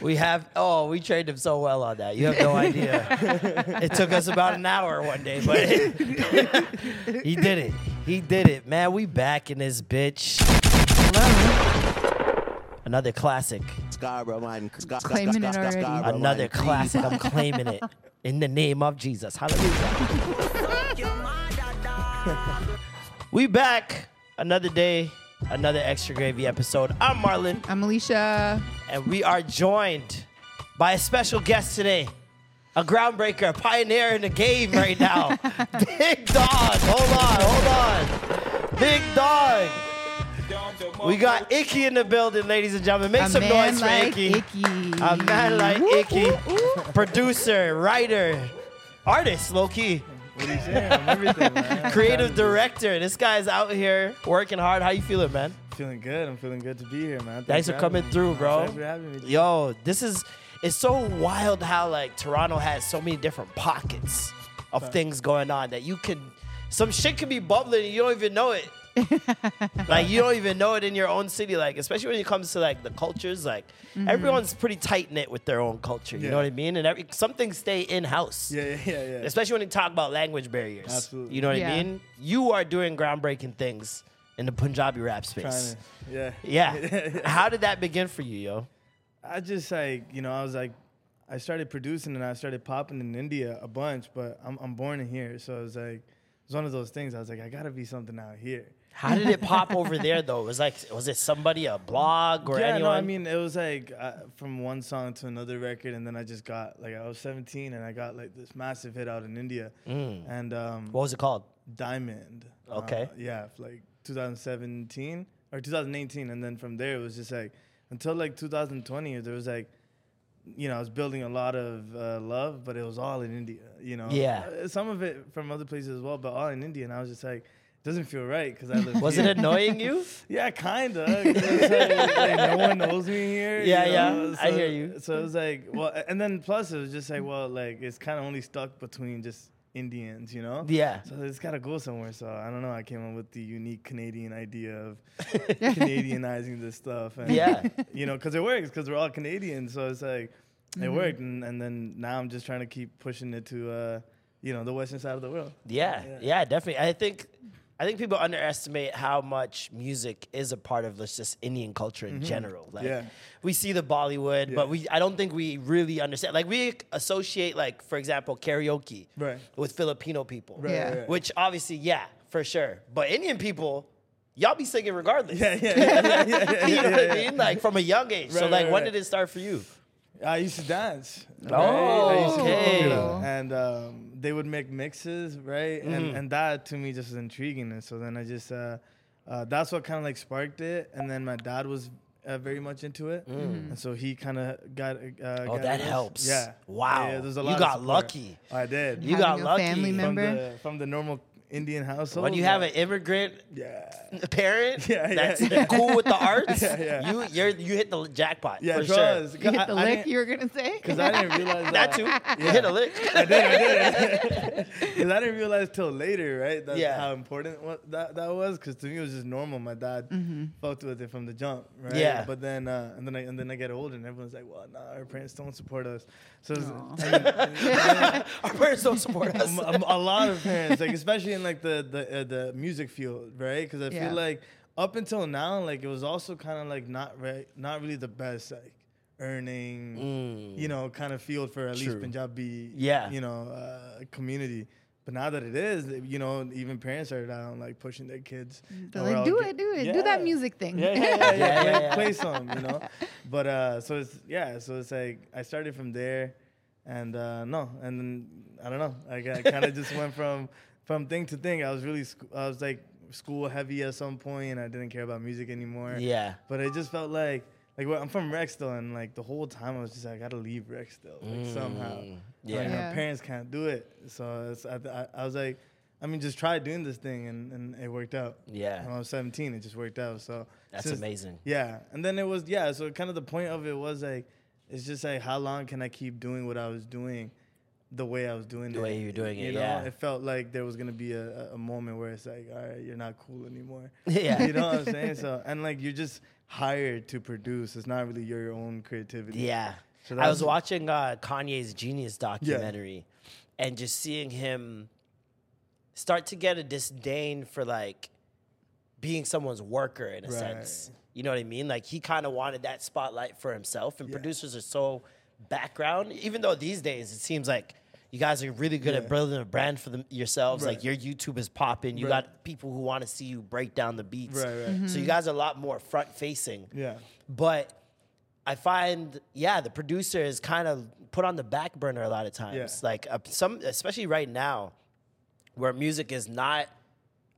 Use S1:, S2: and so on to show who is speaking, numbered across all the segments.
S1: we have oh we trained him so well on that you have no idea it took us about an hour one day but he did it he did it man we back in this bitch another classic
S2: Scarborough, man. Scar- scar-
S3: Claiming
S2: scar-
S3: it
S2: scar-
S3: already.
S2: Scarborough, man.
S1: another classic i'm claiming it in the name of jesus hallelujah we back another day another extra gravy episode i'm marlon
S3: I'm Alicia.
S1: and we are joined by a special guest today. A groundbreaker, a pioneer in the game right now. Big Dog. Hold on, hold on. Big Dog. We got Icky in the building, ladies and gentlemen. Make
S3: a
S1: some
S3: man
S1: noise
S3: like
S1: for Icky. A man like
S3: Woo,
S1: Icky.
S3: woo, woo.
S1: Producer, writer, artist, low key. Creative director. This guy's out here working hard. How you feeling, man?
S4: Feeling good. I'm feeling good to be here, man.
S1: Thanks for coming
S4: having me.
S1: through, bro.
S4: Thanks for having me.
S1: Yo, this is it's so wild how like Toronto has so many different pockets of things going on that you can some shit can be bubbling and you don't even know it. like you don't even know it in your own city, like especially when it comes to like the cultures. Like everyone's pretty tight knit with their own culture. You know
S4: Mm-hmm. Yeah.
S1: what I mean? And every some things stay in house.
S4: Yeah, yeah, yeah, yeah.
S1: Especially when you talk about language barriers.
S4: Absolutely.
S1: You know what I
S3: Yeah.
S1: mean? You are doing groundbreaking things in the Punjabi rap space.
S4: Trying to- yeah.
S1: Yeah. How did that begin for you, yo?
S4: I just like, you know, I was like, I started producing and I started popping in India a bunch, but I'm, I'm born in here. So it was like, it was one of those things. I was like, I got to be something out here.
S1: How did it pop over there though? It was like was it somebody a blog or
S4: yeah,
S1: anyone?
S4: no, I mean, it was like uh, from one song to another record, and then I just got like I was 17 and I got like this massive hit out in India,
S1: Mm.
S4: and um,
S1: what was it called?
S4: Diamond. uh,
S1: Okay.
S4: yeah, f- like 2017 or 2018, and then from there it was just like until like 2020, there was like, you know, I was building a lot of uh, love, but it was all in India. You know.
S1: Yeah.
S4: Uh, Some of it from other places as well, but all in India, and I was just like, it doesn't feel right because I live.
S1: Was
S4: here.
S1: it annoying you?
S4: Yeah, kind of. like, like, no one knows me here. you
S1: Yeah, yeah,
S4: know?
S1: I
S4: So-
S1: hear you.
S4: So it was like, well, a- and then plus it was just like, well, like it's kind of only stuck between just Indians, you know?
S1: Yeah.
S4: So it's got to go somewhere. So I don't know. I came up with the unique Canadian idea of Canadianizing this stuff. And,
S1: Yeah.
S4: You know, because it works, because we're all Canadian. So it's like, it
S1: Mm-hmm.
S4: worked. And, and then now I'm just trying to keep pushing it to, uh, you know, the western side of the world.
S1: Yeah, yeah, definitely. I think I think people underestimate how much music is a part of let's just Indian culture in general. Like
S4: Mm-hmm. Yeah.
S1: we see the Bollywood,
S4: Yeah.
S1: but we I don't think we really understand. Like we associate like for example karaoke
S4: Right.
S1: with Filipino people.
S4: Right,
S3: Yeah.
S4: right, right.
S1: Which obviously, yeah, for sure. But Indian people, y'all be singing regardless.
S4: Yeah, yeah, yeah, yeah, yeah, yeah,
S1: you know
S4: yeah,
S1: what
S4: yeah.
S1: I mean? Like from a young age. so
S4: Right,
S1: like
S4: right,
S1: when
S4: right.
S1: did it start for you?
S4: I used to dance. right?
S1: Oh,
S4: I used to go
S1: okay.
S4: popular. And um, they would make mixes, right?
S1: Mm-hmm.
S4: And, and that to me just was intriguing. And so then I just, uh, uh, that's what kind of like sparked it. And then my dad was uh, very much into it.
S3: Mm-hmm.
S4: And so he kind of got. Uh,
S1: Mm. Oh,
S4: got
S1: that
S4: us.
S1: helps.
S4: Yeah.
S1: Wow.
S4: Yeah, there's a
S1: You
S4: lot of
S1: got
S4: support.
S1: lucky.
S4: I did.
S1: You
S3: Having
S1: got
S3: a
S1: lucky.
S3: family
S1: From
S4: from,
S3: member.
S4: the, from the normal Indian household.
S1: When you have an
S4: like,
S1: immigrant
S4: Yeah.
S1: parent
S4: Yeah, yeah,
S1: that's
S4: yeah.
S1: cool with the arts,
S4: Yeah, yeah.
S1: you you're, you hit the jackpot
S4: Yeah,
S1: for
S4: draws.
S1: sure.
S3: You hit the
S4: I- I
S3: lick
S4: didn't-
S3: you were gonna say.
S4: Cause I didn't realize
S1: That
S4: uh,
S1: too. You hit a lick.
S4: Because I didn't realize till later, right? That's
S1: Yeah.
S4: how important what that, that was. Because to me, it was just normal. My dad fucked with it from the jump, right?
S1: Mm-hmm. Yeah.
S4: But then, uh, and then I and then I get older, and everyone's like, "Well, nah, our parents don't support us." So it's,
S1: Our parents don't support us.
S4: um, um, a lot of parents, like especially in like the the uh, the music field, right? Because I
S3: Yeah.
S4: feel like up until now, like it was also kind of like not right, not really the best, like earning, you know, kind of field for at
S1: Mm. True.
S4: least Punjabi,
S1: Yeah.
S4: you know, uh, community. But now that it is, you know, even parents are down like pushing their kids.
S3: They're
S4: and we're
S3: like,
S4: all
S3: do
S4: ge-
S3: it, do it, do that
S4: Yeah.
S3: music thing.
S4: Yeah, yeah, yeah,
S1: Yeah,
S4: yeah,
S1: yeah,
S4: play,
S1: yeah.
S4: play some, you know. But uh, so it's yeah, so it's like I started from there, and uh, no, and then I don't know. I, kind of just went from from thing to thing. I was really sc- I was like school heavy at some point, and I didn't care about music anymore.
S1: Yeah.
S4: But I just felt like like well, I'm from Rexdale, and like the whole time I was just like, I gotta leave Rexdale like, somehow.
S1: Mm. yeah.
S4: Like,
S3: Yeah.
S4: My parents can't do it, so it's, I, I, I was like, I mean, just try doing this thing, and, and it worked out.
S1: Yeah.
S4: When I was 17, it just worked out. So
S1: That's amazing.
S4: Yeah, and then it was yeah. So kind of the point of it was like, it's just like how long can I keep doing what I was doing, the way I was doing it.
S1: The way you were doing it,
S4: know?
S1: yeah.
S4: It felt like there was gonna be a, a- a moment where it's like, all right, you're not cool anymore.
S1: Yeah.
S4: You know what I'm saying? So and like you're just hired to produce. It's not really your own creativity.
S1: Yeah.
S4: So
S1: I was
S4: that's-
S1: watching uh, Kanye's Genius documentary and just seeing him start to get a disdain for like being someone's worker in a sense. You know what I mean? Like he kind of wanted that spotlight for himself, and producers are so background. Even though these days it seems like you guys are really good at building a brand for them, yourselves. Like
S4: Right.
S1: your YouTube is popping. You
S4: Right.
S1: got people who want to see you break down the beats.
S4: Right, right.
S1: So you guys are a lot more front facing
S4: Yeah.
S1: but I find, yeah, the producer is kind of put on the back burner a lot of times.
S4: Yeah.
S1: Like uh, some, especially right now, where music is not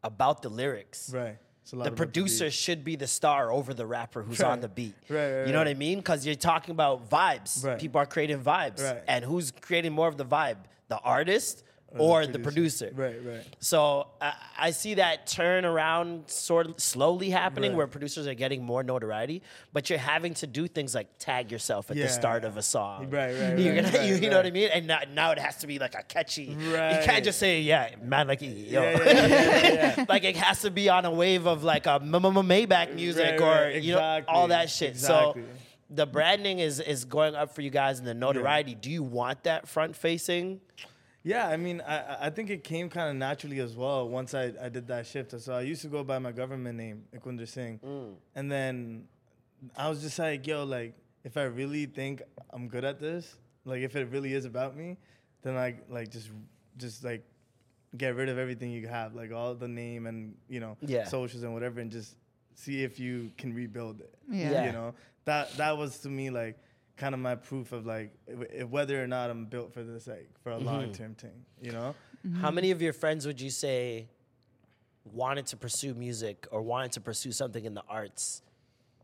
S1: about the lyrics.
S4: Right. It's a lot
S1: The
S4: about beat.
S1: producer should be the star over the rapper who's on the beat.
S4: Right, right,
S1: you know what I
S4: right.
S1: mean? Because you're talking about vibes.
S4: Right.
S1: People are creating vibes,
S4: Right.
S1: and who's creating more of the vibe? The artist or, the producer?
S4: Right, right.
S1: So I, I see that turnaround sort of slowly happening
S4: Right.
S1: where producers are getting more notoriety, but you're having to do things like tag yourself at
S4: Yeah.
S1: the start of a song.
S4: Right, right,
S1: You're
S4: right,
S1: gonna,
S4: right,
S1: you, you know what I
S4: right.
S1: mean? And now, now it has to be like a catchy. You can't
S4: Right.
S1: just say, yeah, man, like, yo.
S4: Yeah, yeah, yeah, yeah, yeah.
S1: like it has to be on a wave of like a M- M- M- Maybach music
S4: Right,
S1: or
S4: right,
S1: you know all
S4: exactly,
S1: that shit.
S4: exactly.
S1: So the branding is is going up for you guys and the notoriety. Do you want that front facing?
S4: Yeah, I mean, I, I- I think it came kind of naturally as well once I, I did that shift. So I used to go by my government name, Iquinder Singh. And then I was just like, yo, like, if I really think I'm good at this, like, if it really is about me, then, like, like just, just like, get rid of everything you have, like all the name and, you know,
S1: Yeah.
S4: socials and whatever, and just see if you can rebuild it.
S3: Yeah.
S1: Yeah.
S4: You know, that, that was to me, like, kind of my proof of like w- if- whether or not I'm built for this like for
S1: Mm-hmm.
S4: a long term thing, you know?
S1: How many of your friends would you say wanted to pursue music or wanted to pursue something in the arts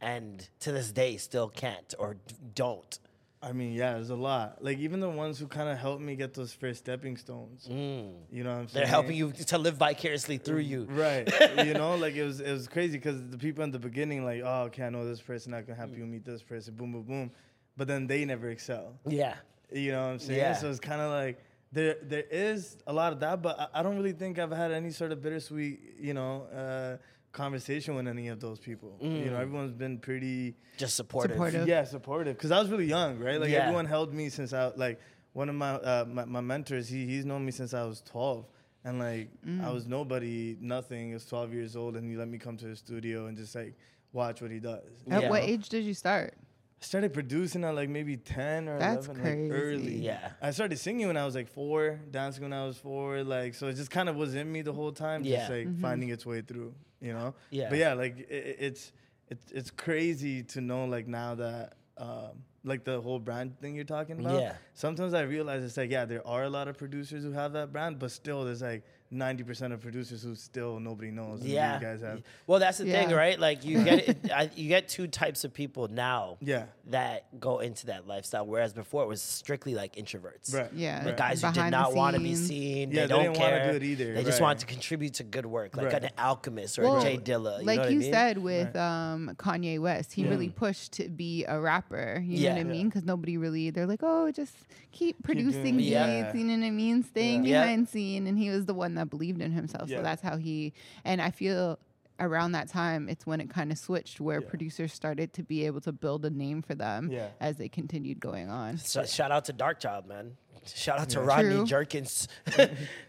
S1: and to this day still can't or d- don't?
S4: I mean, yeah, there's a lot. Like even the ones who kind of helped me get those first stepping stones. You know what I'm saying?
S1: Mm. They're helping you to live vicariously through you.
S4: Mm-hmm. Right. you know, like it was it was crazy because the people in the beginning, like, oh, okay, I know this person, I can
S1: Mm.
S4: help you meet this person, boom, boom, boom. But then they never excel.
S1: Yeah.
S4: You know what I'm saying?
S1: Yeah.
S4: So it's kind of like there there is a lot of that, but I, I don't really think I've had any sort of bittersweet, you know, uh, conversation with any of those people. You
S1: Mm.
S4: know, everyone's been pretty
S1: Just supportive.
S3: Supportive.
S4: yeah supportive because I was really young, right? Like
S1: Yeah.
S4: everyone held me since I like one of my uh, my, my mentors. He he's known me since I was twelve. And like I
S1: Mm.
S4: was nobody, nothing. I was twelve years old, and he let me come to the studio and just like watch what he does. you
S3: At
S1: Yeah.
S3: what
S4: know?
S3: age did you start?
S4: I started producing at like maybe 10 or
S3: That's
S4: 11, like early.
S3: crazy.
S1: Yeah.
S4: I started singing when I was like four, dancing when I was four. Like, so it just kind of was in me the whole time, just
S1: Yeah.
S4: like
S3: Mm-hmm.
S4: finding its way through, you know?
S1: Yeah.
S4: But yeah, like i i- it's, it's, it's crazy to know like now that, um, like the whole brand thing you're talking about.
S1: Yeah.
S4: Sometimes I realize it's like, yeah, there are a lot of producers who have that brand, but still there's like 90% of producers who still nobody knows. and
S1: Yeah.
S4: You guys have.
S1: Well, that's the thing,
S3: Yeah.
S1: right? Like you get it, I, you get two types of people now.
S4: Yeah.
S1: That go into that lifestyle, whereas before it was strictly like introverts.
S4: Right.
S3: Yeah.
S1: the
S4: Right.
S1: guys who did
S3: Behind the
S1: not want to be
S3: scenes.
S1: seen. they
S4: Yeah, they
S1: don't
S4: didn't wanna
S1: care.
S4: do it either,
S1: They just
S4: right.
S1: want to contribute to good work, like
S4: Right.
S1: an alchemist or
S3: Well,
S1: a Jay Dilla. You
S3: like
S1: know what
S3: you
S1: I mean?
S3: said with um, Kanye West, he really pushed to be a rapper. You
S1: Yeah.
S3: know what I
S1: Yeah.
S3: mean? Because nobody really, they're like, oh, just keep producing
S4: it."
S3: beats.
S1: Yeah.
S3: You know what I mean? Staying
S1: Yeah. Yeah.
S3: behind scene, and he was the one that believed in himself.
S4: Yeah.
S3: So that's how he. And I feel around that time, it's when it kind of switched, where producers started to be able to build a name for them
S4: Yeah.
S3: as they continued going on.
S1: So, shout out to Dark Child, man. Shout out to Rodney
S3: True.
S1: Jerkins.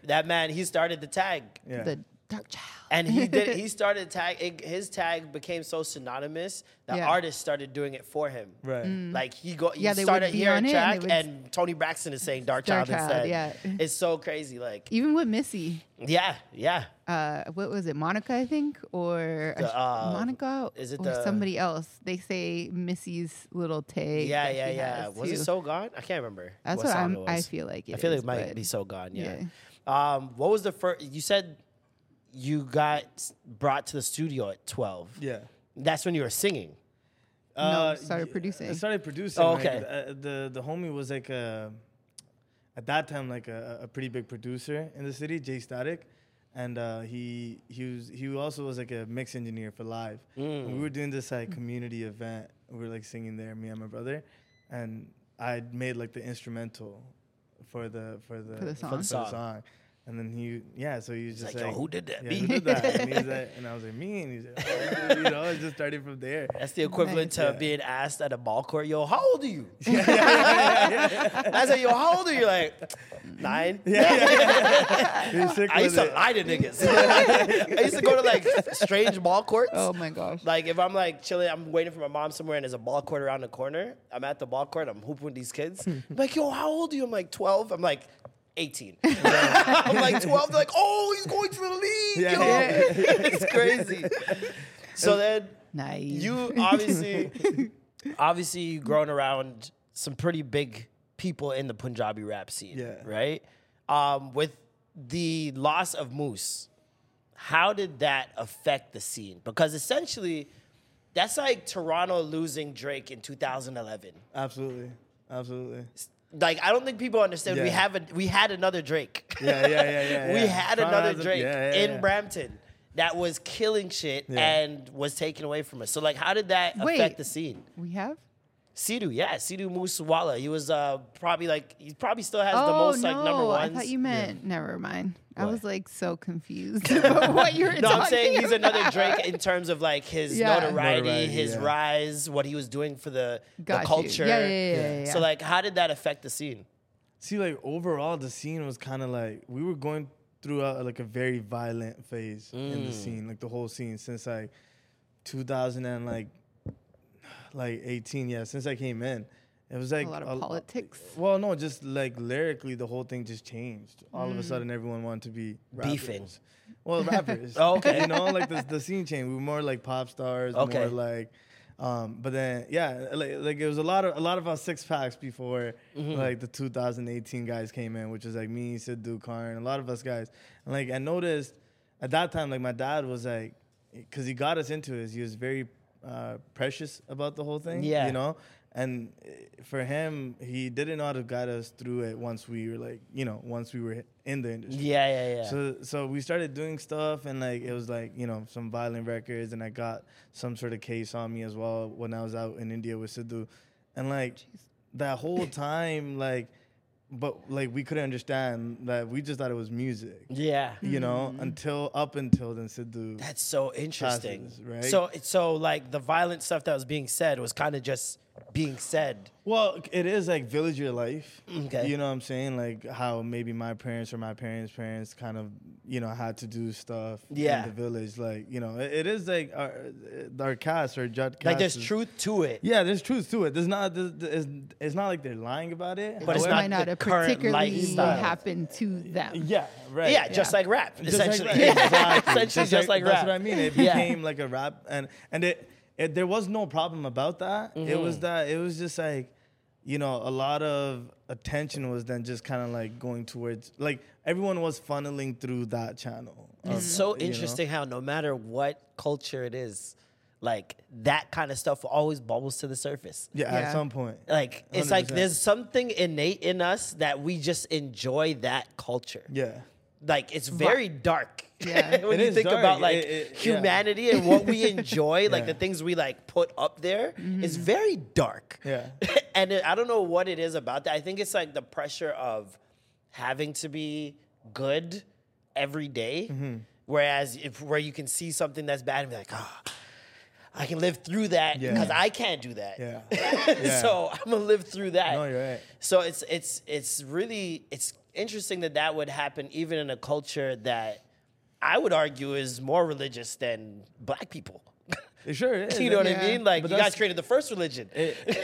S1: that man, he started the tag.
S4: Yeah.
S3: The Dark Child.
S1: And he did. He started tag. it- his tag became so synonymous that
S3: Yeah.
S1: artists started doing it for him.
S4: Right. Mm.
S1: Like he go. He
S3: Yeah, they would
S1: started
S3: be
S1: hearing
S3: on it and
S1: track,
S3: they
S1: and,
S3: would-
S1: Tony Braxton is saying Dark,
S3: Dark
S1: Child
S3: Child,
S1: instead.
S3: yeah.
S1: It's so crazy. Like
S3: Even with Missy,
S1: yeah, yeah.
S3: uh, what was it, Monica, I think, or
S1: The, uh,
S3: Monica,
S1: is it
S3: or
S1: the-
S3: somebody else? They say Missy's little tag.
S1: Yeah,
S3: that
S1: yeah,
S3: she
S1: yeah.
S3: has,
S1: Was it
S3: too.
S1: so gone? I can't remember.
S3: That's what
S1: song
S3: I'm-
S1: it was.
S3: I feel like it
S1: I feel like
S3: is,
S1: it might
S3: but-
S1: be so gone. Yeah. Um, what was the first? You said you got s- brought to the studio at 12.
S4: Yeah.
S1: That's when you were singing.
S4: Uh,
S3: started
S4: yeah, I
S3: producing.
S4: started producing.
S1: Oh,
S4: like,
S1: okay.
S4: uh, the the homie was like a, at that time like a, a pretty big producer in the city, Jay Static, and uh, he he was he also was like a mix engineer for live.
S1: Mm.
S4: And we were doing this like community event. We were like singing there, me and my brother, and I made like the instrumental for the for the
S3: the
S4: For
S3: song.
S4: the
S1: Song.
S4: song. And then he, yeah, so he was just
S1: like, "Yo, who did that?
S4: Yeah,
S1: Me."
S4: who did that? And, he was like, and I was like, me. And he's like, oh, you know, it just started from there.
S1: That's the equivalent
S3: Nice.
S1: to being asked at a ball court, yo, how old are you? I said, yo, how old are you? Like, nine.
S4: He was sick
S1: I used
S4: with
S1: to
S4: it.
S1: lie to niggas. I used to go to like strange ball courts.
S3: Oh my gosh.
S1: Like if I'm like chilling, I'm waiting for my mom somewhere, and there's a ball court around the corner. I'm at the ball court. I'm hooping with these kids.
S3: Hmm.
S1: I'm like, yo, how old are you? I'm like 12. I'm like 18. I'm like 12. They're like, oh, he's going to the league.
S4: Yeah,
S1: yo.
S4: yeah,
S1: it's crazy. So then
S3: Nice.
S1: you obviously, obviously, you grown around some pretty big people in the Punjabi rap scene,
S4: Yeah.
S1: right? Um, with the loss of Moose, how did that affect the scene? Because essentially, that's like Toronto losing Drake in 2011.
S4: Absolutely. Absolutely.
S1: Like, I don't think people understand. We
S4: Yeah.
S1: have a, we had another Drake.
S4: Yeah, yeah, yeah, yeah.
S1: we
S4: yeah.
S1: had
S4: Toronto
S1: another
S4: has a-
S1: Drake
S4: yeah, yeah,
S1: in
S4: yeah.
S1: Brampton that was killing shit
S4: Yeah.
S1: and was taken away from us. So like, how did that affect
S3: Wait.
S1: the scene?
S3: we have.
S1: Sidhu, yeah, Sidhu Muswala. He was uh, probably like he probably still has
S3: oh
S1: the most like
S3: no!
S1: number
S3: I
S1: ones.
S3: thought you meant. Never mind. I
S1: What?
S3: was like so confused about what you were
S1: no,
S3: talking
S1: I'm saying he's another
S3: about.
S1: Drake in terms of like his
S3: Yeah.
S1: notoriety,
S4: Notoriety,
S1: his
S4: yeah.
S1: rise, what he was doing for the, the
S3: Got you.
S1: culture.
S3: Yeah, yeah, yeah, yeah, yeah,
S1: So
S3: yeah.
S1: like, how did that affect the scene?
S4: See, like overall, the scene was kind of like we were going throughout like a very violent phase in the
S1: Mm.
S4: scene, like the whole scene since like 2000 and like like 18. Yeah, since I came in, it was like
S3: a lot of politics.
S4: Well, no, just like lyrically, the whole thing just changed. All
S3: Mm.
S4: of a sudden, everyone wanted to be rappers.
S1: Beefing.
S4: Well, rappers.
S1: Oh, okay.
S4: You know, like the, the scene changed. We were more like pop stars.
S1: Okay.
S4: More like, um, but then yeah, like, like it was a lot of a lot of our six packs before
S1: Mm-hmm.
S4: like the 2018 guys came in, which was like me, Sidhu, Karn, a lot of us guys. And like I noticed at that time, like my dad was like, because he got us into it. He was very uh, precious about the whole thing.
S1: Yeah.
S4: You know know? And uh, for him, he didn't know how to guide us through it once we were like, you know, once we were in the industry.
S1: Yeah, yeah, yeah.
S4: So so we started doing stuff and like it was like, you know, some violent records and I got some sort of case on me as well when I was out in India with Sidhu. And like that whole time, like but like we couldn't understand that we just thought it was music.
S1: yeah. Mm-hmm.
S4: You know, until up until then Sidhu
S1: That's so interesting.
S4: Passes, right?
S1: So so like the violent stuff that was being said was kind of just being said.
S4: Well, it is like villager life.
S1: Okay.
S4: You know what I'm saying? Like how maybe my parents or my parents' parents kind of, you know, had to do stuff
S1: Yeah.
S4: in the village. Like, you know, it, it is like our, uh, our cast or Judd cast.
S1: Like there's
S4: is-
S1: truth to it.
S4: Yeah, there's truth to it. There's not, there's, there's, it's not like they're lying about it.
S1: But it's
S3: It
S1: not
S3: might not
S1: the
S3: have
S1: current
S3: particularly
S1: lifestyle.
S3: happened to them.
S4: yeah, right.
S1: Yeah, just like rap,
S4: Just like
S1: essentially.
S4: rap. Exactly.
S1: essentially, just like,
S4: that's
S1: rap.
S4: what I mean. It
S1: Yeah.
S4: became like a rap, and and it, it there was no problem about that. It was that it was just like, you know, a lot of attention was then just kind of like going towards like everyone was funneling through that channel. Um, of,
S1: It's so
S4: you know?
S1: interesting how no matter what culture it is, like that kind of stuff always bubbles to the surface.
S4: Yeah,
S3: Yeah.
S4: at some point.
S1: Like it's like
S4: 100%.
S1: there's something innate in us that we just enjoy that culture.
S4: yeah.
S1: Like it's very dark.
S3: Yeah.
S1: when
S4: It
S1: you
S4: is
S1: think
S4: dark.
S1: about like
S4: It- it- yeah.
S1: humanity and what we enjoy, like the
S4: Yeah.
S1: things we like put up there, it's very dark.
S4: Yeah.
S1: and it, I don't know what it is about that. I think it's like the pressure of having to be good every day,
S4: Mm-hmm.
S1: Whereas if where you can see something that's bad and be like, ah, I can live through that
S4: Yeah.
S1: because I can't do that.
S4: Yeah. Yeah.
S1: so I'm gonna live through that.
S4: No, you're right.
S1: So it's it's it's really it's interesting that that would happen even in a culture that I would argue is more religious than black people.
S4: It sure is.
S1: you know what I
S3: Yeah.
S1: mean? Like
S4: But
S1: you guys
S4: that's-
S1: created the first religion.
S4: it, it,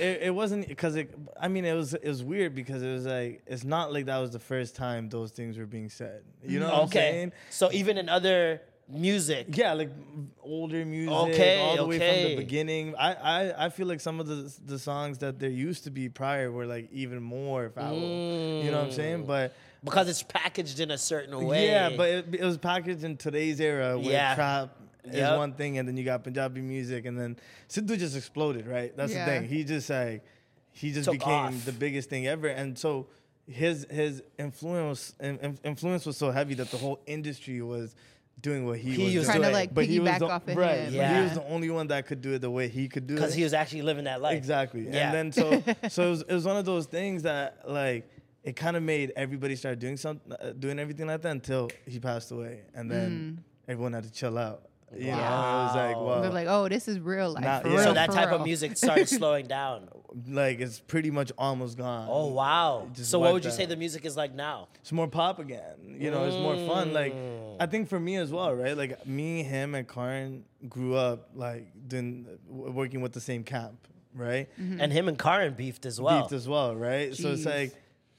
S4: it, it wasn't because it. I mean, it was it was weird because it was like it's not like that was the first time those things were being said. You know what I'm
S1: okay.
S4: saying?
S1: So even in other music,
S4: Yeah, like m- older music,
S1: Okay,
S4: all the way
S1: okay.
S4: from the beginning. I, I, I feel like some of the
S1: Mm.
S4: the songs that there used to be prior were like even more foul. You know what I'm saying? But
S1: because it's packaged in a certain way.
S4: Yeah, but it, it was packaged in today's era where
S1: Yeah.
S4: trap is
S1: Yep.
S4: one thing, and then you got Punjabi music, and then Sidhu just exploded, right? That's
S3: Yeah.
S4: the thing. He just like he just
S1: Took
S4: became
S1: off.
S4: the biggest thing ever, and so his his influence in- in- influence was so heavy that the whole industry was doing what he,
S1: He
S4: was
S1: was
S4: doing.
S1: Trying to, like,
S4: but he was
S3: piggyback
S4: the,
S3: off of
S4: right,
S3: him.
S4: but
S1: Yeah.
S4: he was the only one that could do it the way he could do it
S1: because he was actually living that life.
S4: Exactly.
S1: Yeah.
S4: And then so so it was, it was one of those things that like it kind of made everybody start doing something, uh, doing everything like that until he passed away, and then everyone had to chill out. You know, it was like wow,
S3: They're
S4: like,
S3: like, oh, this is real life.
S4: Nah,
S3: for
S4: yeah.
S3: real,
S1: So that
S3: for
S1: type
S3: real.
S1: of music started slowing down.
S4: it's pretty much almost gone.
S1: Oh wow!
S4: just
S1: So what
S4: wiped
S1: would you say
S4: out.
S1: the music is like now?
S4: it's more pop again. You know, it's more fun. Like I think for me as well, right? Like me, him, and Karin grew up like doing w- working with the same camp, right?
S1: And him and Karin beefed as well.
S4: Mm-hmm. beefed as well, right? So it's
S3: Jeez.
S4: like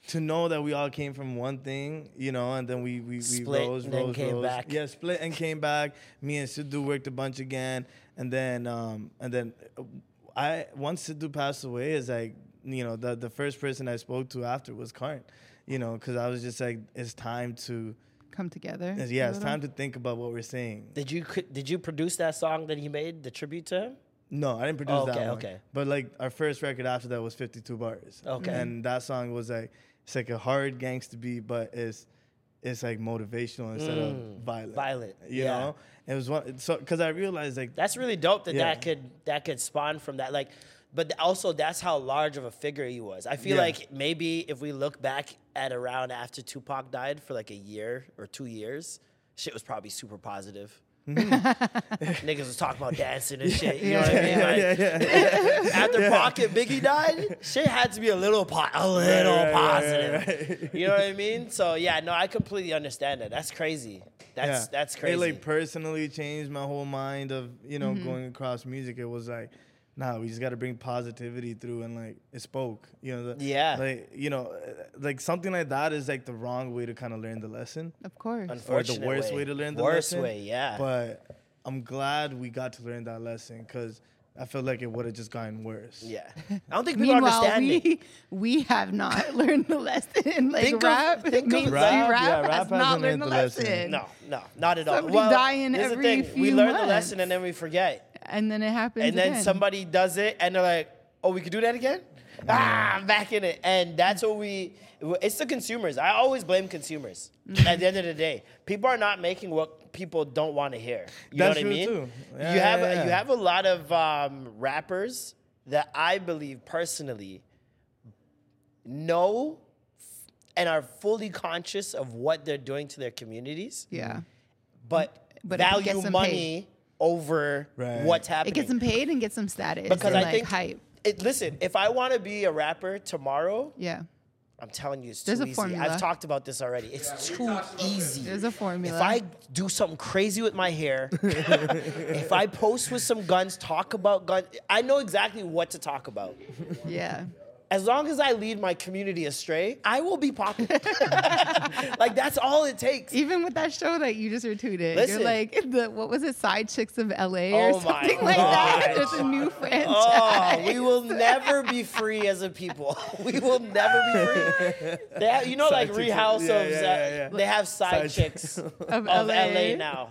S4: to know that we all came from one thing, you know, and then we we, we
S1: Split
S4: rose,
S1: and then
S4: rose,
S1: came
S4: rose.
S1: back.
S4: Yeah, split and came back. Me and Sidhu worked a bunch again, and then um and then uh, I once Sidhu passed away, is like you know the the first person I spoke to after was Karn, you know, because I was just like it's time to
S3: Come together.
S4: it's-
S3: a
S4: yeah, it's
S3: little.
S4: time to think about what we're saying.
S1: Did you cr- did you produce that song that he made, the tribute to him?
S4: No, I didn't produce
S1: Oh, okay,
S4: that one.
S1: okay.
S4: But like our first record after that was 52 bars.
S1: Okay.
S4: And that song was like it's like a hard gangster beat, but it's it's like motivational instead of violent.
S1: Mm. violent,
S4: You
S1: yeah.
S4: know? It was one so because I realized like
S1: That's really dope that
S4: Yeah.
S1: that could that could spawn from that. Like, but th- also that's how large of a figure he was. I feel
S4: Yeah.
S1: like maybe if we look back at around after Tupac died for like a year or two years, shit was probably super positive.
S4: Mm-hmm.
S1: Niggas was talking about dancing and shit. You know what I mean? Like, After Pac and Biggie died, shit had to be a little po- a little
S4: right, right,
S1: positive.
S4: right, right.
S1: You know what I mean? So yeah, no, I completely understand that. That's crazy. That's
S4: Yeah.
S1: that's crazy. Mm-hmm.
S4: It like personally changed my whole mind of you know going across music. It was like, nah, we just got to bring positivity through, and like it spoke. You know, the,
S1: Yeah.
S4: like you know, uh, like something like that is like the wrong way to kind of learn the lesson.
S3: Of course.
S4: or
S1: Unfortunate
S4: the worst way. to learn the
S1: worst
S4: lesson.
S1: way, yeah.
S4: But I'm glad we got to learn that lesson because I feel like it would have just gotten worse.
S1: Yeah. I don't think people
S3: Meanwhile,
S1: understand it.
S3: we, we have not learned the lesson. Like
S1: Think of-
S3: rap,
S1: think of
S3: me,
S1: rap.
S3: rap,
S4: Yeah, rap
S3: has
S4: hasn't
S3: not learned
S4: learned
S3: the
S4: the lesson.
S3: lesson.
S1: No, no, not at all.
S3: Somebody dying
S1: here's
S3: every
S1: We
S3: few
S1: learn the
S3: months.
S1: lesson and then we forget.
S3: And then it happens.
S1: And then
S3: again.
S1: somebody does it and they're like, oh, we could do that again? Ah, I'm back in it. And that's what we, it's the consumers. I always blame consumers
S3: Mm-hmm.
S1: at the end of the day. People are not making what people don't want to hear. You
S4: That's
S1: know
S4: true,
S1: what I mean?
S4: too. Yeah,
S1: you, have,
S4: yeah, yeah.
S1: you have a lot of um, rappers that I believe personally know and are fully conscious of what they're doing to their communities.
S3: Yeah.
S1: but,
S3: But if it
S1: value
S3: gets them
S1: money
S3: paid.
S1: over
S4: Right.
S1: what's
S3: It
S1: happening.
S3: gets them paid and gets them status.
S1: because
S3: and,
S1: I
S3: like,
S1: think
S3: hype.
S1: It, listen, if I want to be a rapper tomorrow,
S3: Yeah.
S1: I'm telling you, it's
S3: There's
S1: too
S3: a
S1: easy.
S3: formula.
S1: I've talked about this already. It's too easy.
S3: There's a formula.
S1: If I do something crazy with my hair, if I post with some guns, talk about guns, I know exactly what to talk about.
S3: yeah.
S1: As long as I lead my community astray, I will be popular. like that's all it takes.
S3: Even with that show that you just retweeted,
S1: Listen.
S3: you're like, the, what was it, Side Chicks of LA or
S1: Oh my
S3: something like that?
S1: gosh.
S3: There's a new franchise.
S1: Oh, we will never be free as a people. We will never be free. They have, you know, like
S4: chicks.
S1: Rehouse
S4: Yeah,
S1: of,
S4: yeah,
S1: Za-
S4: yeah, yeah.
S1: they have side,
S4: Side
S1: chicks of,
S3: of
S1: LA. now.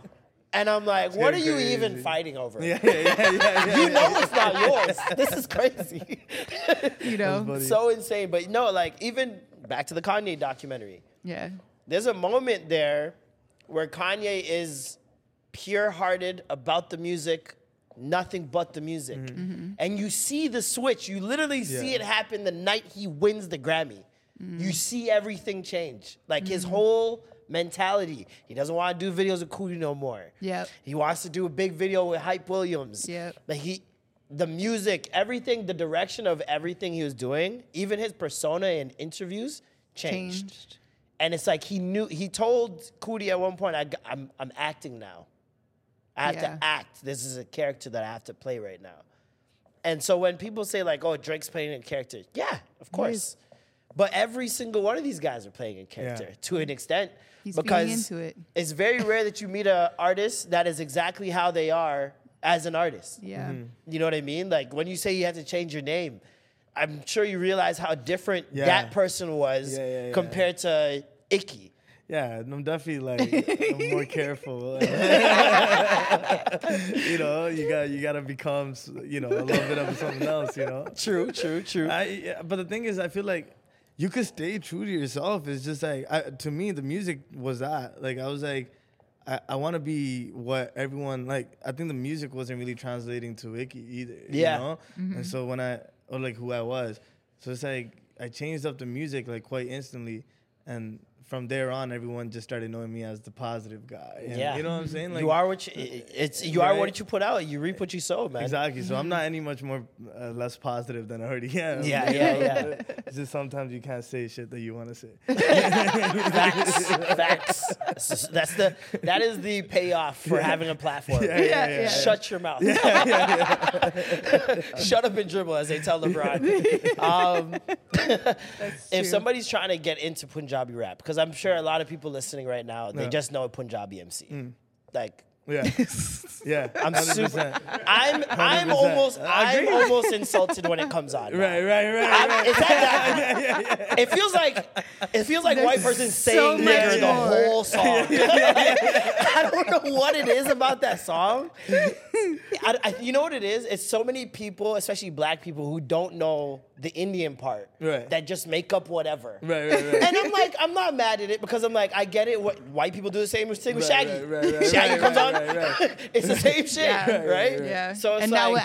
S1: And I'm like, what are you
S4: crazy.
S1: even fighting over?
S4: Yeah, yeah, yeah, yeah, yeah.
S1: You know it's not yours. This is crazy.
S3: You know?
S4: Buddy.
S1: so insane. But no, like, even back to the Kanye documentary,
S3: Yeah.
S1: there's a moment there where Kanye is pure hearted about the music, nothing but the music.
S3: Mm-hmm.
S1: And you see the switch. You literally see
S4: Yeah.
S1: it happen the night he wins the Grammy.
S3: Mm-hmm.
S1: You see everything change. Like his whole mentality. He doesn't want to do videos with Cootie no more.
S3: Yep.
S1: He wants to do a big video with Hype Williams.
S3: Yep.
S1: Like he the music, everything, the direction of everything he was doing, even his persona in interviews changed.
S3: Changed.
S1: And it's like he knew, he told Kuti at one point, I, am I'm acting now. I have
S3: Yeah.
S1: to act. This is a character that I have to play right now. And so when people say, like, oh, Drake's playing a character, yeah, of course. But every single one of these guys are playing a character to an extent.
S3: He's feeding
S1: because
S3: into it.
S1: It's very rare that you meet an artist that is exactly how they are as an artist.
S3: Yeah.
S1: You know what I mean? Like when you say you have to change your name, I'm sure you realize how different
S4: Yeah.
S1: that person was
S4: Yeah, yeah, yeah.
S1: compared to icky.
S4: Yeah, and I'm definitely like I'm more careful. you know, you got you got to become you know a little bit of something else. You know.
S1: True, true, true.
S4: I, yeah, but the thing is, I feel like you could stay true to yourself. It's just like I, to me, the music was that. Like I was like, I, I want to be what everyone like. I think the music wasn't really translating to Wiki either.
S1: Yeah.
S4: You know? And so when I or like who I was, so it's like I changed up the music like quite instantly, and from there on, everyone just started knowing me as the positive guy. And
S1: Yeah.
S4: You know what I'm saying?
S1: you are what you, it's you are what you put out. You reap what you sow, man.
S4: Exactly. So I'm not any much more uh, less positive than I already am.
S1: Yeah,
S4: you
S1: yeah,
S4: know?
S1: yeah.
S4: It's just sometimes you can't say shit that you want to say.
S1: Facts, facts. S- That's the that is the payoff for having a platform.
S4: Yeah, yeah, yeah.
S1: Shut your mouth. Shut up and dribble, as they tell LeBron. um, if
S3: true.
S1: somebody's trying to get into Punjabi rap, because I'm sure a lot of people listening right now, they
S4: Yeah. Mm.
S1: just know a Punjabi MC. Like
S4: Yeah. Yeah.
S1: I'm super.
S4: 100%.
S1: I'm I'm
S4: 100%.
S1: almost
S4: I
S1: I'm
S4: agree.
S1: almost insulted when it comes on.
S4: Right, right, right.
S1: I'm-
S4: right.
S1: it's at that. It feels like it feels like white person
S3: so
S1: saying
S3: much
S1: nigger the
S3: more.
S1: whole song. I don't know what it is about that song. I, I- you know what it is? It's so many people, especially black people, who don't know the Indian part
S4: Right.
S1: that just make up whatever.
S4: Right, right, right.
S1: And I'm like, I'm not mad at it because I'm like, I get it. What white people do the same thing with
S4: Right,
S1: Shaggy.
S4: right, right, right,
S1: Shaggy
S4: right,
S1: comes
S4: right,
S1: on,
S4: right,
S1: it's the same shit,
S3: Yeah.
S1: right?
S3: Yeah.
S1: So it's
S3: and
S1: like, Ah.
S3: now with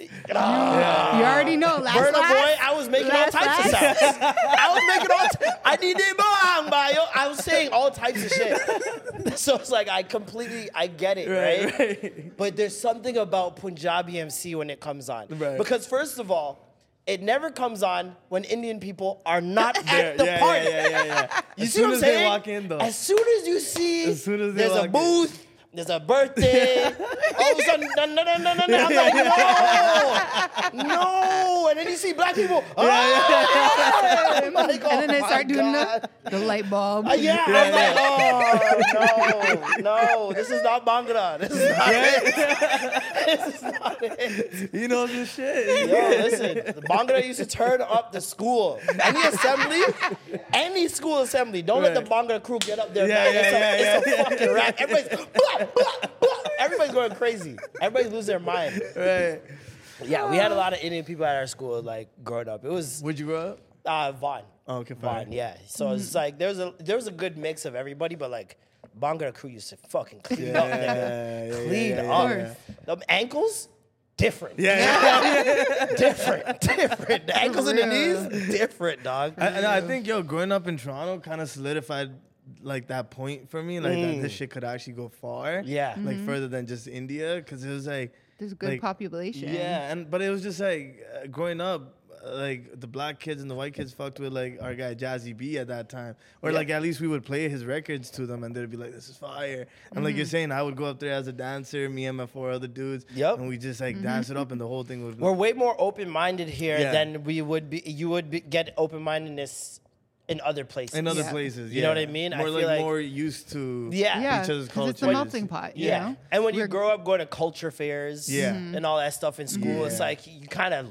S3: you already know. Last
S1: Burna Boy,
S3: last,
S1: I was making
S3: last,
S1: all types
S3: last.
S1: of sounds. I was making all. T- I need it bang, bio. I was saying all types of shit. so it's like I completely, I get it, right?
S4: Right, right.
S1: But there's something about Punjabi MC when it comes on,
S4: Right.
S1: because first of all. It never comes on when Indian people are not
S4: Yeah,
S1: at the
S4: yeah,
S1: party.
S4: Yeah, yeah, yeah, yeah.
S1: You
S4: as
S1: see
S4: soon
S1: what I'm
S4: as
S1: saying?
S4: they walk in, though.
S1: As soon as you see,
S4: As soon as they
S1: there's a
S4: walk in.
S1: booth, there's a birthday. all of a sudden, no, no, no, no, no, no. I'm like, no, no. And then you see black people. Oh, I'm like, oh
S3: and then they
S1: my
S3: start doing
S1: God.
S3: the, the light bulb.
S1: Uh, yeah, I'm like, oh no, no, this is not Bhangra. This is not
S4: you know this shit.
S1: Yo, listen, Bhangra used to turn up the school. Any assembly, any school assembly, don't let
S4: Right.
S1: the Bhangra crew get up there.
S4: Yeah,
S1: man.
S4: yeah,
S1: it's a,
S4: yeah,
S1: it's a
S4: yeah.
S1: fucking rap. Everybody's, blah, blah, blah. Everybody's going crazy. Everybody's losing their mind.
S4: Right.
S1: Yeah, we had a lot of Indian people at our school, like growing up. It was
S4: Would you grow up?
S1: uh, Vaughn.
S4: Oh, okay,
S1: Vaughn,
S4: fine. Mm-hmm.
S1: yeah. So it's like there was a there was a good mix of everybody, but like Bhangra crew used to fucking clean up, nigga.
S4: yeah,
S1: clean
S4: yeah,
S1: up.
S3: yeah,
S1: The ankles, different
S4: Yeah. yeah.
S1: different, different. The ankles and the knees, different, dog.
S4: I, and I think yo, growing up in Toronto kind of solidified like that point for me, like that this shit could actually go far.
S1: Mm. Yeah. Mm-hmm.
S4: Like further than just India, because it was like
S3: There's a good
S4: like,
S3: population.
S4: Yeah, and but it was just like uh, growing up, uh, like the black kids and the white kids fucked with like our guy Jazzy B at that time, or like at least we would play his records to them, and they'd be like, "This is fire!" And like
S1: Mm-hmm.
S4: you're saying, I would go up there as a dancer, me and my four other dudes,
S1: Yep.
S4: and we just like
S1: Mm-hmm.
S4: dance it up, and the whole thing would.
S1: We're way more open-minded here
S4: Yeah.
S1: than we would be. You would be, get open-mindedness in other places.
S4: in other
S3: Yeah.
S4: places, yeah.
S1: You know what I mean? I
S4: More
S1: feel
S4: like,
S1: like-
S4: more used to
S1: Yeah.
S3: yeah.
S4: each other's
S3: 'cause
S4: cultures.
S3: it's a melting pot. You
S1: Yeah.
S3: know?
S1: And when you
S3: We're- Mm-hmm.
S1: grow up going to culture fairs
S4: Yeah. Mhm.
S1: and all that stuff in school, it's
S4: Yeah.
S1: like you kind of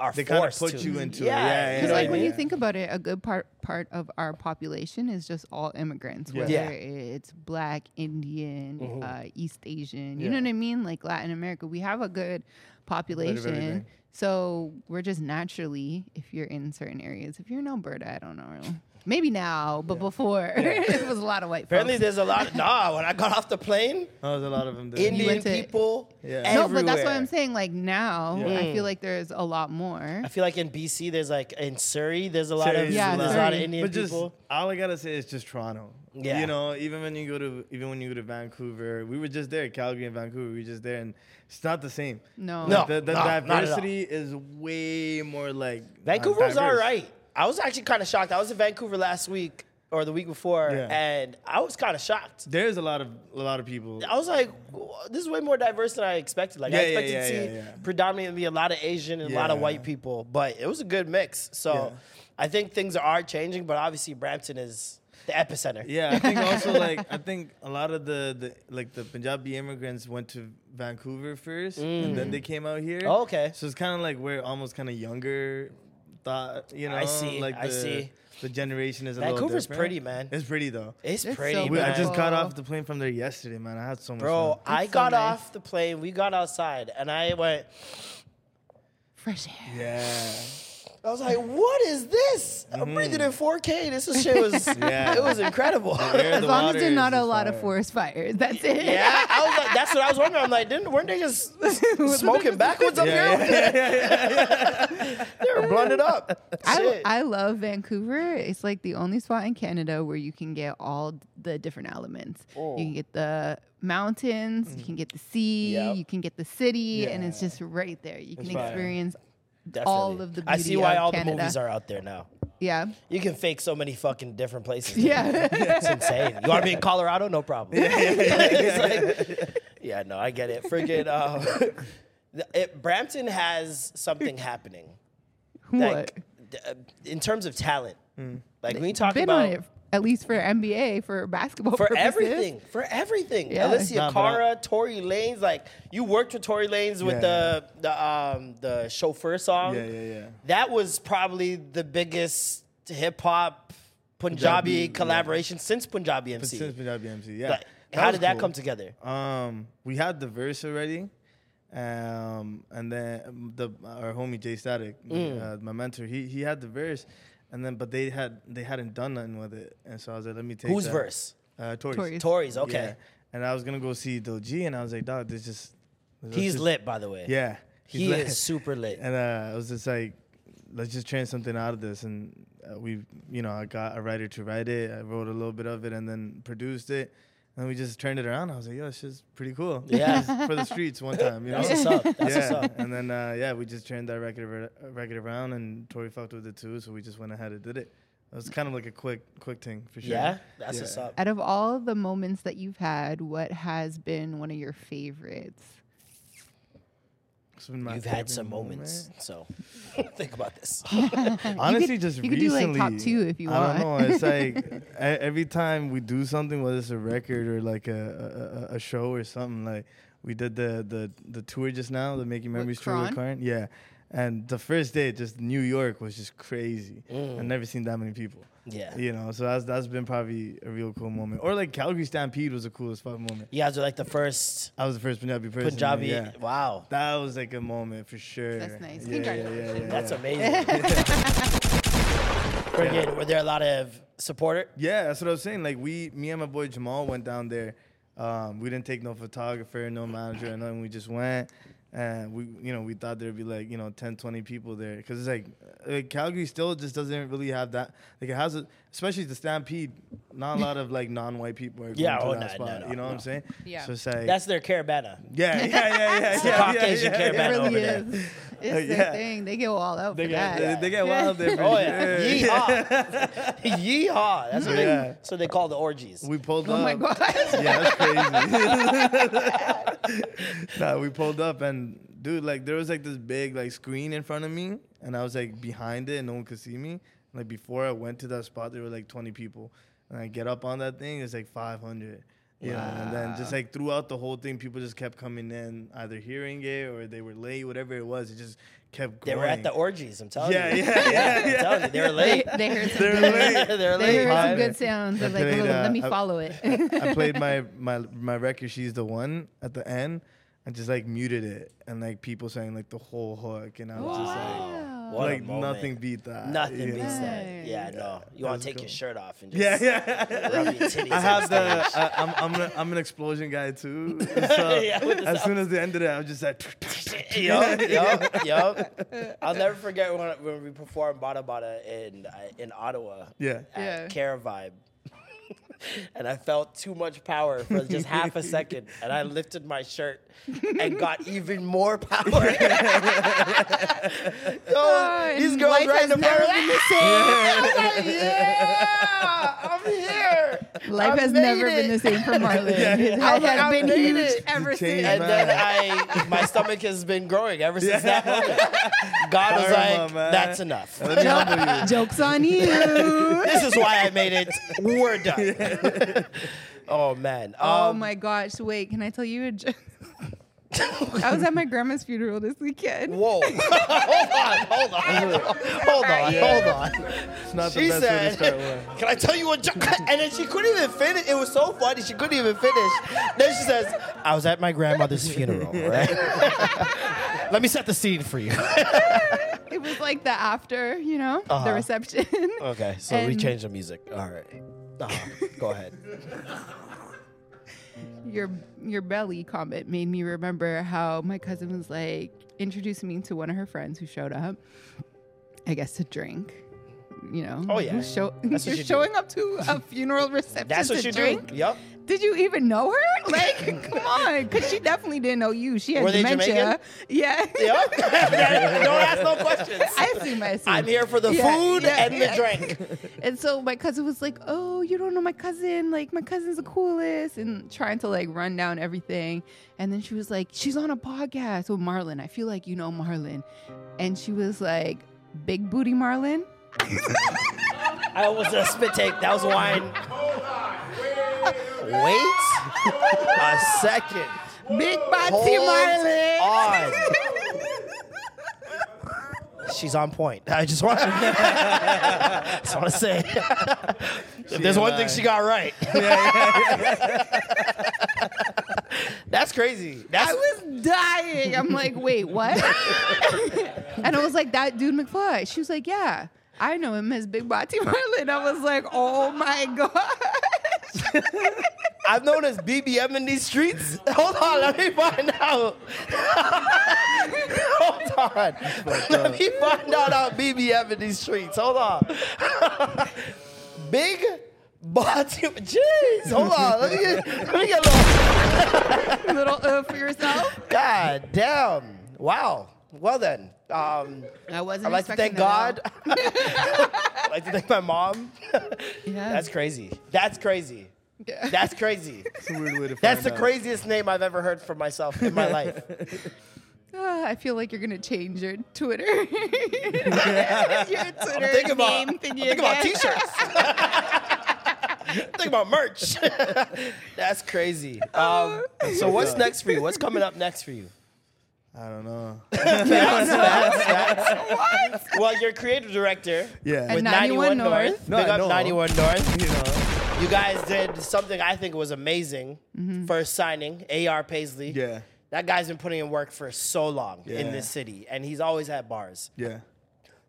S1: are
S4: They kinda
S1: forced to.
S4: put you into it.
S1: yeah,
S4: Yeah,
S1: you
S4: yeah,
S3: Because
S1: know
S3: like
S1: what I
S3: when
S1: mean?
S3: you think about it, a good part part of our population is just all immigrants, whether
S1: Yeah.
S3: it's black, Indian, uh, East Asian. You
S4: Mm-hmm. Yeah.
S3: know what I mean? Like Latin America, we have a good population.
S4: everything.
S3: So we're just naturally, if you're in certain areas, if you're in Alberta, I don't know, maybe now, but before it was a lot of white
S1: Apparently,
S3: folks.
S1: there's a lot. Nah, when I got off the plane,
S4: Oh, there's a lot of them. there.
S1: Indian
S3: went to-
S1: people.
S4: Yeah.
S3: No,
S1: Everywhere.
S3: but that's what I'm saying. Like now, I feel like there's a lot more.
S4: Mm.
S1: I feel like in BC, there's like in Surrey, there's a lot of
S4: Surrey's
S3: Yeah,
S1: there's a lot of
S3: Surrey.
S1: Indian
S4: but just
S1: people.
S4: all I gotta say is just Toronto.
S1: Yeah.
S4: You know, even when you go to even when you go to Vancouver, we were just there, Calgary and Vancouver, we were just there, and it's not the same.
S3: No.
S4: Like,
S1: No,
S4: the, the
S1: no, not at all.
S4: diversity is way more like
S1: Vancouver's
S4: diverse.
S1: all right. I was actually kind of shocked. I was in Vancouver last week or the week before,
S4: Yeah.
S1: and I was kind of shocked.
S4: There's a lot of a lot of people.
S1: I was like, "Wha- this is way more diverse than I expected. Like, I
S4: Yeah, yeah,
S1: expected to
S4: yeah,
S1: see
S4: yeah, yeah.
S1: predominantly a lot of Asian and a lot of
S4: Yeah.
S1: white people, but it was a good mix. So
S4: Yeah.
S1: I think things are changing, but obviously Brampton is the epicenter.
S4: Yeah, I think also like I think a lot of the, the like the Punjabi immigrants went to Vancouver first, and then they came out here.
S1: Mm. Oh, okay.
S4: so it's kind of like we're almost kind of younger thought, you know,
S1: I see,
S4: like the,
S1: I see.
S4: the generation is a little
S1: Vancouver's
S4: different.
S1: pretty, man.
S4: It's pretty though.
S1: It's
S3: It's
S1: pretty.
S3: so
S4: We- I
S1: man.
S4: just got
S3: beautiful.
S4: off the plane from there yesterday, man. I had so much
S1: Bro,
S4: fun.
S1: I
S3: so
S1: got
S3: nice.
S1: off the plane. We got outside, and I went.
S3: Fresh air.
S4: Yeah.
S1: I was like, "What is this? I'm breathing in 4K. This is- shit was.
S4: Yeah.
S1: It was incredible."
S4: air
S1: yeah,
S4: the
S3: As long as
S4: water
S3: there's not
S4: is
S3: a lot of
S4: fire.
S3: forest fires, that's it.
S1: I was like, "That's what I was wondering." I'm like, "Didn't weren't they just smoking backwards up
S4: Yeah,
S1: here? they were blunted up."
S3: I,
S1: Shit.
S3: I love Vancouver. It's like the only spot in Canada where you can get all the different elements. You can get the mountains, you can get the sea,
S1: Yep.
S3: you can get the city, and it's just right there. You can
S4: fire.
S3: experience
S1: Definitely.
S3: all of the
S1: I see
S3: beauty
S1: why
S3: of
S1: all the
S3: Canada.
S1: movies are out there now.
S3: Yeah.
S1: You can fake so many fucking different places. now.
S3: Yeah.
S1: It's insane. You want to be in Colorado? No problem. It's like- yeah, no, I get it. Freaking, uh, it, Brampton has something happening.
S3: what? Hmm.
S1: d- uh, in terms of talent, like when you talk
S3: Been
S1: about
S3: on it at least for NBA for basketball
S1: for
S3: purposes.
S1: everything, for everything.
S3: Yeah.
S1: Alicia
S4: Nah, but I-
S1: Cara, Tory Lanez, like you worked with Tory Lanez with
S4: Yeah.
S1: the the um the chauffeur song.
S4: Yeah, yeah, yeah.
S1: That was probably the biggest hip hop Punjabi,
S4: Punjabi, yeah.
S1: collaboration since Punjabi MC.
S4: Since Punjabi MC, yeah.
S1: Like, how
S4: was
S1: did that
S4: cool.
S1: come together?
S4: Um, we had the verse already, um, and then um, the our homie Jay Static,
S1: Mm.
S4: uh, my mentor, he he had the verse, and then but they had they hadn't done nothing with it, and so I was like, let me take
S1: Whose
S4: that.
S1: verse?
S4: Uh, Tori's.
S3: Tori's.
S1: Tories, okay.
S4: Yeah. And I was gonna go see Del G, and I was like, dog, this just let's
S1: He's
S4: just-
S1: lit, by the way.
S4: Yeah, he's
S1: he
S4: lit.
S1: is super lit.
S4: And uh, I was just like, let's just train something out of this. And uh, we, you know, I got a writer to write it. I wrote a little bit of it and then produced it. And we just turned it around. I was like, yo, this shit's pretty cool.
S1: Yeah.
S4: Just for the streets one time, you know?
S1: That's what's up. That's what's
S4: yeah.
S1: up.
S4: And then, uh, yeah, we just turned that record, ar- record around and Tori fucked with it too. So we just went ahead and did it. It was kind of like a quick, quick thing for sure.
S1: Yeah, that's
S4: Yeah.
S1: what's up.
S3: Out of all the moments that you've had, what has been one of your favorites?
S4: It's been my
S1: You've had
S4: favorite
S1: some moments,
S4: moment.
S1: so think about this.
S4: Honestly, just
S3: you could do,
S4: recently.
S3: like, top two if you
S4: I don't
S3: want.
S4: know. It's like e- every time we do something, whether it's a record or like a a, a- a show or something. Like we did the the the tour just now, the Making Memories tour with
S3: Kron?
S4: Karn. Yeah, and the first day, just New York was just crazy. I've never seen that many people.
S1: Mm. Yeah.
S4: you know. So that's that's been probably a real cool moment. Or like Calgary Stampede was the coolest fucking moment.
S1: You guys were like the first
S4: I was the first Punjabi person.
S1: Punjabi.
S4: Yeah.
S1: Wow.
S4: That was like a moment for sure.
S3: That's nice.
S4: Yeah, yeah, yeah,
S3: Congratulations.
S4: yeah, yeah.
S1: That's amazing. Friggin', were there a lot of supporter?
S4: Yeah, that's what I was saying. Like we, me and my boy Jamal went down there. Um, we didn't take no photographer, no manager, and nothing. We just went, and we, you know, we thought there'd be like you know 10, 20 people there because it's like, like Calgary still just doesn't really have that. Like it has, a, especially the Stampede, not a lot of like non-white people are going
S1: Yeah,
S4: to
S1: oh,
S4: that
S1: no,
S4: spot.
S1: no, no,
S4: you know what
S1: no.
S4: I'm saying?
S3: Yeah.
S4: So it's like
S1: That's their caravana.
S4: yeah, yeah, yeah, yeah,
S1: It's the
S4: yeah, yeah,
S1: Caucasian
S4: yeah,
S1: caravan
S4: yeah.
S3: It
S1: over
S3: really
S1: there.
S3: is. It's their
S4: Yeah.
S3: thing. They go all out
S4: They
S3: for
S4: get,
S3: that.
S4: they, they get wild there. for
S1: Oh
S4: sure.
S1: yeah, yeehaw, yeehaw. That's what they,
S4: Yeah.
S1: so they call the orgies.
S4: We pulled
S3: Oh
S4: up.
S3: my gosh.
S4: Yeah, that's crazy. nah, we pulled up and dude, like there was like this big like screen in front of me, and I was like behind it, and no one could see me. Like before I went to that spot, there were like 20 people, and I get up on that thing, it's like 500. Yeah, and then just like throughout the whole thing, people just kept coming in, either hearing it or they were late, whatever it was. It just kept
S1: They were
S4: growing.
S1: at the orgies. I'm telling
S4: Yeah,
S1: you.
S4: yeah, yeah,
S1: I'm telling you, they were
S3: They,
S1: late.
S3: they heard some
S4: They're
S3: good,
S4: late.
S1: They're
S3: they
S1: late.
S3: heard some good
S4: Hi.
S3: sounds. They're
S4: I
S3: like,
S4: played,
S3: "Oh, let
S4: uh,
S3: me
S4: I-
S3: follow it.
S4: I played my my my record. She's the one at the end. I just like muted it and like people sang like the whole hook, and I was just like,
S1: Wow. What a
S4: like
S1: moment.
S4: nothing beat that.
S1: Nothing
S4: you
S1: beats
S4: know?
S1: that. Yeah, no. You want to take your shirt off and just
S4: Yeah, yeah.
S1: rub your titties.
S4: I
S1: on
S4: have the.
S1: stage.
S4: I, I'm I'm, a, I'm an explosion guy too. So
S1: Yeah, with the
S4: as soon as they ended it, I was just like,
S1: yup, yup, yup. I'll never forget when, when we performed Bada Bada in uh, in Ottawa.
S4: Yeah.
S1: At
S3: Yeah.
S1: Care Vibe. and I felt too much power for just half a second, and I lifted my shirt and got even more
S3: Oh,
S1: power. Yo, Oh, these
S3: And
S1: girls
S3: life
S1: right in
S3: has
S1: the
S3: never-
S1: middle of the same. I was like, yeah, I'm here.
S3: Life
S1: I
S3: has
S1: made
S3: never
S1: it."
S3: been the same for Marlon. His
S1: I
S3: head
S1: was
S3: had
S1: like, I
S3: been
S1: made
S3: huge
S1: it.
S3: ever
S4: It
S3: since.
S4: changed
S1: And
S4: my-
S1: then I, my stomach has been growing ever since that moment. God was
S4: Karma,
S1: like,
S4: man.
S1: that's enough.
S4: Let me humble you.
S3: Jokes on you.
S1: this is why I made it. We're done. oh man.
S3: oh
S1: Um,
S3: my gosh! Wait, can I tell you a joke? I was at my grandma's funeral this weekend.
S1: Whoa. hold on, hold on. Hold on, hold on.
S4: It's not
S1: She
S4: the best way to
S1: said,
S4: start one.
S1: Can I tell you what? jo-" And then she couldn't even finish. It was so funny. She couldn't even finish. Then she says, I was at my grandmother's funeral, right? Let me set the scene for you.
S3: It was like the after, you know, the reception.
S1: Uh-huh. Okay, so we
S3: And-
S1: changed the music. All right. Uh-huh. Go ahead.
S3: your your belly comment made me remember how my cousin was like introducing me to one of her friends who showed up. I guess to drink. You know,
S1: Oh, yeah.
S3: who's show,
S1: That's what
S3: you're
S1: you do.
S3: showing up to a funeral reception
S1: That's
S3: to
S1: what you
S3: drink.
S1: do. Yep.
S3: Did you even know her? Like, come on, because she definitely didn't know you. She had
S1: Were they
S3: dementia. Yeah,
S1: Yep. Don't ask no questions.
S3: I assume. I assume.
S1: I'm here for the
S3: Yeah,
S1: food
S3: yeah,
S1: and
S3: yeah.
S1: the drink.
S3: And so my cousin was like, "Oh, you don't know my cousin. Like my cousin's the coolest," and trying to like run down everything. And then she was like, "She's on a podcast with Marlon. I feel like you know Marlon." And she was like, "Big booty Marlon."
S1: I almost did a spit take. That was wine. Wait a second.
S3: Big Body Marlon.
S1: Hold on. She's on point. I just want. That's what I say. if there's one thing
S4: alive.
S1: she got right, that's crazy. That's
S3: I was dying. I'm like, wait, what? and I was like, that dude McFly. She was like, yeah, I know him as Big Body Marlon. I was like, oh my god.
S1: I've known as BBM in these streets. Hold on, let me find out. Hold on, let me find out about BBM in these streets. Hold on, big body. Jeez, hold on. Let me get, let me get a little.
S3: Little uh, for yourself.
S1: God damn! Wow. Well then, um,
S3: I wasn't.
S1: I'd like to thank
S3: expecting
S1: God.
S3: that
S1: I'd like to thank my mom.
S3: at all. Yeah.
S1: That's crazy. That's crazy.
S3: Yeah.
S1: That's crazy.
S4: It's a weird way to
S1: That's
S4: find
S1: the
S4: out.
S1: craziest name I've ever heard for myself in my life.
S3: Ah, I feel like you're gonna change your Twitter. your Twitter
S1: I'm thinking about,
S3: name
S1: I'm
S3: thingy
S1: thinking about
S3: again.
S1: t-shirts. Think about merch. That's crazy. Um, so what's next for you? What's coming up next for you?
S4: I don't know.
S1: Well, you're creative director
S4: Yeah.
S1: with
S3: And
S1: 91
S3: 91
S1: North.
S3: North.
S4: No,
S1: Big
S4: I
S1: up
S4: know.
S1: 91 North.
S4: you know.
S1: You guys did something I think was amazing. First signing, A.R. Paisley.
S4: Yeah.
S1: That guy's been putting in work for so long in
S4: Yeah.
S1: this city, and he's always had bars.
S4: Yeah.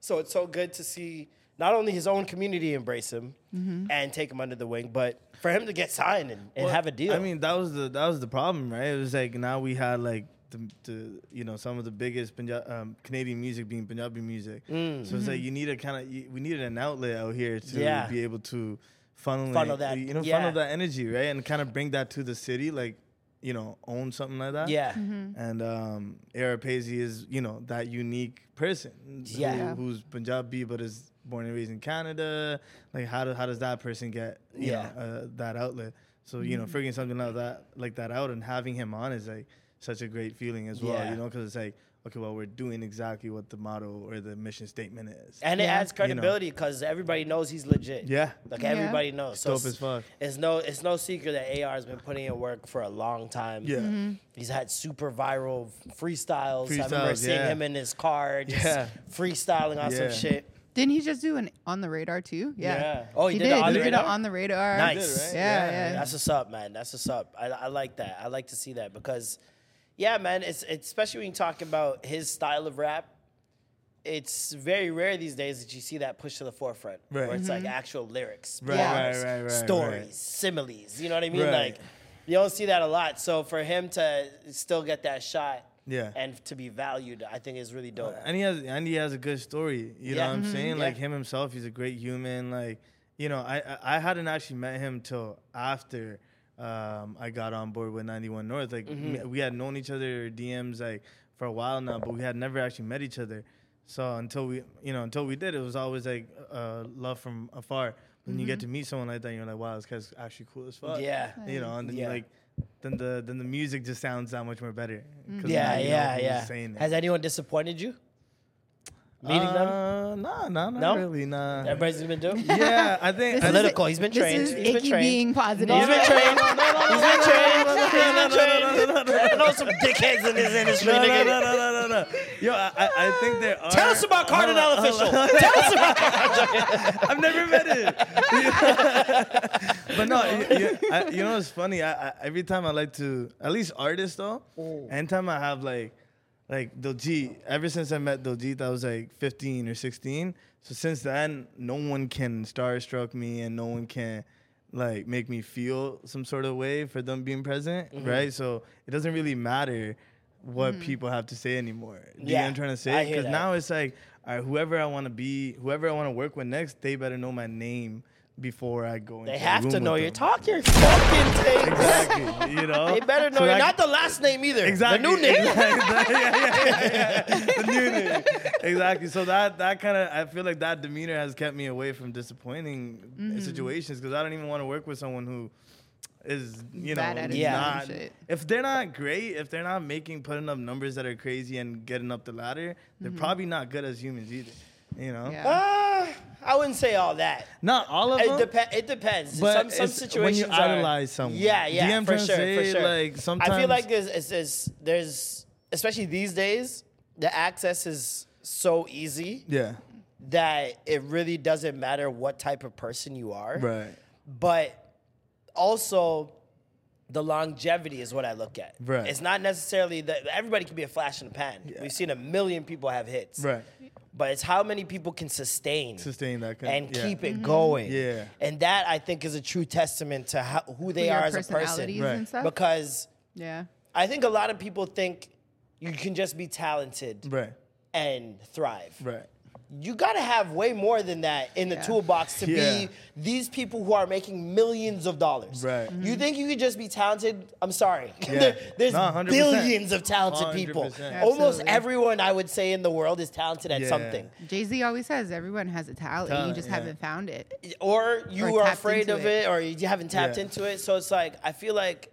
S1: So it's so good to see not only his own community embrace him and take him under the wing, but for him to get signed and, and
S4: Well,
S1: have a deal.
S4: I mean, that was the that was the problem, right? It was like now we had like the, the you know some of the biggest Punjab, um, Canadian music being Punjabi music.
S1: Mm,
S4: So it's like you need a kind of we needed an outlet out here to
S1: mm-hmm. Yeah.
S4: be able to funnel
S1: Funnel
S4: it,
S1: that-
S4: you know
S1: yeah.
S4: funnel that energy, right? And kind of bring that to the city, like you know own something like that.
S1: yeah. Mm-hmm.
S4: And um, Ara Paisley is, you know, that unique person who-
S1: Yeah.
S4: who's Punjabi but is born and raised in Canada. Like, how, do, how does that person get, you
S1: Yeah.
S4: know, uh, that outlet? So, you know, figuring something like that, like that out and having him on is like such a great feeling as well,
S1: Yeah.
S4: you know, because it's like, okay, well, we're doing exactly what the motto or the mission statement is.
S1: And it
S3: Yeah.
S1: adds
S4: You know.
S1: credibility because everybody knows he's legit.
S4: Yeah.
S1: Like
S3: Yeah.
S1: everybody knows. So
S4: Dope as fuck.
S1: It's no it's no secret that AR has been putting in work for a long time.
S4: Yeah. Mm-hmm.
S1: He's had super viral freestyles. I remember
S4: Freestyles,
S1: seeing
S4: yeah.
S1: him in his car just
S4: Yeah.
S1: freestyling on
S4: Yeah.
S1: some shit.
S3: Didn't he just do an on the radar too? Yeah.
S4: Yeah.
S1: Oh, he did it on
S3: he
S1: the
S3: did it
S1: radar?
S3: on the radar.
S1: Nice.
S4: right?
S3: Yeah, yeah.
S1: That's what's up, man. That's what's up. I, I like that. I like to see that because, yeah, man. It's, it's especially when you talk about his style of rap. It's very rare these days that you see that push to the forefront,
S4: Right.
S1: where it's like
S3: Mm-hmm.
S1: actual lyrics,
S4: Right,
S1: bars,
S4: right, right, right,
S1: stories,
S4: right.
S1: similes. You know what I mean?
S4: Right.
S1: Like you don't see that a lot. So for him to still get that shot,
S4: Yeah.
S1: and to be valued, I think is really dope.
S4: and he has and he has a good story.
S1: Yeah.
S4: You know what I'm
S1: Mhm.
S4: saying?
S1: Yeah.
S4: Like him himself, he's a great human. Like you know, I I, I hadn't actually met him till after um, I got on board with 91 North. Like
S1: Mm-hmm.
S4: me- we had known each other DMs like for a while now, but we had never actually met each other. So until we you know until we did, it was always like uh, love from afar. When you get to meet someone like that, you're like, wow, this guy's actually cool as fuck.
S1: Mm-hmm. Yeah.
S4: you know, and then you
S1: Yeah.
S4: like. Then the then the music just sounds that much more better. 'Cause now
S1: yeah,
S4: you know
S1: yeah,
S4: who's
S1: yeah.
S4: saying it.
S1: Has anyone disappointed you? Meeting them,
S4: Uh, nah, nah, not
S1: No?
S4: really, nah.
S1: everybody's been doing.
S4: yeah, I think
S3: This
S4: I
S3: is
S4: think-
S1: Political. He's been
S3: This
S1: trained.
S3: is
S1: He's been
S3: Icky
S1: trained.
S3: being positive.
S1: He's been trained. He's been trained. no, no, no, no, no, no. I know some dickheads in this industry,
S4: No, no,
S1: nigga.
S4: no, no, no, no, no. Yo, I, I I think there are.
S1: Tell us about
S4: Hold on,
S1: Cardinal
S4: hold on.
S1: official. Tell us about.
S4: I've never met it. but no, you, you- I- you know what's funny? I, I, every time I like to, at least artists though,
S1: Mm.
S4: anytime I have like, like Diljit, ever since I met Diljit, I was like 15 or 16. So since then, no one can starstruck me and no one can like make me feel some sort of way for them being present,
S1: Mm-hmm.
S4: right? So it doesn't really matter what people have to say anymore. Do you know what
S1: Yeah,
S4: I'm trying to
S1: I
S4: say?
S1: hear
S4: Because
S1: that.
S4: now now it's like, all right, whoever I want to be, whoever I want to work with next, they better know my name before I go.
S1: They
S4: into
S1: have
S4: the room
S1: to
S4: with
S1: know
S4: them.
S1: your talk. Your fucking thing.
S4: Exactly. you know,
S1: They better know
S4: So
S1: your
S4: that-
S1: not the last name either.
S4: Exactly.
S1: The new name.
S4: Exactly. Yeah, yeah, yeah, yeah. The new name. Exactly. So that that kind of I feel like that demeanor has kept me away from disappointing
S1: Mm-hmm.
S4: situations because I don't even want to work with someone who is you
S3: Bad
S4: know
S3: at it
S1: Yeah. and
S4: not
S3: shit.
S4: if they're not great if they're not making putting up numbers that are crazy and getting up the ladder
S1: Mm-hmm.
S4: they're probably not good as humans either you know
S3: Yeah.
S1: Uh, I wouldn't say all that.
S4: not all of
S1: It,
S4: them
S1: depe- it depends.
S4: Uh-huh. But
S1: some some
S4: it's
S1: situations
S4: when you
S1: are-
S4: idolize someone.
S1: Yeah,
S4: Do
S1: yeah,
S4: you know what I'm
S1: for
S4: trying to
S1: sure, for
S4: say?
S1: sure.
S4: Like,
S1: I feel
S4: sometimes-
S1: like there's, it's, there's, there's, especially these days, the access is so easy
S4: yeah
S1: that it really doesn't matter what type of person you are.
S4: right
S1: But also, the longevity is what I look at.
S4: Right.
S1: It's not necessarily that everybody can be a flash in the pan. We've seen a million people have hits.
S4: right
S1: But it's how many people can sustain
S4: sustain that kind
S1: and
S4: yeah.
S1: keep
S3: Mm-hmm.
S1: it going.
S4: Yeah.
S1: And that I think is a true testament to how, who they
S3: Your
S1: are as a
S3: personalities
S1: person.
S4: Right.
S3: and stuff.
S1: Because
S3: yeah.
S1: I think a lot of people think you can just be talented
S4: right
S1: and thrive.
S4: right
S1: You gotta have way more than that in the
S3: Yeah.
S1: toolbox to
S4: Yeah.
S1: be these people who are making millions of dollars.
S4: Right.
S1: You
S3: Mm-hmm.
S1: think you could just be talented? I'm sorry.
S4: Yeah.
S1: There- there's
S4: No, 100%.
S1: billions of talented people.
S4: 100%.
S1: Almost
S3: Absolutely.
S1: everyone I would say in the world is talented at
S4: Yeah.
S1: something.
S3: Jay Z always says everyone has a talent. you
S4: Talent,
S3: just
S4: yeah.
S3: haven't found it.
S1: or you
S3: Or
S1: are
S3: tapped
S1: afraid
S3: into
S1: of it.
S3: it.
S1: or you haven't tapped
S4: Yeah.
S1: into it. So it's like I feel like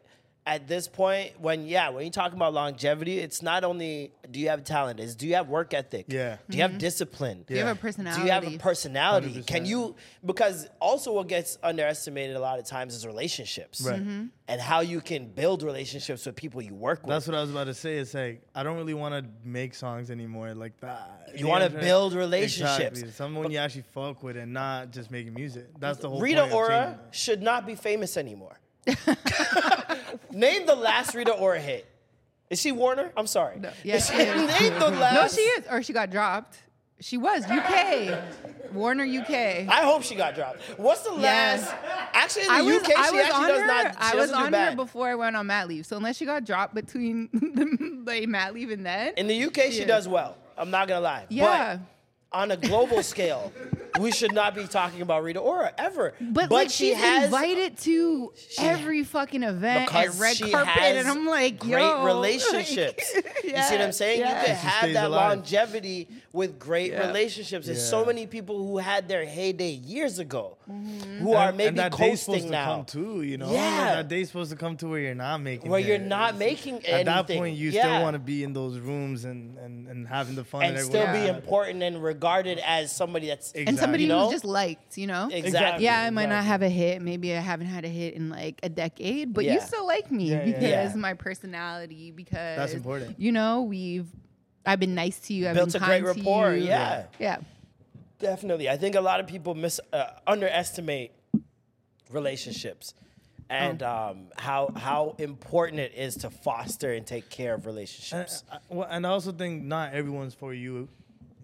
S1: at this point, when yeah, when you talk about longevity, it's not only do you have talent, it's do you have work ethic?
S4: Yeah.
S1: Do you
S3: Mm-hmm.
S1: have discipline?
S3: You
S4: Yeah.
S3: have a personality.
S1: Do you have a personality? Can
S4: 100%.
S1: you because also what gets underestimated a lot of times is relationships.
S4: Right.
S3: Mm-hmm.
S4: Mhm.
S1: And how you can build relationships with people you work with.
S4: That's what I was about to say. It's like I don't really want to make songs anymore like that.
S1: You wanna
S4: know what I'm
S1: build
S4: saying?
S1: relationships.
S4: Exactly. Someone you actually fuck with and not just making music. That's the whole
S1: Rita
S4: point of
S1: Ora
S4: changing it.
S1: should not be famous anymore. Name the last Rita Ora hit. Is she Warner? I'm sorry. No.
S3: Yeah, she is.
S1: Name the
S3: No,
S1: last.
S3: she is. Or she got dropped. She was UK. Warner UK.
S1: I hope she got dropped. What's the
S3: Yes.
S1: last? Actually, in the UK, she actually does
S3: her.
S1: not. She
S3: I was
S1: doesn't do
S3: on
S1: bad.
S3: her before I went on mat leave. So unless she got dropped between the like, mat leave and then,
S1: In the UK, she
S3: Yeah.
S1: does well. I'm not gonna lie.
S3: yeah.
S1: But on a global scale, we should not be talking about Rita Ora ever.
S3: But, like
S1: she
S3: she's
S1: has
S3: invited to every fucking event and
S1: because
S3: red
S1: she
S3: carpet,
S1: has
S3: and I'm like,
S1: great
S3: yo, like-
S1: relationships. You see what I'm
S3: Yeah,
S1: saying?
S3: yeah.
S1: You can
S3: She
S1: have
S4: stays
S1: that
S4: alive.
S1: longevity with great
S3: Yeah.
S1: relationships. There's
S4: Yeah.
S1: so many people who had their heyday years ago
S3: Mm-hmm.
S1: who
S4: And-
S1: are maybe
S4: and that day's supposed
S1: coasting
S4: to
S1: now.
S4: come too, you know.
S1: Yeah.
S4: that day's supposed to come to where you're not making.
S1: Where you're
S4: it.
S1: not making
S4: At that
S1: anything.
S4: point, you
S1: Yeah.
S4: still want to be in those rooms and, and, and having the fun
S1: and
S4: that
S1: still
S4: everyone
S1: be
S4: had.
S1: important and regarded as somebody that's
S4: Exactly.
S3: and somebody
S1: You know?
S3: who's just liked, you know.
S1: exactly.
S3: Yeah, I might not have a hit. Maybe I haven't had a hit in like a decade, but
S1: Yeah.
S3: you still like me
S4: Yeah, yeah,
S3: because
S1: yeah.
S3: my personality, because
S4: important.
S3: You know, we've I've been nice to you. I've
S1: Built a
S3: been
S1: great
S3: kind to
S1: rapport.
S3: you.
S1: Yeah.
S3: yeah.
S1: Definitely. I think a lot of people mis- uh, underestimate relationships and um, how how important it is to foster and take care of
S4: And,
S1: relationships.
S4: I, well, and I also think not everyone's for you. you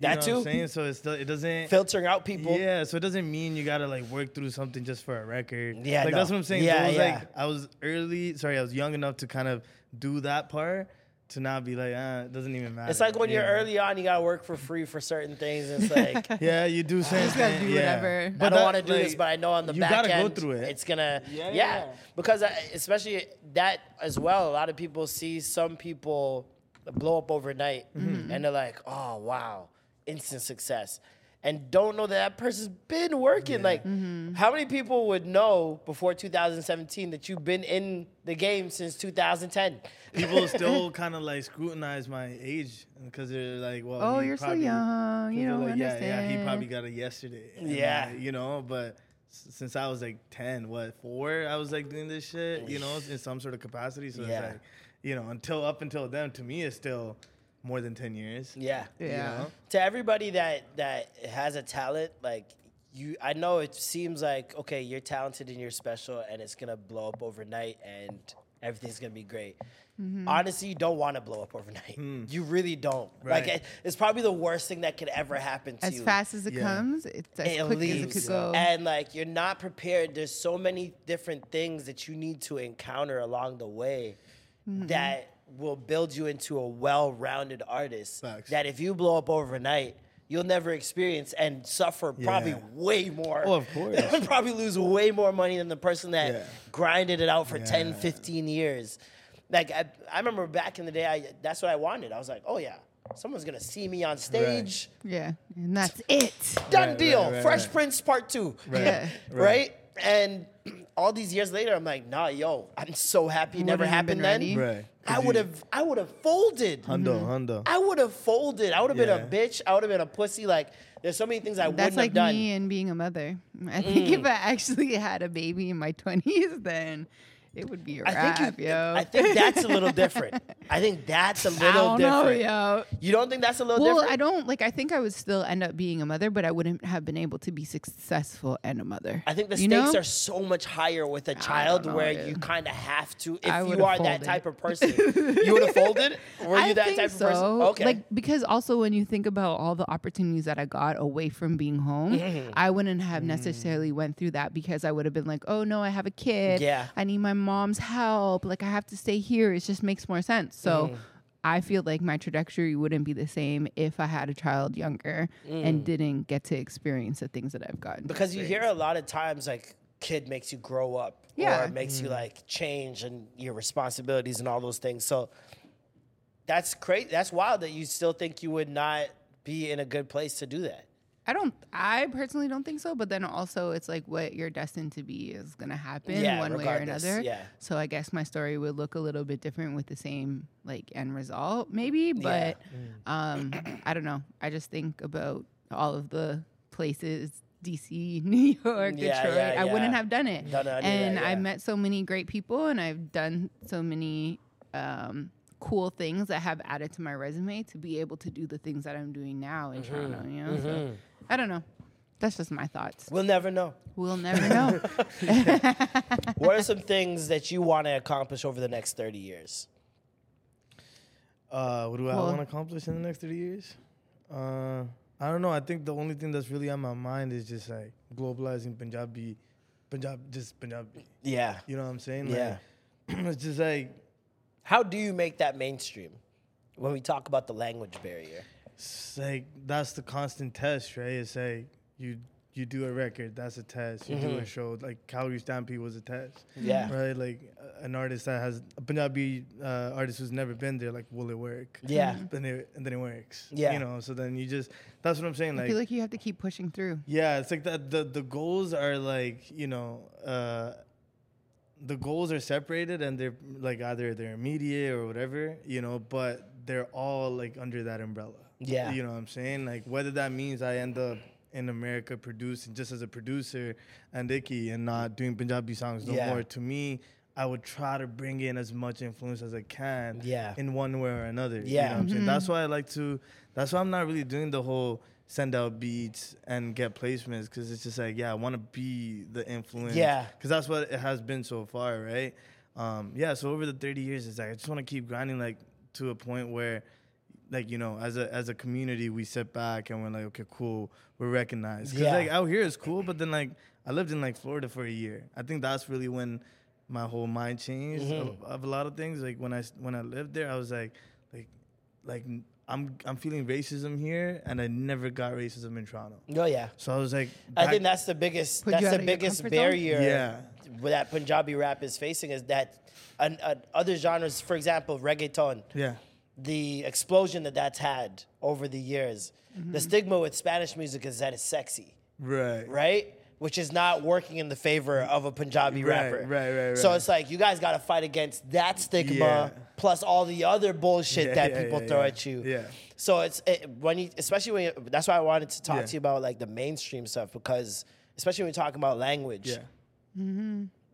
S1: That
S4: know what
S1: too.
S4: I'm saying so. It's still, it doesn't
S1: Filtering out people.
S4: Yeah, so it doesn't mean you gotta like work through something just for a record.
S1: Yeah,
S4: like
S1: no.
S4: that's what I'm saying.
S1: Yeah,
S4: Yeah, was,
S1: yeah.
S4: Like I was early. Sorry, I was young enough to kind of do that part to not be like, ah, it doesn't even matter.
S1: It's like when
S4: you
S1: you're
S4: know?
S1: early on, you gotta work for free for certain things. It's like
S4: Yeah, you do certain
S3: just gotta
S4: thing-
S3: do
S4: yeah.
S3: whatever.
S1: I
S4: that,
S1: don't want to do this,
S4: like,
S1: but I know on the
S4: you
S1: back
S4: gotta go
S1: end,
S4: through it.
S1: it's gonna yeah,
S4: Yeah, yeah.
S1: because I, especially that as well. A lot of people see some people blow up overnight,
S4: Mm-hmm.
S1: and they're like, "Oh wow, instant success," and don't know that that person's been working. Like,
S4: Mm-hmm.
S1: how many people would know before 2017 that you've been in the game since 2010?
S4: people still kind of like scrutinize my age because they're like, well,
S3: Oh,
S4: he
S3: you're so
S4: probably-
S3: young. You
S4: they're
S3: don't
S4: like, yeah, yeah, he
S3: understand.
S4: probably got it yesterday. And,
S1: Yeah.
S4: uh, you know, but s- since I was like ten, what four? I was like doing this shit, you know, in some sort of capacity. So
S1: Yeah.
S4: it's like, you know, until up until then, to me, it's still more than ten years.
S1: Yeah.
S3: Yeah.
S1: To everybody that that has a talent, like you, I know it seems like okay, you're talented and you're special, and it's gonna blow up overnight, and everything's gonna be great.
S3: Mm-hmm.
S1: Honestly, you don't want to blow up overnight. You really don't. Like
S4: Right.
S1: it, it's probably the worst thing that could ever happen to
S3: As
S1: you.
S3: fast as it
S4: Yeah.
S3: comes, it's as
S1: it
S3: quick
S1: leaves,
S3: as it could go.
S1: and like you're not prepared. There's so many different things that you need to encounter along the way
S3: Mm-hmm.
S1: that will build you into a well-rounded artist.
S4: Facts.
S1: That if you blow up overnight, you'll never experience and suffer probably
S4: Yeah.
S1: way more.
S4: Oh, of course.
S1: probably lose way more money than the person that
S4: Yeah.
S1: grinded it out for 10,
S4: Yeah.
S1: 15 years. Like I, I remember back in the day, I that's what I wanted. I was like, oh yeah, someone's gonna see me on stage.
S3: yeah, and that's it.
S1: Done
S4: right,
S1: deal.
S4: right,
S1: Fresh
S4: right.
S1: Prince Part Two.
S3: Yeah.
S1: right? And all these years later, I'm like, nah, yo, I'm so happy it never
S3: Wouldn't have been
S1: happened then.
S3: ready.
S4: Right.
S1: I would have, I would have folded.
S4: Hundo,
S1: Mm-hmm.
S4: hundo.
S1: I would have folded. I would have been a
S4: Yeah.
S1: bitch. I would have been a pussy. Like, there's so many things I wouldn't
S3: That's like
S1: have done. Mm.
S3: me and being a mother. I think if I actually had a baby in my twenties, then it would be a
S1: I
S3: wrap,
S1: think you,
S3: yo.
S1: I think that's a little different. I think that's a little
S3: I don't know,
S1: different.
S3: yo.
S1: You don't think that's a little
S3: Well,
S1: different?
S3: I don't like. I think I would still end up being a mother, but I wouldn't have been able to be successful and a mother.
S1: I think the
S3: You
S1: stakes
S3: know?
S1: are so much higher with a child
S3: know,
S1: where
S3: dude.
S1: you kind of have to. If
S3: I
S1: you
S3: would've
S1: are that
S3: folded.
S1: type of person, you would have folded. Were you
S3: I
S1: that
S3: think
S1: type
S3: so.
S1: of person? Okay.
S3: Like because also when you think about all the opportunities that I got away from being home,
S1: Mm.
S3: I wouldn't have necessarily went through that because I would have been like, "Oh no, I have a kid.
S1: Yeah.
S3: I need my mom's help. Like I have to stay here. It just makes more sense." So
S1: Mm.
S3: I feel like my trajectory wouldn't be the same if I had a child younger and didn't get to experience the things that I've gotten. to
S1: Mm. because you hear
S3: experience.
S1: a lot of times like kid makes you grow up
S3: Yeah.
S1: or makes you like change and your responsibilities and all those things so that's crazy that's wild that you still think you would not be in a good place to do that
S3: I don't. I personally don't think so. But then also, it's like what you're destined to be is gonna happen
S1: Yeah,
S3: one way or
S1: regardless,
S3: another.
S1: yeah.
S3: So I guess my story would look a little bit different with the same like end result, maybe. But
S1: Mm.
S3: um, I don't know. I just think about all of the places. DC, New York,
S1: Yeah,
S3: Detroit.
S1: yeah,
S3: I wouldn't
S1: yeah.
S3: have done it.
S1: No, no, I knew that,
S3: and I
S1: yeah.
S3: met so many great people and I've done so many um, cool things that have added to my resume to be able to do the things that I'm doing now
S1: Mm-hmm.
S3: in Toronto. You know, so I don't know. That's just my thoughts.
S1: we'll never know
S3: We'll never know.
S1: what are some things that you want to accomplish over the next 30 years
S4: Uh, what do I
S3: Well-
S4: want to accomplish in the next three years? Uh, I don't know. I think the only thing that's really on my mind is just like globalizing Punjabi, Punjab, just Punjabi.
S1: yeah
S4: You know what I'm saying?
S1: Yeah.
S4: Like, it's just like
S1: how do you make that mainstream when we talk about the language barrier
S4: it's like that's the constant test, right? It's like you you do a record, that's a test. You do a show, like Calgary Stampede was a test.
S1: Mm-hmm. Yeah.
S4: Right? Like a- an artist that has a Punjabi uh, artist who's never been there, like will it work?
S1: Yeah.
S4: Then it and then it works.
S1: Yeah.
S4: You know, so then you just that's what I'm saying.
S3: I
S4: Like,
S3: feel like you have to keep pushing through.
S4: yeah, it's like the the, the goals are like, you know, uh the goals are separated and they're like either they're immediate or whatever, you know, but they're all like under that umbrella.
S1: Yeah.
S4: You know what I'm saying? Like whether that means I end up in America producing just as a producer and Icky and not doing Punjabi songs no
S1: Yeah.
S4: more. To me, I would try to bring in as much influence as I can
S1: Yeah.
S4: in one way or another. You know
S1: Yeah.
S4: what I'm saying? That's why I like to that's why I'm not really doing the whole send out beats and get placements because it's just like, yeah, I wanna be the influence
S1: Yeah.
S4: because that's what it has been so far, right? Um, yeah. So over the 30 years, it's like I just want to keep grinding, like to a point where, like you know, as a as a community, we sit back and we're like, okay, cool, we're recognized. 'Cause,
S1: Yeah.
S4: like out here is cool, but then like I lived in like Florida for a year. I think that's really when my whole mind changed
S1: Mm-hmm.
S4: of, of a lot of things. Like when I s- when I lived there, I was like, like, like I'm I'm feeling racism here, and I never got racism in Toronto.
S1: oh yeah
S4: So I was like,
S1: I
S4: back-
S1: think that's the biggest.
S3: Put you
S1: that's
S3: out
S1: the
S3: of your
S1: biggest
S3: comfort zone?
S1: barrier
S4: Yeah.
S1: that Punjabi rap is facing is that an, an, other genres, for example, reggaeton,
S4: yeah,
S1: the explosion that that's had over the years.
S3: Mm-hmm.
S1: The stigma with Spanish music is that it's sexy,
S4: right,
S1: right? Which is not working in the favor of a Punjabi
S4: Right,
S1: rapper.
S4: right, right,
S1: So
S4: right.
S1: it's like you guys got to fight against that stigma
S4: Yeah.
S1: plus all the other bullshit
S4: Yeah,
S1: that
S4: yeah,
S1: people
S4: yeah,
S1: throw
S4: yeah.
S1: at you.
S4: Yeah.
S1: So it's it, when you, especially when you, that's why I wanted to talk
S4: Yeah.
S1: to you about like the mainstream stuff because especially when you're talking about language.
S4: Yeah.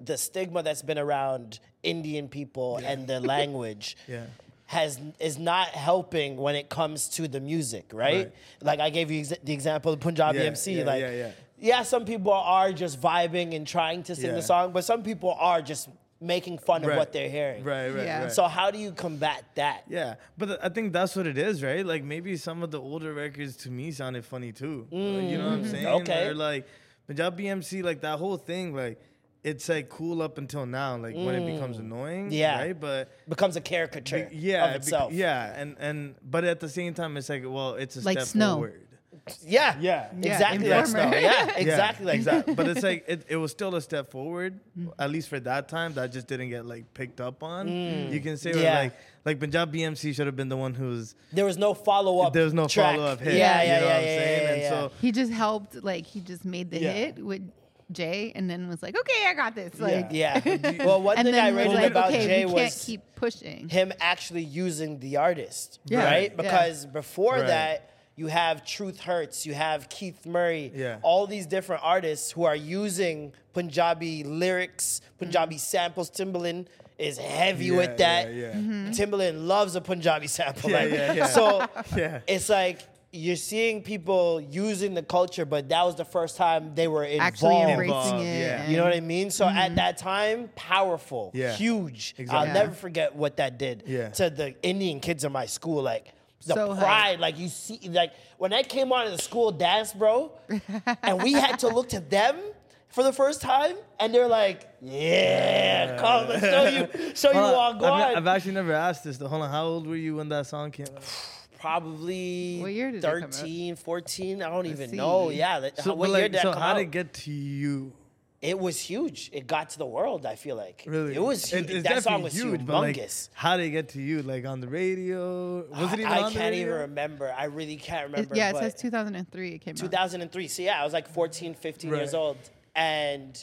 S1: The stigma that's been around Indian people and their language
S4: Yeah.
S1: has is not helping when it comes to the music, right?
S4: Right.
S1: Like I gave you exa- the example of Punjabi
S4: Yeah,
S1: MC.
S4: yeah,
S1: like,
S4: yeah, yeah.
S1: some people are just vibing and trying to sing the
S4: Yeah.
S1: song, but some people are just making fun of
S4: Right.
S1: what they're hearing.
S4: Right, right,
S3: Yeah.
S4: right.
S1: So how do you combat that?
S4: Yeah, but th- I think that's what it is, right? Like maybe some of the older records to me sounded funny too. Like, you know what
S3: Mm-hmm.
S4: I'm saying?
S1: Mm-hmm. Okay.
S4: Or like Punjab BMC, like that whole thing, like it's like cool up until now, like when it
S3: Mm.
S4: becomes annoying.
S1: Yeah.
S4: Right, but
S1: Becomes a caricature
S4: yeah,
S1: of
S4: bec-
S1: itself.
S4: yeah, and and but at the same time, it's like well, it's a
S3: Like
S4: step
S3: snow.
S4: forward.
S1: yeah,
S4: Yeah. Yeah,
S1: exactly. like
S3: informer.
S1: that. Yeah, exactly.
S4: yeah,
S1: Like that.
S4: But it's like it, it was still a step forward,
S3: Mm-hmm.
S4: at least for that time. That just didn't get like picked up on. You can say or,
S1: Mm. Yeah.
S4: like like Punjab BMC should have been the one who's
S1: There was no follow up.
S4: there's no
S1: track.
S4: follow up hit.
S1: Yeah, yeah,
S4: you
S1: yeah.
S4: know
S1: yeah,
S4: what I'm
S1: yeah,
S4: saying?
S1: yeah,
S4: and
S1: yeah.
S4: so
S3: He just helped, like he just made the
S4: Yeah.
S3: hit with Jay, and then was like, "Okay, I got this." Like,
S1: Yeah. well, one
S3: and
S1: thing
S3: then
S1: I
S3: was
S1: read
S3: like,
S1: about
S3: "Okay,
S1: Jay
S3: we
S1: was
S3: can't keep pushing."
S1: him actually using the artist,
S3: Yeah.
S1: right?
S3: Yeah.
S1: Because before
S4: Right.
S1: that, you have Truth Hurts, you have Keith Murray,
S4: Yeah.
S1: all these different artists who are using Punjabi lyrics, Punjabi
S3: Mm-hmm.
S1: samples. Timbaland is heavy
S4: Yeah,
S1: with that.
S4: yeah, yeah.
S3: Mm-hmm.
S4: Mhm.
S1: Timbaland loves a Punjabi sample.
S4: Yeah,
S1: like-
S4: yeah, yeah.
S1: So
S4: Yeah.
S1: it's like you're seeing people using the culture, but that was the first time they were involved.
S3: Actually embracing
S4: Involved,
S3: it.
S4: yeah.
S1: You know what I mean? So at that time, powerful,
S4: Mm-hmm. Yeah.
S1: huge.
S4: Exactly.
S1: I'll
S3: Yeah.
S1: never forget what that did
S4: Yeah.
S1: to the Indian kids in my school. Like the
S3: So hype.
S1: pride, like you see, like when I came on in the school dance, bro, and we had to look to them. For the first time, and they're like, "Yeah, come, let's show you, show you
S4: Hold
S1: all
S4: on, I've,
S1: gone."
S4: ne- I've actually never asked this. Though. Hold on, how old were you when that song came? out?
S1: Probably
S3: What year did it come out?
S1: 13, 14, I don't even
S3: see.
S1: know. Yeah, that,
S4: So,
S1: what
S4: but,
S1: year
S4: like,
S1: did that
S4: so
S1: come
S4: how
S1: out?
S4: did it get to you?
S1: It was huge. It got to the world. I feel like
S4: Really,
S1: It was huge.
S4: It- it's
S1: that song
S4: definitely
S1: was
S4: but, like,
S1: humongous.
S4: how did it get to you? Like on the radio? Was it even
S1: I,
S4: on
S1: I
S4: the
S1: can't
S4: radio?
S1: even remember. I really can't
S3: It-
S1: remember.
S3: yeah, it
S1: but
S3: says 2003. It came out.
S1: 2003. So yeah, I was like 14, 15 years
S4: Right.
S1: old, and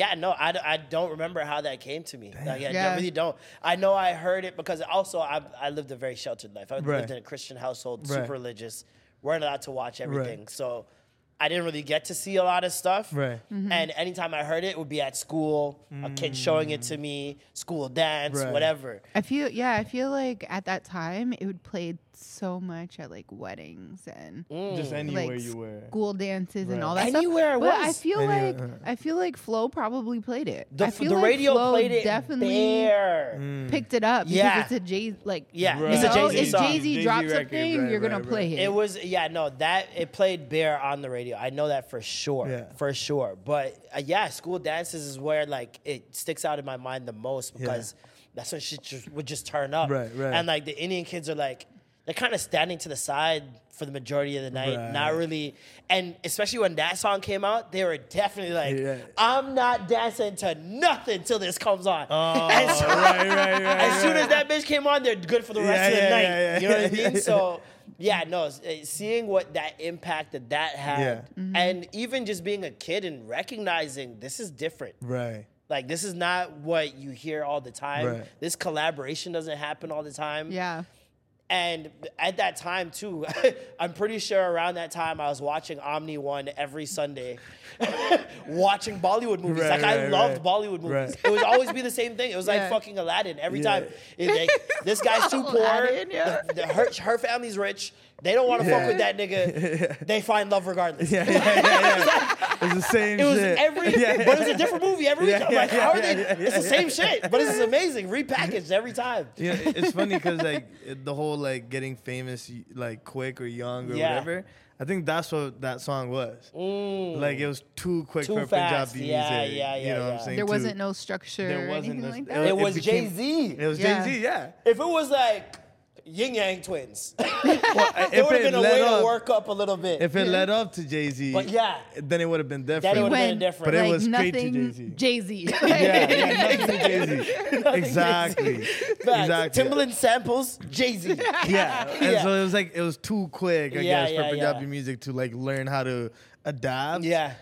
S1: yeah, no, I, d- I don't remember how that came to me. Like, I d-
S3: Yeah.
S1: really don't. I know I heard it because also I, I lived a very sheltered life. I
S4: Right.
S1: lived in a Christian household,
S4: Right.
S1: super religious. weren't allowed to watch everything, so. I didn't really get to see a lot of stuff.
S4: Right.
S3: Mm-hmm.
S1: And anytime I heard it, it would be at school, a kid showing it to me, school dance,
S4: Mm. Right.
S1: whatever.
S3: I feel yeah, I feel like at that time it would play so much at like weddings and
S4: Just anywhere
S3: like
S4: you were.
S3: school dances and
S4: Right.
S3: all that
S1: Anywhere it
S3: stuff. But I
S1: was.
S3: feel
S4: Anywhere,
S3: like I feel like Flo probably played it.
S1: uh-huh. The,
S3: I
S1: f-
S3: feel
S1: the
S3: like
S1: radio
S3: Flo
S1: played it
S3: definitely
S1: there.
S3: picked it up
S1: Yeah.
S3: because it's a Jay like
S1: Yeah,
S3: you
S1: it's a
S3: know,
S1: Jay-Z
S3: if
S1: song.
S3: Jay Z
S4: Jay-Z
S3: drops
S4: record,
S3: something,
S4: right,
S3: you're gonna
S4: right,
S3: play
S4: right.
S3: it.
S1: It was yeah no that it played bare on the radio. I know that for sure,
S4: Yeah.
S1: for sure. But uh, yeah, school dances is where like it sticks out in my mind the most because that's when shit just, would just turn up.
S4: Right, right.
S1: And like the Indian kids are like they're kind of standing to the side for the majority of the night, not
S4: Right.
S1: really. And especially when that song came out, they were definitely like,
S4: Yeah.
S1: "I'm not dancing to nothing till this comes on."
S4: Oh,
S1: And so-
S4: right, right, right.
S1: as soon as that bitch came on, they're good for the rest
S4: Yeah,
S1: of the
S4: yeah,
S1: night.
S4: yeah, yeah,
S1: you know what I
S4: yeah,
S1: mean?
S4: yeah.
S1: So, yeah, no, s- eh, seeing what that impact that that had,
S4: Yeah.
S1: and even just being a kid and recognizing this is different.
S4: right.
S1: Like this is not what you hear all the time.
S4: Right.
S1: This collaboration doesn't happen all the time.
S3: yeah.
S1: And at that time too, I'm pretty sure around that time I was watching Omni One every Sunday, watching Bollywood movies.
S4: Right,
S1: like I
S4: right,
S1: loved
S4: right.
S1: Bollywood movies.
S4: Right.
S1: It would always be the same thing. It was like
S3: Yeah.
S1: fucking Aladdin every
S4: Yeah.
S1: time. It- they- this guy's too poor.
S3: Aladdin, yeah.
S1: the- the- her, her family's rich. They don't want to fuck
S4: Yeah.
S1: with that nigga. They find love regardless.
S4: Yeah, yeah, yeah, yeah. It's the same
S1: It was
S4: shit.
S1: every,
S4: Yeah.
S1: but it was a different movie every
S4: Yeah,
S1: time.
S4: yeah,
S1: like, how are they?
S4: yeah, yeah, yeah,
S1: it's the
S4: yeah.
S1: same shit, but it's amazing, repackaged every time.
S4: Yeah, it- it's funny because like it- the whole like getting famous y- like quick or young or
S1: Yeah.
S4: whatever. I think that's what that song was. Like it was too quick
S1: Mm. Too
S4: for
S1: fast.
S4: Punjabi
S1: Yeah,
S4: music.
S1: yeah,
S4: You
S1: yeah,
S4: know what I'm
S1: yeah.
S4: saying?
S3: There
S4: Too-
S3: wasn't no structure
S4: there
S3: or
S4: wasn't
S3: anything
S4: this-
S3: like
S4: It
S1: It
S3: that.
S1: was Jay
S4: became-
S1: Z.
S4: It was
S3: Yeah.
S4: Jay Z. Yeah.
S1: If it was like Yin Yang Twins, it
S4: if
S1: would have
S4: it
S1: been a
S4: led
S1: way to
S4: up-
S1: work up a little bit.
S4: If it led up to Jay Z,
S1: But yeah.
S4: then it would have been different.
S1: Then it would've been
S3: When,
S1: different.
S4: But it
S3: like,
S4: was straight to
S3: nothing Jay Z.
S4: yeah, yeah, nothing Jay Z. Exactly.
S1: Facts.
S4: Exactly.
S1: Timbaland samples Jay Z.
S4: Yeah. And
S1: Yeah.
S4: so it was like it was too quick, I
S1: Yeah,
S4: guess,
S1: yeah,
S4: for Punjabi
S1: yeah.
S4: music to like learn how to adapt.
S1: Yeah.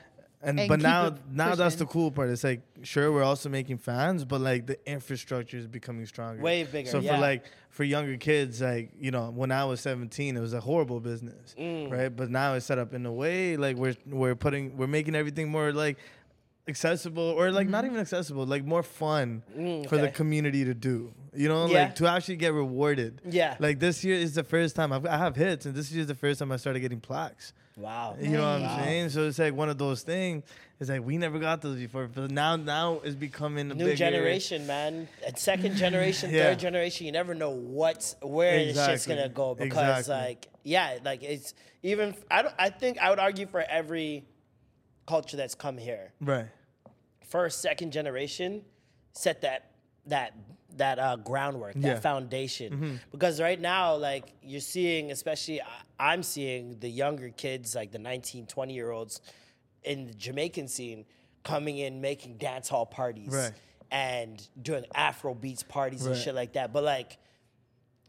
S4: And,
S3: And
S4: but
S3: keep
S4: now
S3: it
S4: now that's
S3: pushing.
S4: the cool part. It's like sure we're also making fans, but like the infrastructure is becoming stronger.
S1: Way bigger,
S4: So
S1: yeah.
S4: for like for younger kids, like, you know, when I was seventeen it was a horrible business.
S1: Mm.
S4: Right? But now it's set up in a way like we're we're putting we're making everything more like accessible or like not even accessible, like more fun for the
S1: Mm-hmm. Mm, okay.
S4: community to do. You know,
S1: Yeah.
S4: like to actually get rewarded.
S1: Yeah.
S4: Like this year is the first time I've, I have hits, and this year is the first time I started getting plaques.
S1: Wow.
S4: You know what I'm saying? So it's like one of those things. It's like we never got those before, but now now it's becoming a
S1: New
S4: bigger-
S1: generation, man. At Second generation,
S4: Yeah.
S1: third generation, you never know what's where this shit's
S4: Exactly.
S1: gonna go because,
S4: Exactly.
S1: like, yeah, like it's even. I don't. I think I would argue for every culture that's come here,
S4: Right.
S1: first, second generation, set that that that uh, groundwork, that
S4: Yeah. Mm-hmm.
S1: foundation. Because right now, like you're seeing, especially I- I'm seeing the younger kids, like the 19, 20 year olds in the Jamaican scene, coming in making dance hall parties
S4: Right.
S1: and doing Afro beats parties and
S4: Right.
S1: shit like that. But like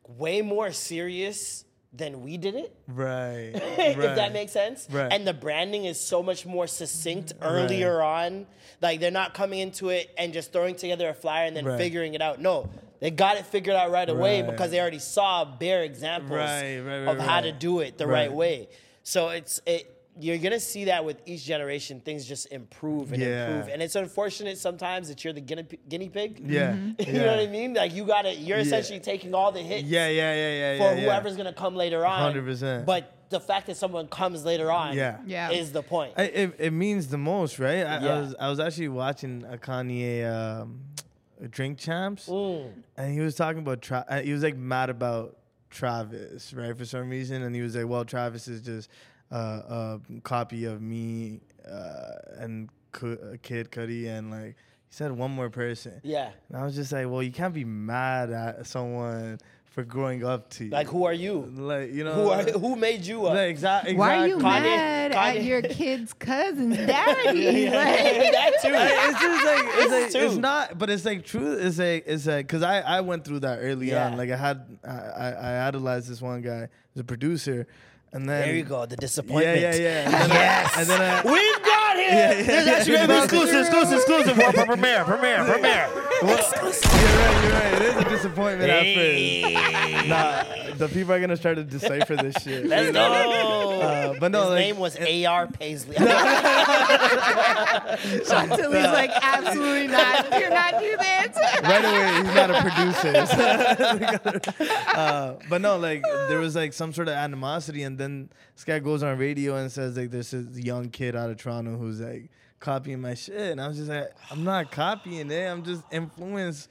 S1: way more serious than we did it
S4: Right.
S1: if that
S4: right.
S1: makes sense.
S4: Right.
S1: And the branding is so much more succinct earlier on. Like they're not coming into it and just throwing together a flyer and then
S4: Right.
S1: figuring it out. No, they got it figured out right away
S4: Right.
S1: because they already saw bare examples
S4: Right, right, right,
S1: of how to
S4: right.
S1: do it the right.
S4: Right.
S1: way. So it's it. You're gonna see that with each generation, things just improve and
S4: Yeah.
S1: improve, and it's unfortunate sometimes that you're the guinea, p- guinea pig.
S4: Yeah.
S1: you know what I mean. Like you got to You're
S4: Yeah.
S1: essentially taking all the hits
S4: Yeah, yeah, yeah, yeah.
S1: for
S4: yeah, yeah.
S1: whoever's gonna come later on.
S4: 100%.
S1: But the fact that someone comes later on,
S4: Yeah.
S3: Yeah.
S1: is the point.
S4: I, it, it means the most, right? I,
S1: Yeah.
S4: I was I was actually watching a Kanye um, Drink Champs,
S1: Mm.
S4: and he was talking about Tra- uh, he was like mad about Travis, right, for some reason, and he was like, "Well, Travis is just uh, a copy of me uh, and Cu- uh, Kid Cudi," and like he said one more person.
S1: yeah.
S4: and I was just like, "Well, you can't be mad at someone for growing up to you."
S1: Like who are you?
S4: like you know,
S1: Who are who made you up?
S4: Like, uh, exa- exactly.
S3: Why are you
S1: Kanye-
S3: mad at
S1: Kanye-
S3: your kid's cousin's daddy? Like-
S1: that too.
S4: I- it's just like it's,
S1: It's
S4: like, it's
S1: true.
S4: not, but it's like true. It's like it's like because I I went through that early
S1: Yeah.
S4: on. Like I had I, I I idolized this one guy, he's a producer, and then
S1: There you go. The
S4: Yeah,
S1: disappointment.
S4: yeah, yeah. And then yes. I, and then I,
S1: We've got him. This is actually gonna be exclusive, exclusive, exclusive for for premiere, premiere, premiere.
S4: you're right, you're right. It is a disappointment
S1: Hey.
S4: at first. Nah, the people are gonna start to decipher this shit.
S1: Let's go.
S4: Uh, but no,
S1: His
S4: like,
S1: name was A.R. Paisley. That's
S3: Chantilly's like, absolutely not. Do not do that.
S4: right away he's not a producer. uh, but no, like there was like some sort of animosity, and then this guy goes on radio and says like there's this young kid out of Toronto who's like copying my shit, and I was just like, I'm not copying it. I'm just influenced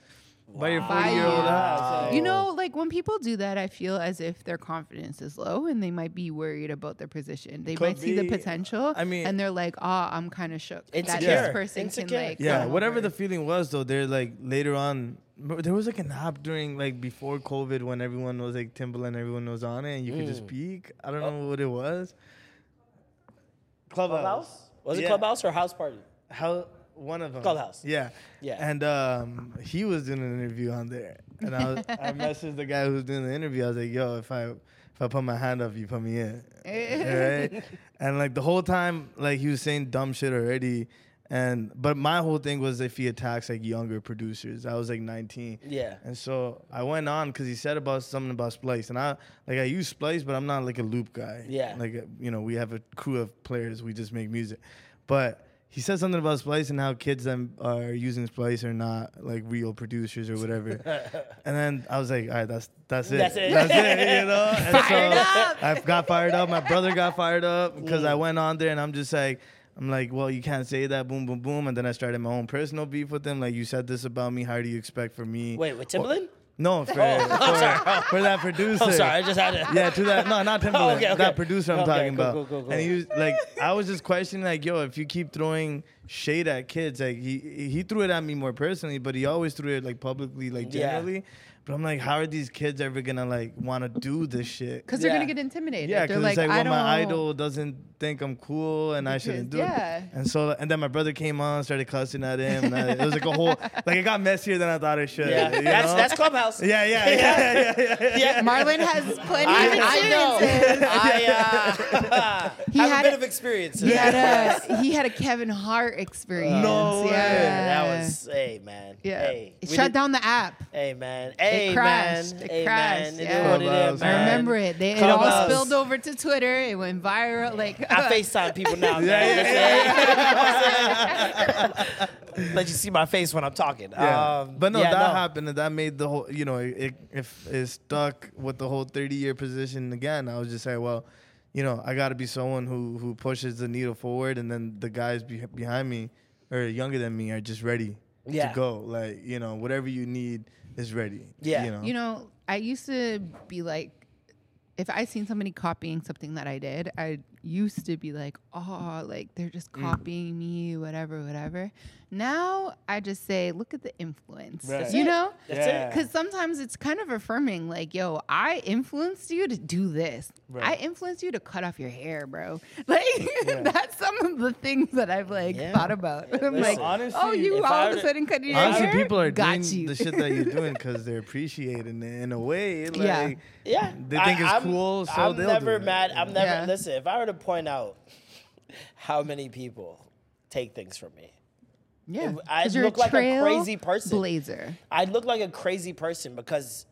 S4: by your 40 year old ass.
S3: You know, like when people do that, I feel as if their confidence is low and they might be worried about their position. They
S4: Could
S3: might see the
S4: be.
S3: potential.
S4: I mean-
S3: and they're like, oh, I'm kind of shook. That
S1: Insecure.
S3: this person
S1: Insecure.
S3: can like. um,
S4: Yeah,
S3: come
S4: whatever
S3: over."
S4: the feeling was though, they're like later on. remember, There was like an app during like before COVID when everyone was like Timbaland, everyone was on it, and you could just peek. I don't know what it was.
S1: Clubhouse. Was it
S4: Yeah.
S1: Clubhouse or House Party?
S4: How one of them?
S1: Clubhouse.
S4: Yeah.
S1: Yeah.
S4: And um, he was doing an interview on there, and I, was, I messaged the guy who was doing the interview. I was like, "Yo, if I if I put my hand up, you put me in." right? And like the whole time, like he was saying dumb shit already. And but my whole thing was if he attacks like younger producers, I was like 19.
S1: Yeah.
S4: And so I went on because he said about something about Splice, and I like I use Splice, but I'm not like a loop guy.
S1: Yeah.
S4: Like uh, you know, we have a crew of players. We just make music, but he said something about Splice and how kids that are using Splice are not like real producers or whatever. and then I was like, all right, that's that's it.
S1: That's it.
S4: That's it. You know. And
S3: Fired
S4: so
S3: up.
S4: I got fired up. My brother got fired up because I went on there and I'm just like. I'm like, well, you can't say that, boom, boom, boom, and then I started my own personal beef with him. Like, you said this about me. How do you expect for me?
S1: Wait, with Timbaland?
S4: No, for, for, for that producer.
S1: Oh, I'm sorry, I just had to.
S4: Yeah, to that. No, not Timberland.
S1: okay, okay.
S4: That producer I'm
S1: Okay,
S4: talking
S1: cool,
S4: about.
S1: cool, cool, cool.
S4: And he was like, I was just questioning, like, yo, if you keep throwing shade at kids, like he he threw it at me more personally, but he always threw it like publicly, like
S1: Yeah.
S4: generally. But I'm like, how are these kids ever gonna like want to do this shit?
S3: Because they're
S1: Yeah.
S3: gonna get intimidated.
S4: Yeah,
S3: they're
S4: because
S3: like,
S4: it's like,
S3: I
S4: well,
S3: don't.
S4: my idol doesn't think I'm cool and I shouldn't do
S3: Because- yeah.
S4: it. And so, and then my brother came on, started cussing at him. And I, it was like a whole, like it got messier than I thought it should.
S1: Yeah,
S4: you
S1: that's
S4: know?
S1: that's Clubhouse.
S4: yeah, yeah, yeah, yeah, yeah, yeah.
S1: yeah.
S3: Marlon has plenty
S1: I,
S3: of
S1: I know.
S3: experiences.
S1: I, uh,
S3: He
S1: have a a bit of experience. in
S3: He
S1: that.
S3: had a he had a Kevin Hart experience.
S4: No way.
S3: yeah.
S1: Yeah, that was hey man.
S3: yeah.
S1: Hey,
S3: It
S1: we
S3: shut
S1: did-
S3: down the app.
S1: Hey man. Hey
S3: crashed.
S1: man.
S3: It
S1: hey,
S3: crashed,
S1: Man. It is
S3: yeah.
S1: what it
S4: Clubhouse,
S1: is,
S4: man.
S3: I
S1: man.
S3: remember it. They, it all
S1: Clubhouse.
S3: spilled over to Twitter. It went viral. Like
S1: I FaceTime people now. man.
S4: Yeah, yeah,
S1: Let you see my face when I'm talking.
S4: Yeah.
S1: Um,
S4: but no,
S1: yeah,
S4: that happened, and that made the whole. You know, it, it if it stuck with the whole thirty-year position again. I was just like, well, you know, I got to be someone who who pushes the needle forward, and then the guys be, behind me or younger than me are just ready
S1: Yeah.
S4: to go. Like, you know, whatever you need is ready.
S1: Yeah.
S4: you know.
S3: You know, I used to be like, if I seen somebody copying something that I did, I used to be like, oh, like they're just
S4: Mm.
S3: copying me, whatever, whatever. Now I just say, look at the influence.
S4: Right.
S3: You know?
S1: That's it.
S3: Because sometimes it's kind of affirming, like, yo, I influenced you to do this. I influenced you to cut off your hair, bro. Like, that's some of the things that I've like
S1: Yeah.
S3: thought about. I'm
S4: listen,
S3: like, oh,
S4: honestly,
S3: you
S4: if
S3: all
S4: I
S3: of a
S4: were-
S3: sudden cut your
S4: Honestly,
S3: hair.
S4: people are
S3: Got
S4: doing
S3: you.
S4: the shit that you're doing because they're appreciating it in a way. Like,
S3: Yeah.
S1: Yeah,
S4: They think it's
S1: I'm-
S4: cool, so
S1: I'm
S4: they'll
S1: never
S4: do it.
S1: mad. I'm never
S3: Yeah.
S1: listen. If I were to point out how many people take things from me,
S3: Yeah,
S1: I
S3: 'cause you're
S1: look like a crazy person.
S3: Blazer.
S1: I look like a crazy person because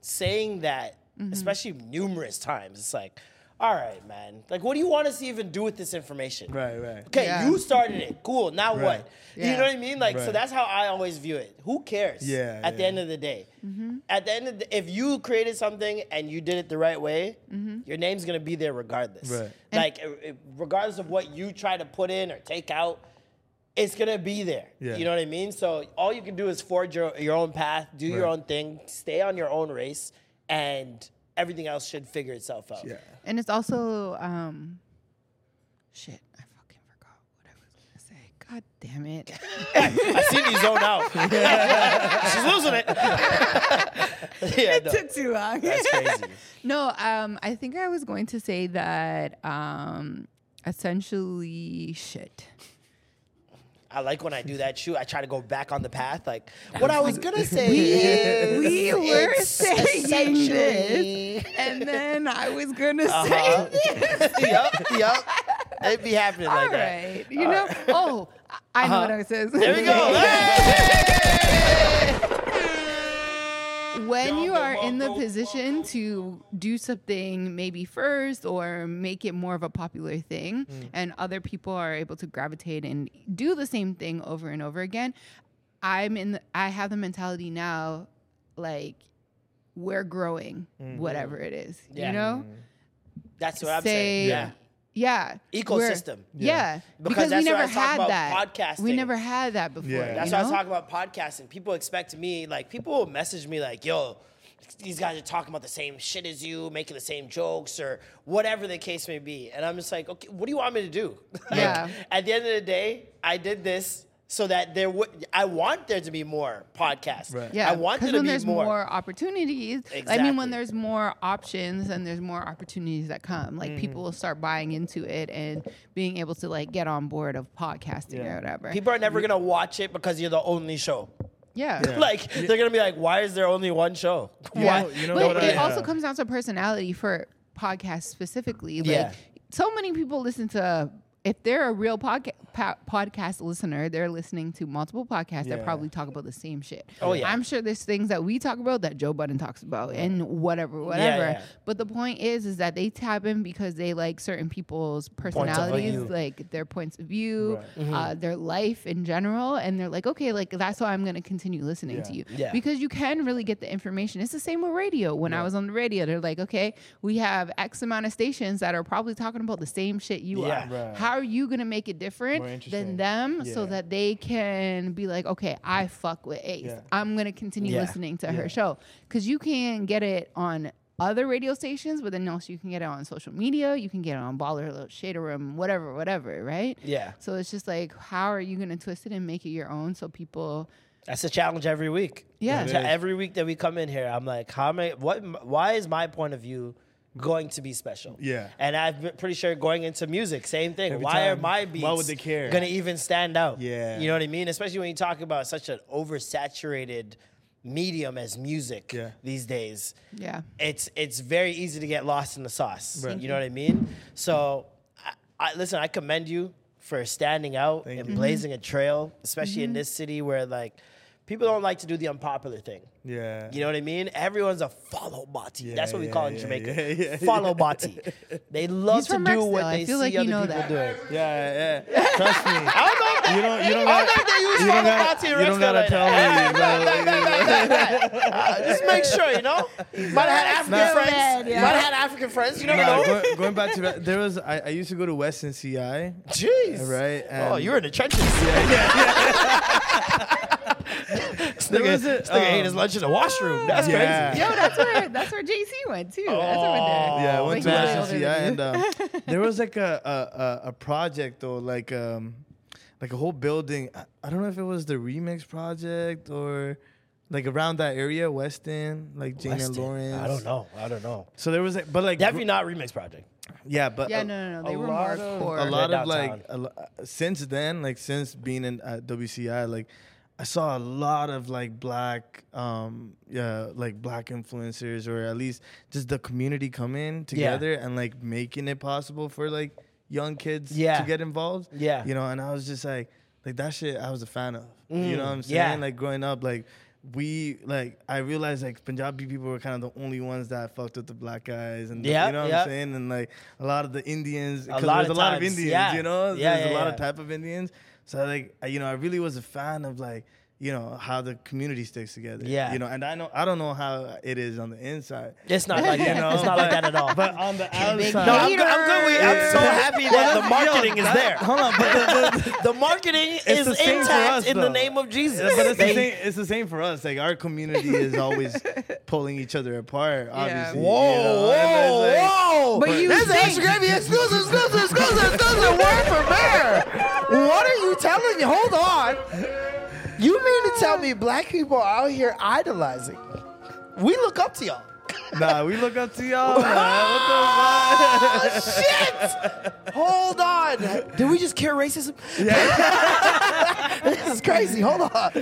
S1: saying that,
S3: Mm-hmm.
S1: especially numerous times, it's like, all right, man. Like, what do you want us to even do with this information?
S4: Right, right.
S1: Okay,
S3: Yeah.
S1: you started it. Cool. Now
S4: Right.
S1: what? You
S3: Yeah.
S1: know what I mean? Like, so
S4: Right.
S1: that's how I always view it. Who cares?
S4: Yeah,
S1: At the
S4: yeah.
S1: end of the day,
S3: Mm-hmm.
S1: at the end of the, if you created something and you did it the right way,
S3: Mm-hmm.
S1: your name's gonna be there regardless.
S4: Right.
S1: Like, it- it- regardless of what you try to put in or take out, it's gonna be there.
S4: Yeah.
S1: You know what I mean? So all you can do is forge your, your own path, do your
S4: Right.
S1: own thing, stay on your own race, and everything else should figure itself out.
S4: Yeah.
S3: And it's also um shit, I fucking forgot what I was gonna say. God damn it.
S1: I seen you zone out. She's losing it. yeah, no,
S3: Took too long.
S1: that's crazy.
S3: no, um, I think I was going to say that um essentially shit.
S1: I like when I do that shoot. I try to go back on the path. Like what I was gonna say is
S3: We were
S1: it's
S3: saying
S1: essentially-
S3: this. And then I was gonna
S1: Uh-huh.
S3: say this.
S1: yup, yup. It'd be happening
S3: All
S1: like that.
S3: right. You know? Oh, I I know what I was saying.
S1: Uh, uh-huh. There we go. Hey!
S3: when you are in the position to do something maybe first or make it more of a popular thing
S1: Mm.
S3: and other people are able to gravitate and do the same thing over and over again i'm in the, i have the mentality now like we're growing whatever it is
S1: Mm-hmm. Yeah. Mm-hmm.
S3: you know
S1: That's what I'm
S3: say
S1: saying. Yeah.
S3: yeah, we're-
S1: Ecosystem.
S3: yeah,
S1: Because
S3: because,
S1: that's
S3: we
S1: what I
S3: never
S1: was talking
S3: had
S1: about,
S3: that we
S1: podcasting.
S3: never had that before
S4: Yeah.
S1: That's
S3: you
S1: what I was
S3: know?
S1: talking about podcasting. People expect me, like, people will message me, like, yo, these guys are talking about the same shit as you, making the same jokes, or whatever the case may be. And I'm just like, okay, what do you want me to do? Like,
S3: Yeah.
S1: At the end of the day, I did this so that there would, I want there to be more podcasts.
S4: Right.
S3: Yeah,
S1: I want there
S3: 'cause
S1: to
S3: when
S1: be
S3: there's
S1: more.
S3: more, opportunities. I mean,
S1: Exactly.
S3: when there's more options and there's more opportunities that come,
S1: Mm-hmm.
S3: like people will start buying into it and being able to like get on board of podcasting or whatever.
S1: People are never going to watch it because you're the only show.
S3: yeah.
S1: Like, they're going to be like, why is there only one show?
S3: Yeah.
S1: Why?
S4: you know
S3: but
S4: what
S3: it
S4: I-
S3: also
S4: yeah.
S3: comes down to personality for podcasts specifically. Like,
S1: Yeah.
S3: so many people listen to. If they're a real podca- po- podcast listener, they're listening to multiple podcasts that
S4: Yeah.
S3: probably talk about the same shit.
S1: Oh, yeah.
S3: I'm sure there's things that we talk about that Joe Budden talks about and whatever, whatever.
S1: yeah.
S3: But the point is, is that they tap in because they like certain people's personalities,
S1: view.
S3: like their points of view,
S4: Mm-hmm. Right.
S3: uh,
S1: Mm-hmm.
S3: their life in general, and they're like, okay, like that's why I'm gonna continue listening to
S4: Yeah.
S3: you
S1: Yeah.
S3: because you can really get the information. It's the same with radio. When I was on the radio, they're like, okay, we have X amount of stations that are probably talking about the same shit you
S1: Yeah.
S3: are.
S4: Right.
S3: How are you gonna make it
S4: More
S3: different than
S4: interesting.
S3: them so
S4: Yeah.
S3: that they can be like, okay, I fuck with Ace.
S4: Yeah.
S3: I'm gonna continue
S1: Yeah.
S3: listening to her show because you can get it on. Other radio stations, but then also you can get it on social media, you can get it on Baller, Shader Room, whatever, whatever, right?
S1: Yeah.
S3: So it's just like, how are you going to twist it and make it your own so people
S1: That's a challenge every week.
S3: Yeah.
S1: It's
S3: It
S1: a- every week that we come in here, I'm like, how many? What? Why is my point of view going to be special?
S4: Yeah.
S1: And I'm b- pretty sure going into music, same thing.
S4: Every
S1: why are
S4: time.
S1: my beats?
S4: Why would they care?
S1: Gonna even stand out?
S4: Yeah.
S1: You know what I mean? Especially when you talk about such an oversaturated medium as music
S4: Yeah.
S1: these days
S3: Yeah.
S1: it's it's very easy to get lost in the sauce.
S4: Right.
S1: You know what I mean? So I, I, listen, I commend you for standing out
S4: Thank
S1: and
S4: you. Mm-hmm.
S1: blazing a trail, especially in this city where like people don't like to do the unpopular thing.
S4: Yeah.
S1: You know what I mean? Everyone's a follow bati. That's what we
S4: yeah,
S1: call it in
S4: yeah,
S1: Jamaica.
S4: yeah, yeah,
S1: follow bati. They love
S3: He's
S1: to do
S3: from
S1: what
S3: Rexdale. I
S1: they see
S3: feel like you
S1: other
S3: know
S1: people
S3: that.
S1: doing.
S4: Yeah, yeah. Trust me. I don't know. You don't. You
S1: I
S4: don't. Got,
S1: don't know if they use
S4: you don't
S1: follow
S4: gotta-
S1: bati in
S4: you don't
S1: Rexdale
S4: gotta
S1: like
S4: tell
S1: that.
S4: me, bro.
S1: Right, right, right, right, right, right. Uh, Just make sure, you know? Might have had
S4: Nah.
S1: African friends.
S3: Yeah.
S1: Might have had African friends. You never
S4: Nah,
S1: know.
S4: going, going back to that, there was I, I used to go to Weston CI. Yeah,
S1: Jeez.
S4: Right,
S1: oh,
S4: and-
S1: you were in the trenches. this
S4: There
S1: nigga,
S4: was a-
S1: this nigga ate his
S4: um,
S1: lunch in the washroom. That's
S4: Yeah.
S1: crazy.
S3: Yo, that's where that's where JC went too.
S4: Oh.
S3: That's over there.
S4: I
S3: But
S4: went
S3: he's
S4: to
S3: way
S4: Weston CI,
S3: older than
S4: and
S3: Oh, you.
S4: um, there was like a a, a a project though, like um like a whole building. I, I don't know if it was the remix project or like around that area, Weston, like Jane and
S1: Weston.
S4: Lawrence.
S1: I don't know. I don't know.
S4: So there was like, but like
S1: Definitely not remix project.
S4: yeah, but
S3: yeah,
S4: a-
S3: no, no, no. They
S4: a
S3: were more
S4: lot of-
S3: core.
S4: A lot
S1: Yeah,
S4: of like a, lo- uh, since then, like since being in at WCI, like I saw a lot of like black, um, yeah, like black influencers or at least just the community coming together and like making it possible for like young kids
S1: Yeah.
S4: to get involved.
S1: Yeah.
S4: you know, and I was just like, like that shit, I was a fan of. you know what I'm saying?
S1: Mm, yeah.
S4: Like growing up, like. We like I realized like Punjabi people were kind of the only ones that fucked with the black guys and the-
S1: Yeah,
S4: you know what
S1: yeah.
S4: I'm saying and like a lot of the Indians because
S1: lot
S4: there's a
S1: of
S4: lot of
S1: times,
S4: Indians,
S1: yeah.
S4: you know,
S1: Yeah,
S4: there's
S1: yeah,
S4: a lot
S1: yeah.
S4: of type of Indians. So like, I- you know, I really was a fan of like, you know, how the community sticks together.
S1: Yeah.
S4: you know, and I know I don't know how it is on the inside.
S1: It's not like
S4: You
S1: that.
S4: know,
S1: it's not like
S4: but-
S1: that at all.
S4: But on the outside,
S1: no, I'm, good- I'm good. With, I'm so
S4: Yeah.
S1: happy that the marketing is there.
S4: hold on, but the, the,
S1: The marketing is
S4: It's the same for
S1: intact
S4: us,
S1: in the
S4: though.
S1: name of Jesus.
S4: Yeah, but it's
S1: They-
S4: the, same, it's the same for us. Like our community is always pulling each other apart. Obviously.
S1: Whoa,
S4: you know? And
S1: whoa,
S4: it's like-
S1: whoa!
S3: But you
S1: this
S3: think-
S1: extra gravy exclusive, exclusive, exclusive, exclusive word for mayor. What are you telling me? Hold on. You mean to tell me black people are out here idolizing? We look up to y'all.
S4: Nah, we look up to y'all. man. What the fuck?
S1: Ah, shit! Hold on. Did we just cure racism? this is crazy. Hold on.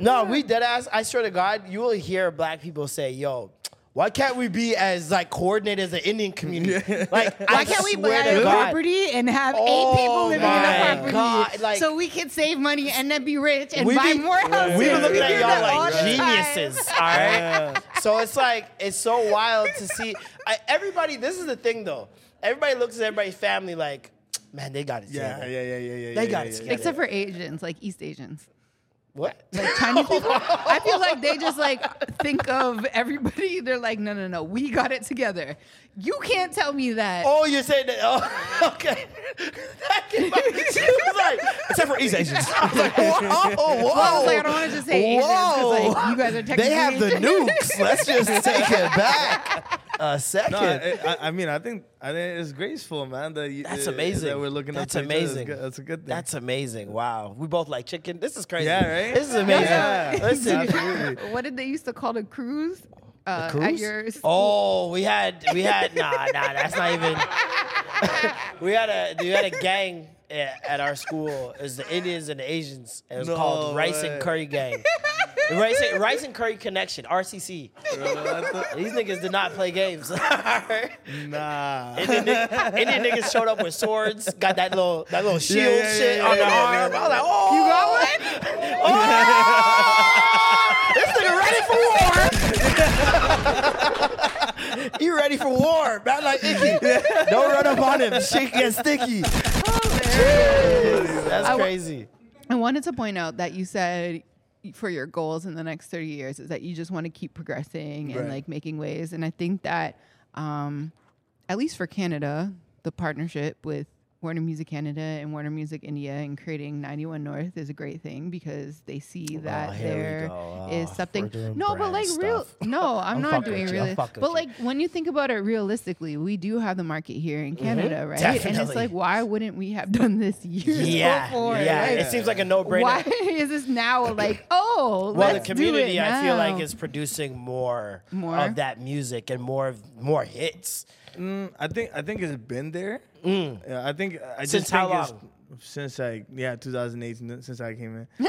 S1: No, we dead ass. I swear to God, you will hear black people say, "Yo." Why can't we be as like coordinated as the Indian community? Like, I
S3: Why can't we
S1: swear
S3: buy
S1: to
S3: a
S1: God.
S3: property and have
S1: Oh
S3: eight people living in
S1: my
S3: a property
S1: God, like-
S3: so we can save money and then be rich and
S1: we
S3: buy
S1: be,
S3: more houses?
S1: We be looking
S3: do
S1: at
S3: that
S1: y'all like
S3: all the time.
S1: geniuses, all right? So it's like it's so wild to see I, everybody. This is the thing, though. Everybody looks at everybody's family like, man, they got it.
S4: Yeah,
S1: together."
S4: yeah, yeah, yeah, yeah.
S1: They
S4: yeah,
S1: got
S4: yeah,
S1: it
S4: yeah.
S1: together.
S3: Except for Asians, like East Asians,
S1: What?
S3: like Chinese people. I feel like they just like think of everybody. They're like, no, no, no, we got it together. You can't tell me that.
S1: Oh, you're saying that? Oh, okay. That came out- she was like, except for East Asians. I was like, whoa, whoa.
S3: I was like, I don't want to just say Asians 'cause,
S1: Whoa.
S3: like you guys are technically
S1: They have the
S3: Asian.
S1: nukes. Let's just take it back a second.
S4: No, I, I, I mean, I think I think it's graceful, man. That you,
S1: That's
S4: uh,
S1: amazing.
S4: That we're looking
S1: That's
S4: up to each other. That's
S1: amazing.
S4: good- That's a good thing.
S1: That's amazing. Wow. We both like chicken. This is crazy.
S4: Yeah, right?
S1: This is amazing.
S4: Yeah.
S1: Listen.
S4: Absolutely.
S3: What did they used to call the cruise? Uh, At
S1: cruise?
S3: your school?
S1: Oh, we had we had nah nah that's not even we had a we had a gang at, at our school. It was the Indians and the Asians. It was
S4: No
S1: called Rice
S4: way.
S1: and Curry Gang. The Rice and, Rice and Curry Connection RCC. These niggas did not play games.
S4: nah.
S1: Indian, nigg- Indian niggas showed up with swords, got that little that little shield
S4: yeah,
S1: shit
S4: yeah,
S1: on
S4: yeah,
S1: their
S4: yeah,
S1: arm.
S4: yeah,
S1: I was like, oh,
S3: You got one?
S1: This nigga ready for war. you ready for war, man? Like Icky. Don't run up on him. Shit gets sticky. That's
S3: I wa-
S1: crazy.
S3: I wanted to point out that you said for your goals in the next 30 years is that you just want to keep progressing and
S4: Right.
S3: like making waves. And I think that, um, at least for Canada, the partnership with Warner Music Canada and Warner Music India and creating 91 North is a great thing because they see that
S1: here we
S3: there
S1: go.
S3: is
S1: Oh,
S3: something.
S1: we're doing
S3: No, but
S1: brand
S3: like real.
S1: stuff.
S3: No, I'm,
S1: I'm
S3: not
S1: fucking
S3: doing
S1: with you. I'm
S3: really.
S1: fucking
S3: But
S1: with
S3: like when you think about it realistically, we do have the market here in Canada, right? And
S1: Mm-hmm. Definitely.
S3: it's like, why wouldn't we have done this years
S1: Yeah,
S3: before?
S1: yeah.
S3: Like,
S1: It seems like a no-brainer.
S3: why is this now like oh
S1: Well,
S3: let's
S1: the community,
S3: do it
S1: I feel like,
S3: now.
S1: is producing more,
S3: More?
S1: of that music and more of more hits.
S4: I think I think it's been there. Yeah, I think I just
S1: Mm. Since
S4: think
S1: how
S4: it's-
S1: long?
S4: Since like yeah, 2018. Since I came in.
S3: I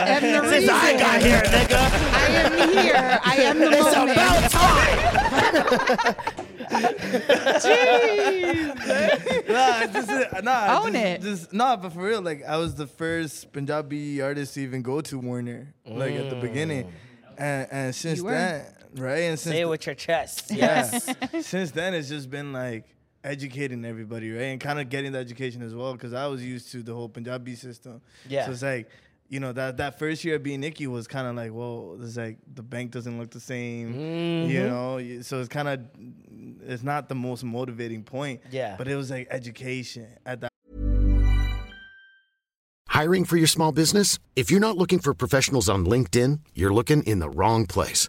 S3: am the
S1: Since
S3: reason
S1: I got here, nigga,
S3: I am here I am the
S1: it's
S3: moment
S1: about time.
S4: nah, it's just, uh, nah,
S3: Own
S4: just,
S3: it.
S4: Just, nah, but for real, like I was the first Punjabi artist to even go to Warner, like at the beginning, and, and since
S3: You were.
S4: then, right, and since
S1: Say it with your chest.
S4: yeah.
S1: Yes.
S4: Since then, it's just been like educating everybody, right? And kind of getting the education as well, because I was used to the whole Punjabi system.
S1: Yeah.
S4: So it's like, you know, that, that first year of being Nikki was kind of like, whoa, it's like the bank doesn't look the same, you
S1: Mm-hmm.
S4: know? You- So it's kind of, it's not the most motivating point.
S1: Yeah.
S4: But it was like education at that
S5: Hiring for your small business? If you're not looking for professionals on LinkedIn, you're looking in the wrong place.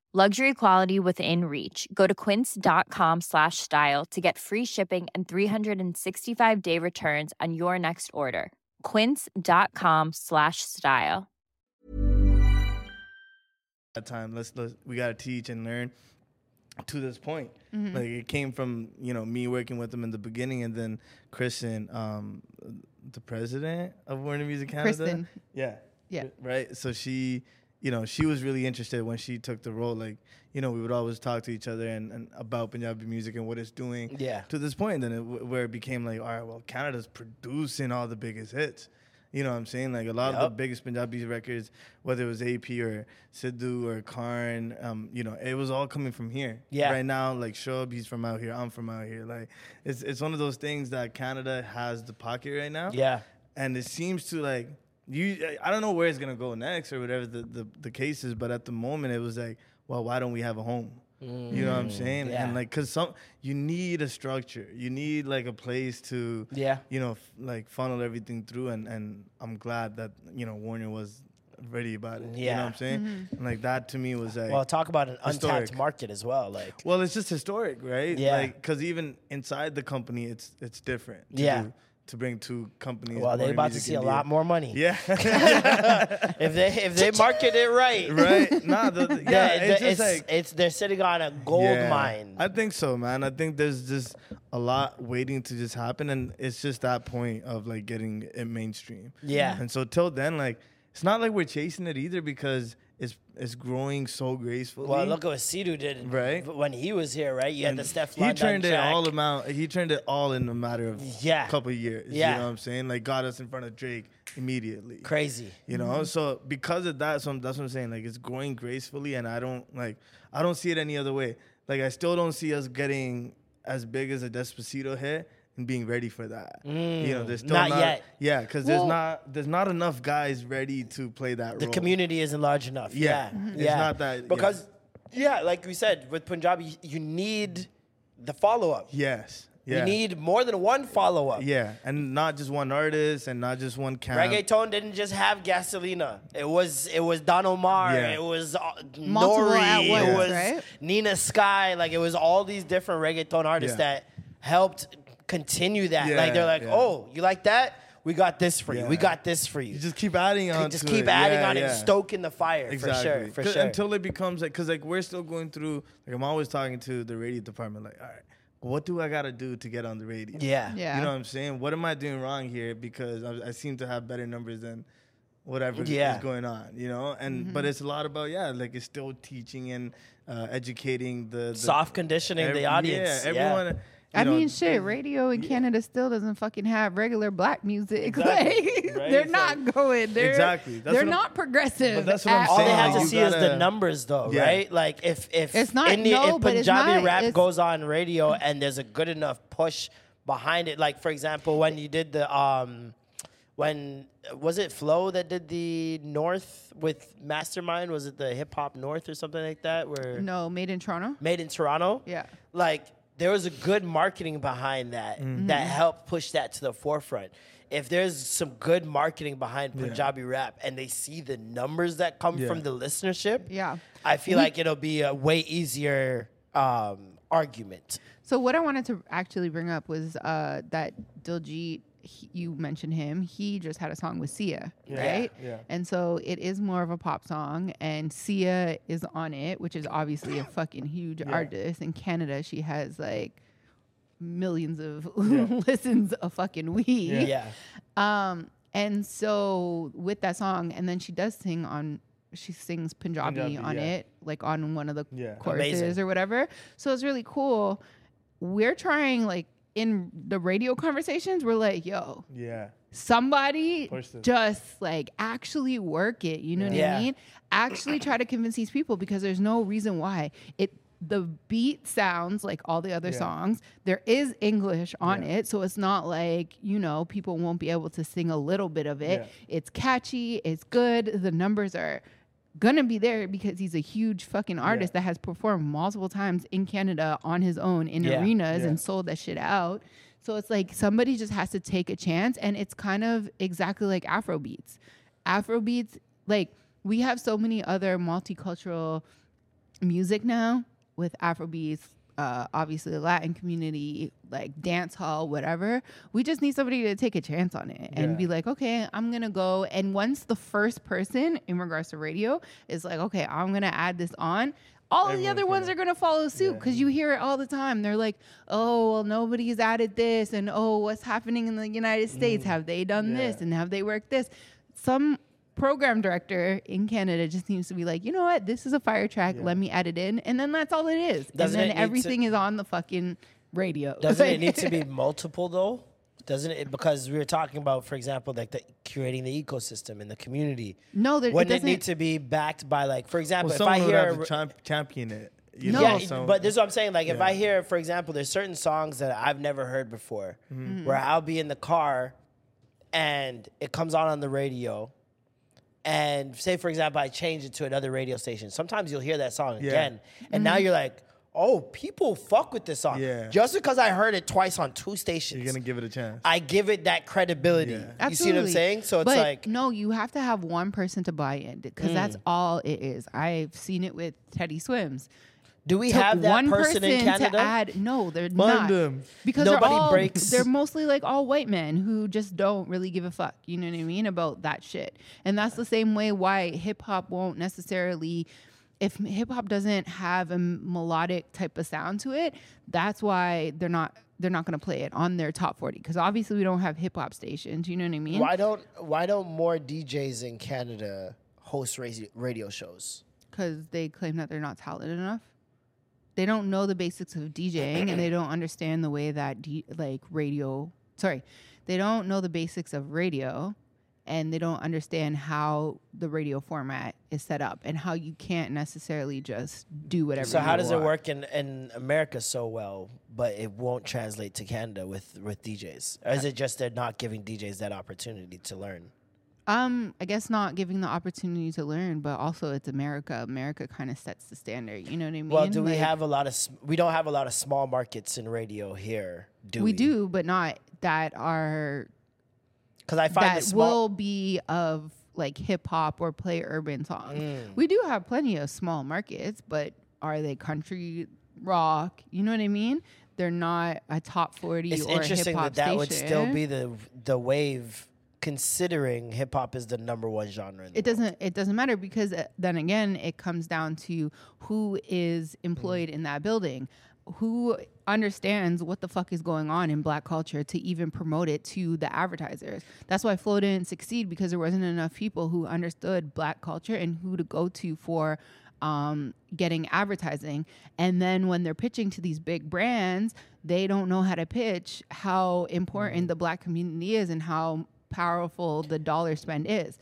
S6: Luxury quality within reach. Go to quince.com slash style to get free shipping and 365 day returns on your next order. Quince.com slash style.
S4: that time. Let's, let's we gotta teach and learn to this point.
S3: Mm-hmm.
S4: Like it came from you know me working with them in the beginning, and then Kristen, um, the president of Warner Music Canada.
S3: Kristen.
S4: Yeah.
S3: Yeah.
S4: Right. So she, you know, she was really interested when she took the role. Like you know, we would always talk to each other and, and about Punjabi music and what it's doing.
S1: Yeah.
S4: To this point, then it, w- where it became like, all right, well, Canada's producing all the biggest hits. You know what I'm saying? Like a lot of the
S1: Yup.
S4: biggest Punjabi records, whether it was AP or Sidhu or Karn, um, you know, it was all coming from here.
S1: Yeah.
S4: Right now, like Shob, he's from out here. I'm from out here. Like, it's it's one of those things that Canada has the pocket right now.
S1: Yeah.
S4: And it seems to like you. I don't know where it's gonna go next or whatever the the, the case is, but at the moment, it was like, well, why don't we have a home? You know what I'm saying?
S1: Mm, yeah.
S4: And like, cause some you need a structure. You need like a place to
S1: Yeah.
S4: you know, f- like funnel everything through. And, and I'm glad that, you know, Warner was ready about it. You know
S1: Yeah.
S4: what I'm saying? And like that to me was like,
S1: Well, talk about an
S4: Historic.
S1: untapped market as well. Like,
S4: well, it's just historic, right?
S1: Yeah.
S4: Like, cause even inside the company, it's, it's different. To
S1: Yeah.
S4: do- to bring two companies.
S1: well, they're
S4: Warner
S1: about to
S4: Music
S1: see a
S4: India.
S1: lot more money.
S4: Yeah.
S1: If they if they market it right,
S4: right. Nah, the, the-
S1: yeah,
S4: yeah. It's
S1: it's,
S4: just
S1: it's,
S4: like,
S1: they're sitting on a gold
S4: Yeah.
S1: mine.
S4: I think so, man. I think there's just a lot waiting to just happen, and it's just that point of like getting it mainstream.
S1: Yeah.
S4: And so till then, like, it's not like we're chasing it either because it's it's growing so gracefully.
S1: well, look at what Sidhu did
S4: Right.
S1: when he was here, right? You had the Steph
S4: he
S1: London
S4: turned it
S1: track.
S4: all amount. He turned it all in a matter of
S1: Yeah.
S4: couple years.
S1: Yeah.
S4: You know what I'm saying? Like got us in front of Drake immediately.
S1: crazy.
S4: You know, so because of that, so I'm- that's what I'm saying. Like it's growing gracefully, and I don't like I don't see it any other way. Like I still don't see us getting as big as a Despacito hit and being ready for that. you know, there's still
S1: Mm, not yet.
S4: Yeah, because
S3: Well-
S4: there's not there's not enough guys ready to play that
S1: The
S4: role.
S1: community isn't large enough.
S4: Yeah.
S1: Yeah.
S4: Mhm.
S1: yeah.
S4: It's not that- yeah.
S1: because yeah. like we said with Punjabi, you need the follow up.
S4: Yes.
S1: You
S4: Yeah.
S1: need more than one follow up.
S4: yeah, and not just one artist, and not just one camp.
S1: Reggaeton didn't just have Gasolina. It was it was Don Omar.
S4: Yeah.
S1: It was uh,
S3: Multiple
S1: Nori.
S3: at once,
S1: it was
S3: right?
S1: Nina Sky. Like it was all these different reggaeton artists
S4: Yeah.
S1: that helped continue that.
S4: Yeah,
S1: like they're like,
S4: yeah.
S1: oh, you like that? We got this for you. We
S4: Yeah.
S1: got this for you.
S4: You just keep adding on.
S1: just
S4: to
S1: keep
S4: it.
S1: adding
S4: Yeah,
S1: on it,
S4: yeah.
S1: and stoking the fire
S4: Exactly.
S1: for sure. For
S4: 'Cause
S1: sure.
S4: Until it becomes like, cause like we're still going through. Like I'm always talking to the radio department. Like, all right, what do I gotta do to get on the radio?
S1: yeah.
S3: Yeah.
S4: You know what I'm saying? What am I doing wrong here? Because I, I seem to have better numbers than whatever
S1: Yeah.
S4: is going on. You know, and
S3: Mm-hmm.
S4: but it's a lot about yeah, like it's still teaching and uh, educating the, the
S1: Soft conditioning
S4: ev-
S1: the audience.
S4: Yeah, everyone. you
S3: I
S4: know,
S3: mean, shit, radio in Canada still doesn't fucking have regular black music.
S4: Exactly,
S3: Like,
S4: right?
S3: they're
S4: It's
S3: not
S4: like-
S3: going. They're,
S4: Exactly. That's
S3: they're
S4: what I'm-
S3: not progressive.
S4: But that's what I'm
S3: at
S1: All they
S4: saying,
S3: all.
S1: have to
S4: you
S1: see is the
S4: gotta-
S1: numbers, though,
S4: Yeah.
S1: right? Like if if
S3: It's not-
S1: Indian,
S3: no,
S1: if
S3: but it's
S1: Punjabi
S3: not.
S1: rap
S3: It's-
S1: goes on radio and there's a good enough push behind it, like for example when you did the um. when was it Flo that did the North with Mastermind? Was it the Hip Hop North or something like that? Where
S3: No, made in Toronto.
S1: made in Toronto?
S3: Yeah.
S1: like there was a good marketing behind that
S4: Mm-hmm.
S1: that helped push that to the forefront. If there's some good marketing behind Punjabi rap and they see the numbers that come from the listenership,
S3: Yeah.
S1: I feel like it'll be a way easier um, argument.
S3: So what I wanted to actually bring up was uh, that Diljit, he, you mentioned him. He just had a song with Sia, right?
S4: Yeah.
S3: And so it is more of a pop song, and Sia is on it, which is obviously a fucking huge artist in Canada. She has like millions of listens a fucking week.
S1: Yeah.
S3: Um, and so with that song, and then she does sing on she sings Punjabi,
S4: Punjabi,
S3: on
S4: yeah.
S3: it, like on one of the
S4: Yeah.
S3: choruses
S1: Amazing.
S3: or whatever. So it's really cool. We're trying like in the radio conversations, we're like, yo,
S4: Yeah.
S3: somebody
S4: Push this.
S3: just like actually work it. You know what
S1: Yeah.
S3: I mean? Actually try to convince these people because there's no reason why it. The beat sounds like all the other
S4: Yeah.
S3: songs. There is English on it, so it's not like you know people won't be able to sing a little bit of it.
S4: Yeah.
S3: It's catchy. It's good. The numbers are gonna be there because he's a huge fucking artist that has performed multiple times in Canada on his own in
S1: Yeah.
S3: arenas
S4: Yeah.
S3: and sold that shit out. So it's like somebody just has to take a chance, and it's kind of exactly like Afro beats. Afro beats, like we have so many other multicultural music now with Afrobeats, uh, obviously the Latin community, like dance hall, whatever. We just need somebody to take a chance on it and
S4: Yeah.
S3: be like, okay, I'm gonna go. And once the first person in regards to radio is like, okay, I'm gonna add this on. All of the
S4: Everyone's
S3: other ones
S4: gonna-
S3: are gonna follow suit because you hear it all the time. They're like, "Oh, well, nobody's added this," and "Oh, what's happening in the United
S1: Mm.
S3: States? Have they done this?
S4: Yeah.
S3: And have they worked this?" Some program director in Canada just seems to be like, "You know what? This is a fire track. Let me add it in," and then that's all it is.
S1: Doesn't it
S3: and
S1: need
S3: then
S1: to-
S3: everything is on the fucking radio.
S1: Doesn't it
S3: Like-
S1: need to be multiple though? Doesn't it? Because we were talking about, for example, like the curating the ecosystem and the community.
S3: No, there- it
S1: wouldn't it, need
S3: doesn't-
S1: to be backed by like, for example,
S4: Well,
S1: if I
S4: someone would
S1: hear
S4: have to champ- champion it. You
S3: No.
S4: know,
S1: yeah,
S4: someone-
S1: but this is what I'm saying. Like, if I hear, for example, there's certain songs that I've never heard before,
S4: Mm-hmm.
S1: where I'll be in the car, and it comes on on the radio, and say, for example, I change it to another radio station. Sometimes you'll hear that song again, and now you're like, oh, people fuck with this song.
S4: Mm-hmm. Yeah.
S1: Just because I heard it twice on two stations,
S4: you're gonna give it a chance.
S1: I give it that credibility. You see what I'm
S3: Absolutely.
S1: saying? So it's
S3: But
S1: like, Mm.
S3: no, you have to have one person to buy in because that's all it is. I've seen it with Teddy Swims.
S1: do we
S3: took
S1: have that
S3: one
S1: person, in Canada?
S3: to add. No, they're not
S4: them.
S3: because
S1: Nobody
S3: they're all,
S1: breaks-
S3: They're mostly like all white men who just don't really give a fuck. You know what I mean about that shit. And that's the same way why hip hop won't necessarily. If hip hop doesn't have a melodic type of sound to it, that's why they're not they're not going to play it on their top forty because obviously we don't have hip hop stations. You know what I mean?
S1: Why don't Why don't more DJs in Canada host radio, radio shows?
S3: because they claim that they're not talented enough. They don't know the basics of DJing and they don't understand the way that D- like radio. Sorry, they don't know the basics of radio, and they don't understand how the radio format is set up and how you can't necessarily just do whatever.
S1: So
S3: you
S1: how does it
S3: want.
S1: work in, in America so well, but it won't translate to Canada with with DJs? Or is it just they're not giving DJs that opportunity to learn?
S3: Um, I guess not giving the opportunity to learn, but also it's America. America kind of sets the standard. You know what I mean?
S1: Well, do we
S3: Like-
S1: have a lot of sm- we don't have a lot of small markets in radio here? Do we?
S3: We do, but not that are
S1: because I find the
S3: that
S1: small.
S3: will be of like hip hop or play urban songs.
S1: Mm.
S3: We do have plenty of small markets, but are they country rock? You know what I mean? They're not a top forty
S1: it's
S3: or
S1: interesting
S3: hip hop
S1: that that would still
S3: station.
S1: be the the wave, considering hip hop is the number one genre. In the
S3: It doesn't. It doesn't matter because uh, then again, it comes down to who is employed in that building, who understands what the fuck is going on in Black culture to even promote it to the advertisers. That's why Flow didn't succeed because there wasn't enough people who understood Black culture and who to go to for. Um, getting advertising, and then when they're pitching to these big brands, they don't know how to pitch how important the black community is and how powerful the dollar spend is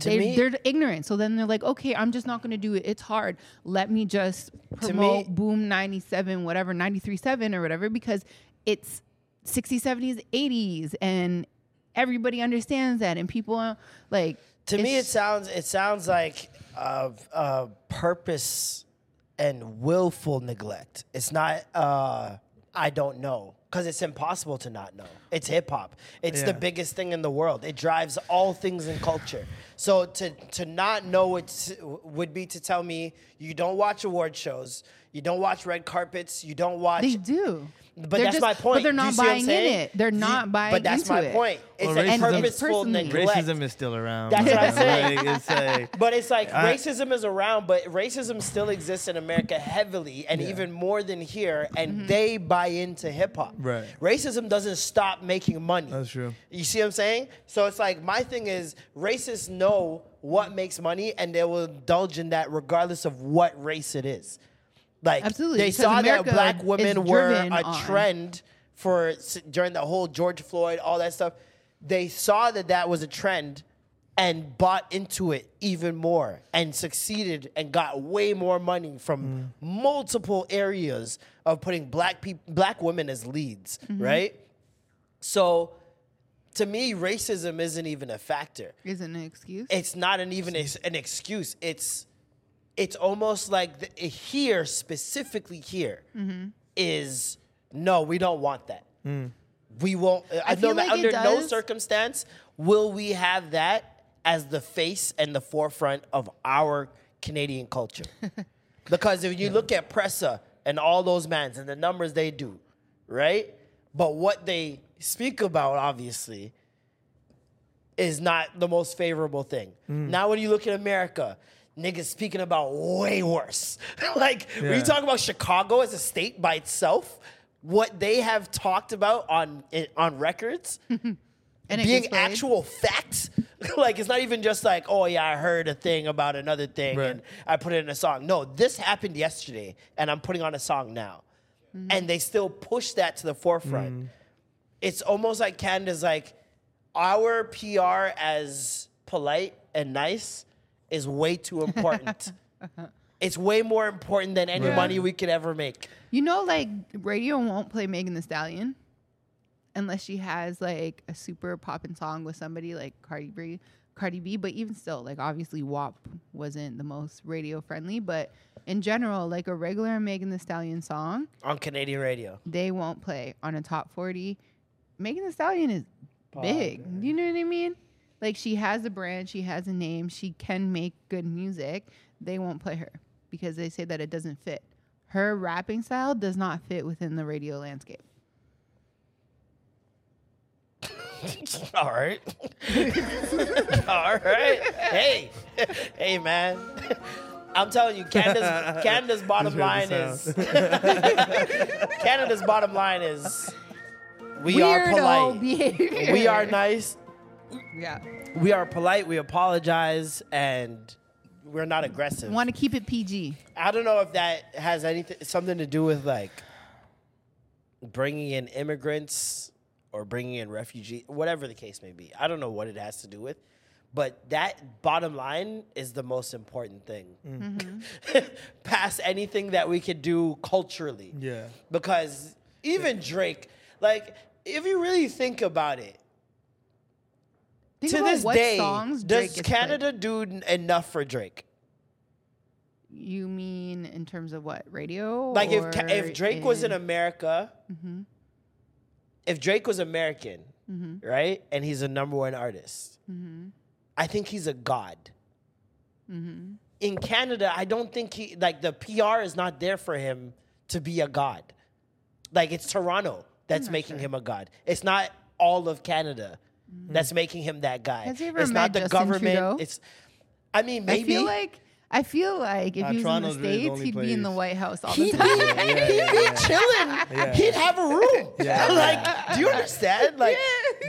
S1: To
S3: they,
S1: me-
S3: they're ignorant. So then they're like, okay, I'm just not going to do it. It's hard. Let me just promote
S1: me-
S3: Boom 97, whatever, 93.7 or whatever, because it's 60s, 70s, 80s, and everybody understands that, and people uh, like
S1: To me, it
S3: it's-
S1: sounds it sounds like a, a purpose and willful neglect. It's not uh, I don't know because it's impossible to not know. It's hip hop. It's the
S4: Yeah.
S1: biggest thing in the world. It drives all things in culture. So to to not know it would be to tell me you don't watch award shows, you don't watch red carpets, you don't watch.
S3: they do.
S1: But
S3: They're
S1: that's
S3: just-
S1: my point.
S3: But they're
S1: Do you
S3: not
S1: see what I'm
S3: buying in
S1: saying?
S3: it. They're
S1: You-
S3: not buying
S1: But that's
S3: into
S1: my
S3: it.
S1: point. It's
S4: Well,
S1: a
S4: racism-
S1: purposeful
S3: And it's
S1: neglect.
S4: Racism is still around.
S1: That's what I'm
S4: Like,
S1: saying.
S4: it's like,
S1: But it's like
S4: I-
S1: racism is around, but racism still exists in America heavily and even more than here, and they buy into hip hop.
S4: Right.
S1: Racism doesn't stop making money.
S4: That's true.
S1: You see what I'm saying? So it's like my thing is racists know what makes money and they will indulge in that regardless of what race it is. Like
S3: Absolutely,
S1: they
S3: because
S1: saw
S3: America
S1: that black
S3: is
S1: women were
S3: driven
S1: a
S3: on-
S1: trend for s- during the whole George Floyd, all that stuff. They saw that that was a trend and bought into it even more and succeeded and got way more money from
S3: Mm.
S1: multiple areas of putting black people, black women as leads,
S3: Mm-hmm.
S1: right? So, to me, racism isn't even a factor
S3: Isn't an excuse.
S1: it's not an even ex- an excuse. It's it's almost like the, here specifically here is
S3: Mm-hmm.
S1: no, we don't want that. We won't. uh, I, know
S3: Mm. feel
S1: that
S3: like it
S1: under no
S3: does-
S1: circumstance will we have that as the face and the forefront of our Canadian culture. because if you look at Pressa and all those mans and the numbers they do, right? But what they speak about, obviously, is not the most favorable thing. Now, when you look at America, niggas speaking about way worse. like, when
S4: Yeah.
S1: you talk about Chicago as a state by itself, what they have talked about on i- on records
S3: and it
S1: being
S3: gets played.
S1: actual facts. like, it's not even just like, oh, yeah, I heard a thing about another thing
S4: Right.
S1: and I put it in a song. No, this happened yesterday and I'm putting on a song now.
S3: Mm-hmm.
S1: And they still push that to the forefront
S4: Mm.
S1: it's almost like Canada's like our PR as polite and nice is way too important. it's way more important than any
S4: Right.
S1: money we could ever make.
S3: You know, like radio won't play Megan the Stallion unless she has like a super poppin' song with somebody like Cardi B. Cardi B, but even still, like obviously WAP wasn't the most radio friendly, but in general, like a regular Megan the Stallion song,
S1: On Canadian radio.
S3: they won't play on a top forty. Megan the Stallion is big. You know what I mean? Like she has a brand, she has a name, she can make good music. They won't play her because they say that it doesn't fit. Her rapping style does not fit within the radio landscape.
S1: All right. All right. Hey. Hey man. I'm telling you, Canada's Canada's bottom
S4: Just
S1: line
S4: heard
S1: is
S4: the
S1: Canada's bottom line is we are polite.
S3: behavior.
S1: We are nice.
S3: Yeah.
S1: We are polite. We apologize, and we're not aggressive.
S3: Want to keep it PG.
S1: I don't know if that has anything something to do with like bringing in immigrants or bringing in refugees, whatever the case may be. I don't know what it has to do with, but that bottom line is the most important thing.
S3: Mm-hmm.
S1: Past anything that we could do culturally.
S4: Yeah.
S1: Because even Drake, like if you really think about it,
S3: Think
S1: to
S3: about
S1: this
S3: what
S1: day,
S3: songs Drake
S1: does
S3: gets
S1: Canada do n- enough for Drake?
S3: played. You mean in terms of what radio?
S1: Like if
S3: or
S1: Ca- if Drake was in
S3: in- Mm-hmm.
S1: America, if Drake was American,
S3: Mm-hmm.
S1: right, and he's a number one artist, I think he's a god.
S3: Mm-hmm.
S1: In Canada, I don't think he like the PR is not there for him to be a god. Like it's Toronto that's making him a god. It's not all of Canada that's making him that guy.
S3: Mm-hmm. Has he ever
S1: it's
S3: met
S1: not the
S3: Justin
S1: government.
S3: Trudeau?
S1: It's I mean maybe
S3: I feel like I feel like if
S4: Nah,
S3: he was
S4: Toronto's
S3: in the
S4: really the
S3: states,
S4: only
S3: he'd be in the
S4: place.
S3: White House all
S1: He'd
S3: the
S1: be,
S3: time.
S1: he'd be chilling.
S4: Yeah.
S1: He'd have a room.
S4: Yeah.
S1: like, do you understand? Like,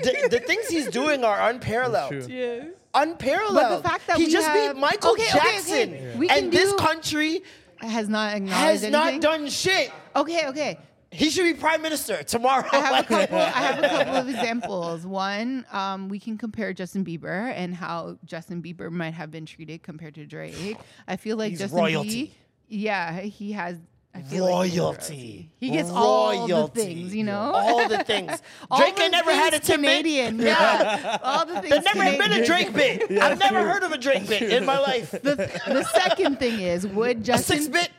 S1: the, the things he's doing are unparalleled.
S4: That's true.
S3: Yes.
S1: Unparalleled.
S3: But the fact that
S1: he
S3: we
S1: just
S3: have-
S1: beat Michael
S3: Okay, okay, okay.
S1: Jackson,
S3: We can
S1: and this
S3: do-
S1: country
S3: Has not acknowledged
S1: has
S3: anything?
S1: not done shit.
S3: Okay, okay.
S1: He should be prime minister tomorrow.
S3: I have a
S1: Like-
S3: couple. I have a couple of examples. One, um, we can compare Justin Bieber and how Justin Bieber might have been treated compared to Drake. I feel like
S1: He's
S3: Justin B-
S1: royalty.
S3: yeah, he has I feel like he's
S1: Royalty.
S3: He gets all the
S1: Royalty.
S3: things, you know.
S1: All the things.
S3: All
S1: Drake
S3: the
S1: ain't never had a
S3: things
S1: Timbit.
S3: Canadian. Yeah, all the things.
S1: There's never
S3: Canadian.
S1: been a Drake bit. I've never heard of a Drake bit in my life.
S3: The, the second thing is, would
S1: A six
S3: Justin
S1: bit.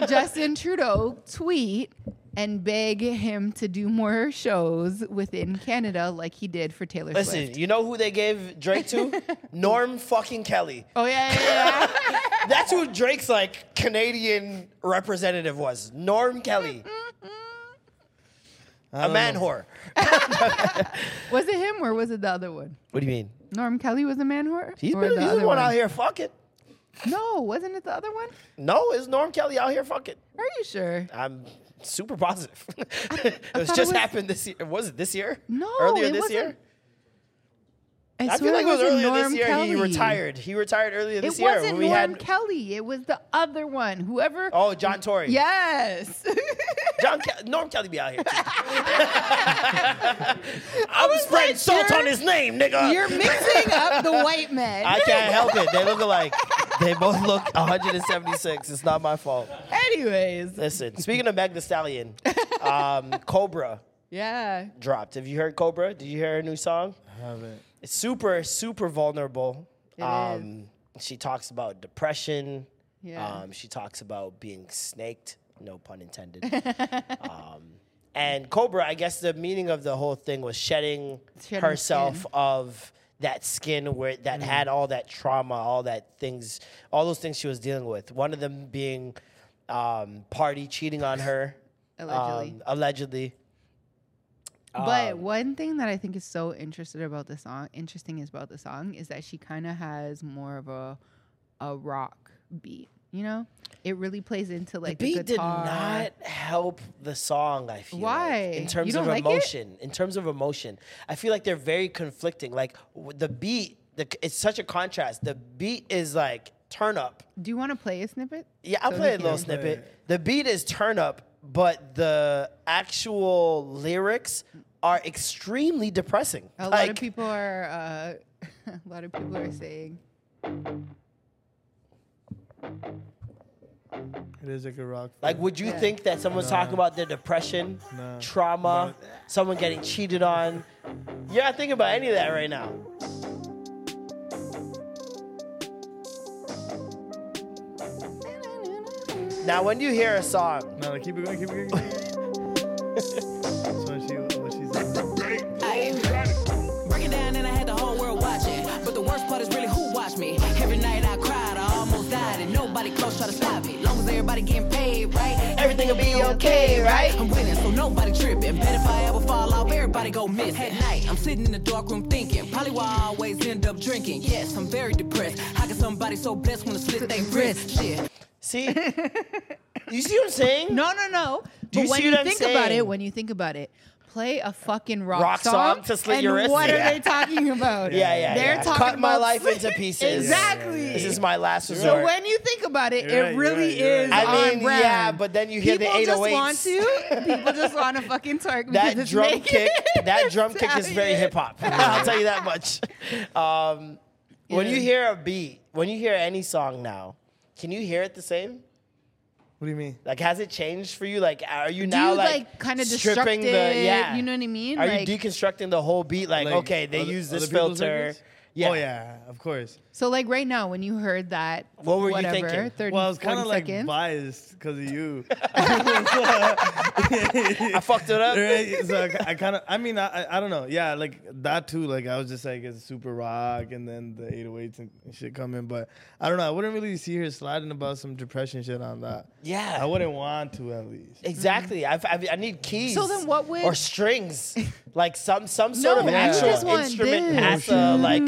S3: would Justin Trudeau tweet and beg him to do more shows within Canada like he did for Taylor
S1: Listen,
S3: Swift?
S1: you know who they gave Drake to? Norm fucking Kelly.
S3: Oh yeah, yeah, yeah.
S1: That's who Drake's like Canadian representative was. Norm Kelly. A man whore.
S3: was it him or was it the other one?
S1: What do you mean?
S3: Norm Kelly was a man whore.
S1: He's
S3: Or
S1: been
S3: the
S1: he's the
S3: other
S1: one, out here fucking.
S3: No, wasn't it the other one?
S1: No, is Norm Kelly out here fucking?
S3: Are you sure?
S1: I'm super positive. it was
S3: thought it
S1: just
S3: was-
S1: happened this year. Was it this year?
S3: No,
S1: Earlier
S3: it
S1: this
S3: wasn't.
S1: year?
S3: I,
S1: I
S3: swear
S1: feel like it was
S3: wasn't
S1: earlier
S3: Norm
S1: this year.
S3: Kelly.
S1: He retired. He retired earlier this
S3: It
S1: year.
S3: wasn't
S1: when we
S3: Norm
S1: had,
S3: Kelly. It was the other one. Whoever.
S1: Oh, Uh, John Tory.
S3: Yes.
S1: John Ke- Norm Kelly be out here. Too. I'm spreading
S3: like,
S1: salt
S3: you're-
S1: on his name, nigga.
S3: You're mixing up the white men.
S1: I can't help it. They look alike. They both look 176. It's not my fault.
S3: Anyways.
S1: Listen, speaking of Meg Thee Stallion, um, Cobra
S3: Yeah.
S1: dropped. Have you heard Cobra? Did you hear her new song? It's super, super vulnerable.
S3: It
S1: Um, She talks about depression.
S3: Yeah.
S1: Um, she talks about being snaked, no pun intended. um, and Cobra, I guess the meaning of the whole thing was shedding,
S3: Shedding
S1: herself
S3: skin. Mm.
S1: of that skin where that had all that trauma, all that things, all those things she was dealing with. One of them being um, party cheating on her,
S3: Allegedly.
S1: um, allegedly. Um,
S3: But one thing that I think is so interested about the song, interesting is about the song is that she kind of has more of a a rock beat. You know, it really plays into like the,
S1: beat did
S3: guitar.
S1: not help the song. I feel like,
S3: Why?
S1: in
S3: You
S1: terms
S3: don't
S1: of
S3: like it?
S1: emotion. In terms of emotion, I feel like they're very conflicting. Like w- the beat, the, it's such a contrast. The beat is like turn up.
S3: Do you want to play a snippet?
S1: Yeah, I'll
S3: So
S1: play
S3: he
S1: a little
S3: can-
S1: snippet. The beat is turn up, but the actual lyrics are extremely depressing.
S3: A lot of
S1: Like,
S3: people are. Uh, a lot of people are saying.
S4: It is like a rock.
S1: Like, would you think that someone's talking about their depression, trauma, someone getting cheated on? You're not thinking about any of that right now. Now, when you hear a song,
S4: No, like, keep it going, keep it going. Keep it going. so she, what she said.
S7: Break it down and I had the whole world watching. But the worst part is really who watched me. Every night I cried, I almost died, and nobody close tried to stop me. Long as everybody getting paid, right? Everything'll be okay, right? I'm winning, so nobody tripping. Bet if I ever fall off, everybody go miss. At night, I'm sitting in the dark room thinking. Probably why I always end up drinking. Yes, I'm very depressed. How can somebody so blessed want to slit their wrist? Shit.
S1: see, you see what I'm saying?
S3: No, no, no.
S1: Do
S3: but
S1: you
S3: when
S1: see
S3: you
S1: what I'm
S3: think about
S1: saying?
S3: it, when you think about it, play a fucking rock,
S1: Rock song to slit
S3: and
S1: your wrist?
S3: What
S1: Yeah.
S3: are they talking about?
S1: Yeah, yeah,
S3: They're
S1: yeah.
S3: talking
S1: Cut my
S3: about
S1: life
S3: slit-
S1: into pieces.
S3: exactly.
S1: This is my last resort.
S3: So when you think about it,
S4: You're
S3: it
S4: right, you're
S3: really
S4: right, you're
S3: is
S4: right.
S1: I
S3: on
S1: mean,
S3: brand.
S1: yeah, but then you hear the
S3: people just
S1: 808s.
S3: want to. People just want to fucking twerk because
S1: that
S3: it's
S1: drum
S3: naked.
S1: kick, that drum kick is very
S3: Italian.
S1: hip hop. I'll tell you that much. Um, When
S3: Yeah.
S1: you hear a beat, when you hear any song now, can you hear it the same?
S4: What do you mean?
S1: Like, has it changed for you? Like, are you
S3: Do
S1: now
S3: you
S1: like,
S3: like kind of
S1: stripping
S3: destructive?
S1: the yeah?
S3: You know what I mean?
S1: Are
S3: like,
S1: you deconstructing the whole beat? Like,
S4: Like,
S1: okay, they
S4: other-
S1: use
S4: other
S1: this
S4: people's
S1: filter.
S4: records?
S1: Yeah,
S4: Oh yeah, of course.
S3: so like right now, when you heard that,
S1: What were you
S3: whatever,
S1: thinking?
S3: 30,
S4: Well, I was kind
S3: 40
S4: of like
S3: seconds.
S4: biased because of you.
S1: I fucked it up.
S4: Right? So I, kind of, I mean, I, I, I don't know. Yeah, like that too. Like I was just like it's super rock, and then the 808s and shit come in. But I don't know. I wouldn't really see her sliding about some depression shit on that.
S1: Yeah.
S4: I wouldn't want to at least.
S1: Exactly.
S4: Mm-hmm.
S1: I've, I've, I need keys.
S3: So then what would-
S1: or strings, like some some sort of
S3: No, I
S1: actual
S3: just want
S1: instrument
S3: this.
S1: has a like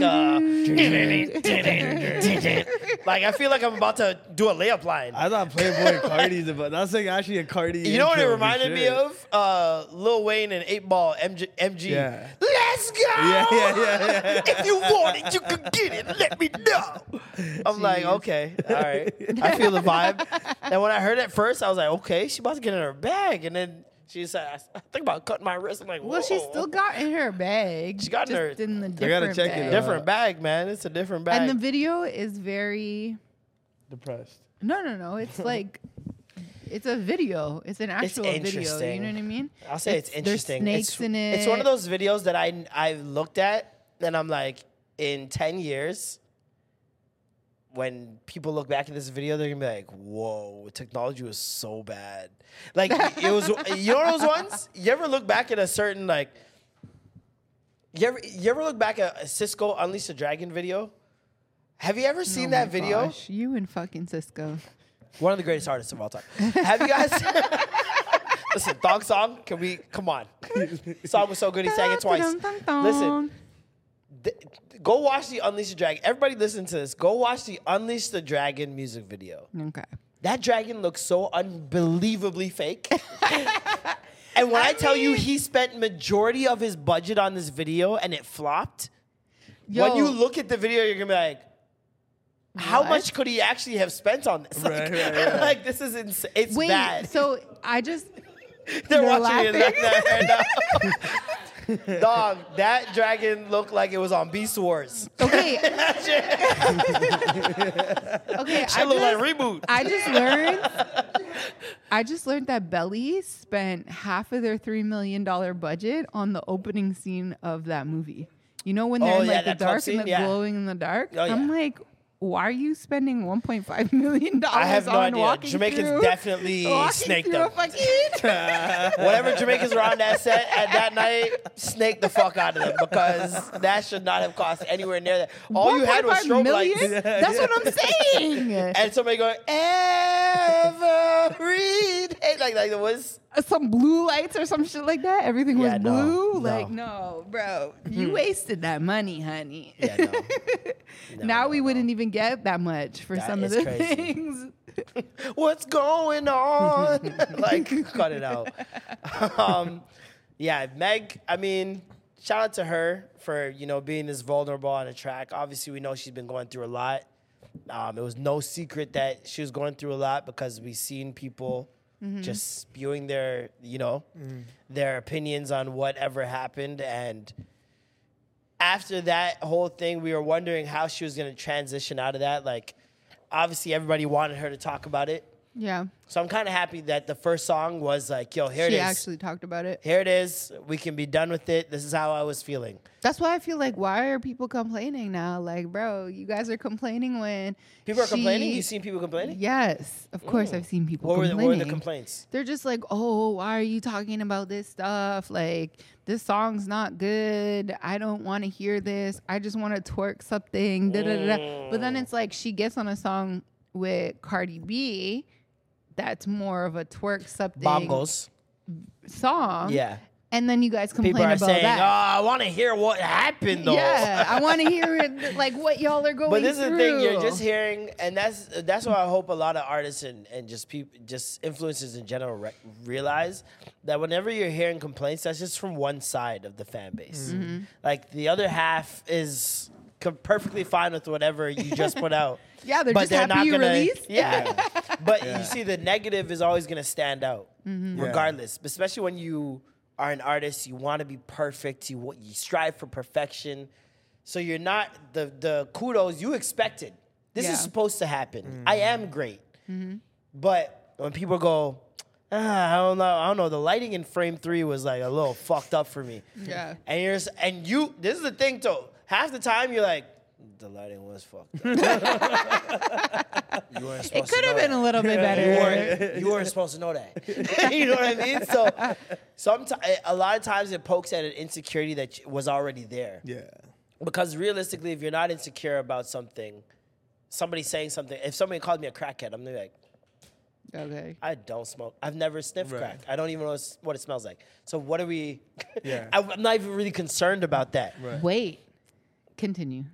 S1: a uh, like I feel like I'm about to do a layup line.
S4: I thought Playboy Cardi's about. That's like actually a Cardi.
S1: you know what it
S4: intro for
S1: reminded me
S4: sure.
S1: of? Uh, Lil Wayne and Eight Ball MG. MG.
S4: Yeah.
S1: Let's go.
S4: Yeah, yeah, yeah, yeah.
S1: If you want it, you can get it. Let me know. I'm like, okay, all right. I feel the vibe. And when I heard it first, I was like, okay, she about to get in her bag. And then she said, I I think about cutting my wrist. I'm like,
S3: Well, she
S1: whoa.
S3: still got in her bag.
S1: She got in
S3: just
S1: her-
S3: in the
S4: gotta
S3: different
S4: check it
S3: bag.
S4: out.
S1: different bag, man. It's a different bag.
S3: And the video is very
S4: Depressed.
S3: no, no, no. It's like It's a video. It's an actual video. You
S1: interesting.
S3: know what I mean?
S1: I'll say it's,
S3: there's
S1: interesting.
S3: snakes
S1: it's,
S3: in it.
S1: It's one of those videos that I I looked at and I'm like, in ten years, when people look back at this video, they're gonna be like, "Whoa, technology was so bad." Like it was. You know those ones? You ever look back at a certain like. You ever, you ever look back at a Cisco Unleash the Dragon video? Have you ever seen
S3: Oh
S1: that
S3: my
S1: video?
S3: gosh, you and fucking Cisco.
S1: One of the greatest artists of all time. Have you guys listen? Thong song? Can we? Come on. song was so good he sang it twice. Listen, th- go watch the Unleash the Dragon. Everybody, listen to this. Go watch the Unleash the Dragon music video.
S3: Okay.
S1: That dragon looks so unbelievably fake. and when I, tell you he spent majority of his budget on this video and it flopped, when you
S3: Yo.
S1: look at the video, you're gonna be like. How
S3: What?
S1: much could he actually have spent on this? Like,
S4: Right, right, right.
S1: like, this is insane. It's
S3: Wait,
S1: bad.
S3: so I just
S1: They're,
S3: They're
S1: watching it
S3: laughing.
S1: like that right now. Dog, that dragon looked like it was on Beast Wars.
S3: okay,
S1: That shit
S3: okay. I
S1: shit looked like
S3: just-
S1: reboot.
S3: I just learned. I just learned that Belly spent half of their three million dollar budget on the opening scene of that movie. You know when they're
S1: Oh,
S3: in
S1: yeah,
S3: like the
S1: that club
S3: dark
S1: scene?
S3: and the
S1: Yeah.
S3: glowing in the dark.
S1: Oh,
S3: I'm
S1: yeah.
S3: like, why are you spending 1.5 million dollars?
S1: I have no
S3: on
S1: idea.
S3: Walking
S1: Jamaicans
S3: through,
S1: definitely
S3: walking
S1: snaked
S3: through
S1: them.
S3: a fucking-
S1: Whatever Jamaicans were on that set at that night, snake the fuck out of them because that should not have cost anywhere near that. All you had was
S3: 1.5
S1: strobe
S3: million?
S1: lights
S3: That's what I'm saying.
S1: and somebody going, ever read. Like, like it was
S3: Uh, some blue lights or some shit like that. Everything
S1: Yeah,
S3: was
S1: no,
S3: blue.
S1: no. Hmm.
S3: Like, no, bro, you wasted that money, honey.
S1: Yeah, no. No,
S3: now
S1: no,
S3: we
S1: no.
S3: wouldn't even get that much for
S1: That
S3: some of
S1: is
S3: the
S1: crazy.
S3: things.
S1: what's going on? like, cut it out. Um, yeah, Meg, I mean, shout out to her for, you know, being this vulnerable on a track. Obviously, we know she's been going through a lot. Um, it was no secret that she was going through a lot because we've seen people just spewing their, you know, their opinions on whatever happened. And after that whole thing, we were wondering how she was going to transition out of that. Like, obviously, everybody wanted her to talk about it.
S3: Yeah,
S1: So I'm kind of happy that the first song was like, yo, here it
S3: she
S1: is.
S3: actually talked about it.
S1: here it is. We can be done with it. This is how I was feeling.
S3: That's why I feel like, why are people complaining now? Like, bro, you guys are complaining when
S1: People are complaining.
S3: she-
S1: You seen people complaining?
S3: Yes, of course, I've seen people
S1: What were, the,
S3: complaining.
S1: what were the complaints?
S3: they're just like, oh, why are you talking about this stuff? Like, this song's not good. I don't want to hear this. I just want to twerk something. Da, da, da, da. But then it's like she gets on a song with Cardi B that's more of a twerk something
S1: Bongos.
S3: song.
S1: Yeah.
S3: And then you guys complain
S1: People are
S3: about
S1: saying, oh,
S3: that.
S1: I want to hear what happened though.
S3: yeah, I want to hear it, like what y'all are going
S1: But this is the thing you're
S3: through.
S1: just hearing, and that's that's what I hope a lot of artists and, and just people, just influencers in general re- realize that whenever you're hearing complaints, that's just from one side of the fan base.
S3: Mm-hmm.
S1: Like the other half is com- perfectly fine with whatever you just put out.
S3: Yeah, they're just happy you released.
S1: Yeah, but you see, the negative is always gonna stand out,
S3: Mm-hmm.
S1: regardless. Especially when you are an artist, you want to be perfect. You wa- you strive for perfection. So you're not the the kudos you expected. This
S3: Yeah. Mm-hmm.
S1: is supposed to happen. I am great. But when people go, ah, I don't know, I don't know. The lighting in frame three was like a little fucked up for me.
S3: Yeah.
S1: And you're s- and you this is the thing though. Half the time you're like, the lighting was fucked up. you weren't supposed
S3: it could have
S1: to know
S3: been
S1: that.
S3: a little bit
S1: You
S3: better.
S1: weren't, you weren't supposed to know that. you know what I mean? So sometimes a lot of times it pokes at an insecurity that was already there.
S4: Yeah.
S1: Because realistically, if you're not insecure about something, somebody saying something, if somebody called me a crackhead, I'm gonna be like,
S3: okay.
S1: I don't smoke. I've never sniffed
S4: Right.
S1: crack. I don't even know s- what it smells like. So what are we?
S4: Yeah.
S1: I, am not even really concerned about that.
S4: Right.
S3: Wait, continue.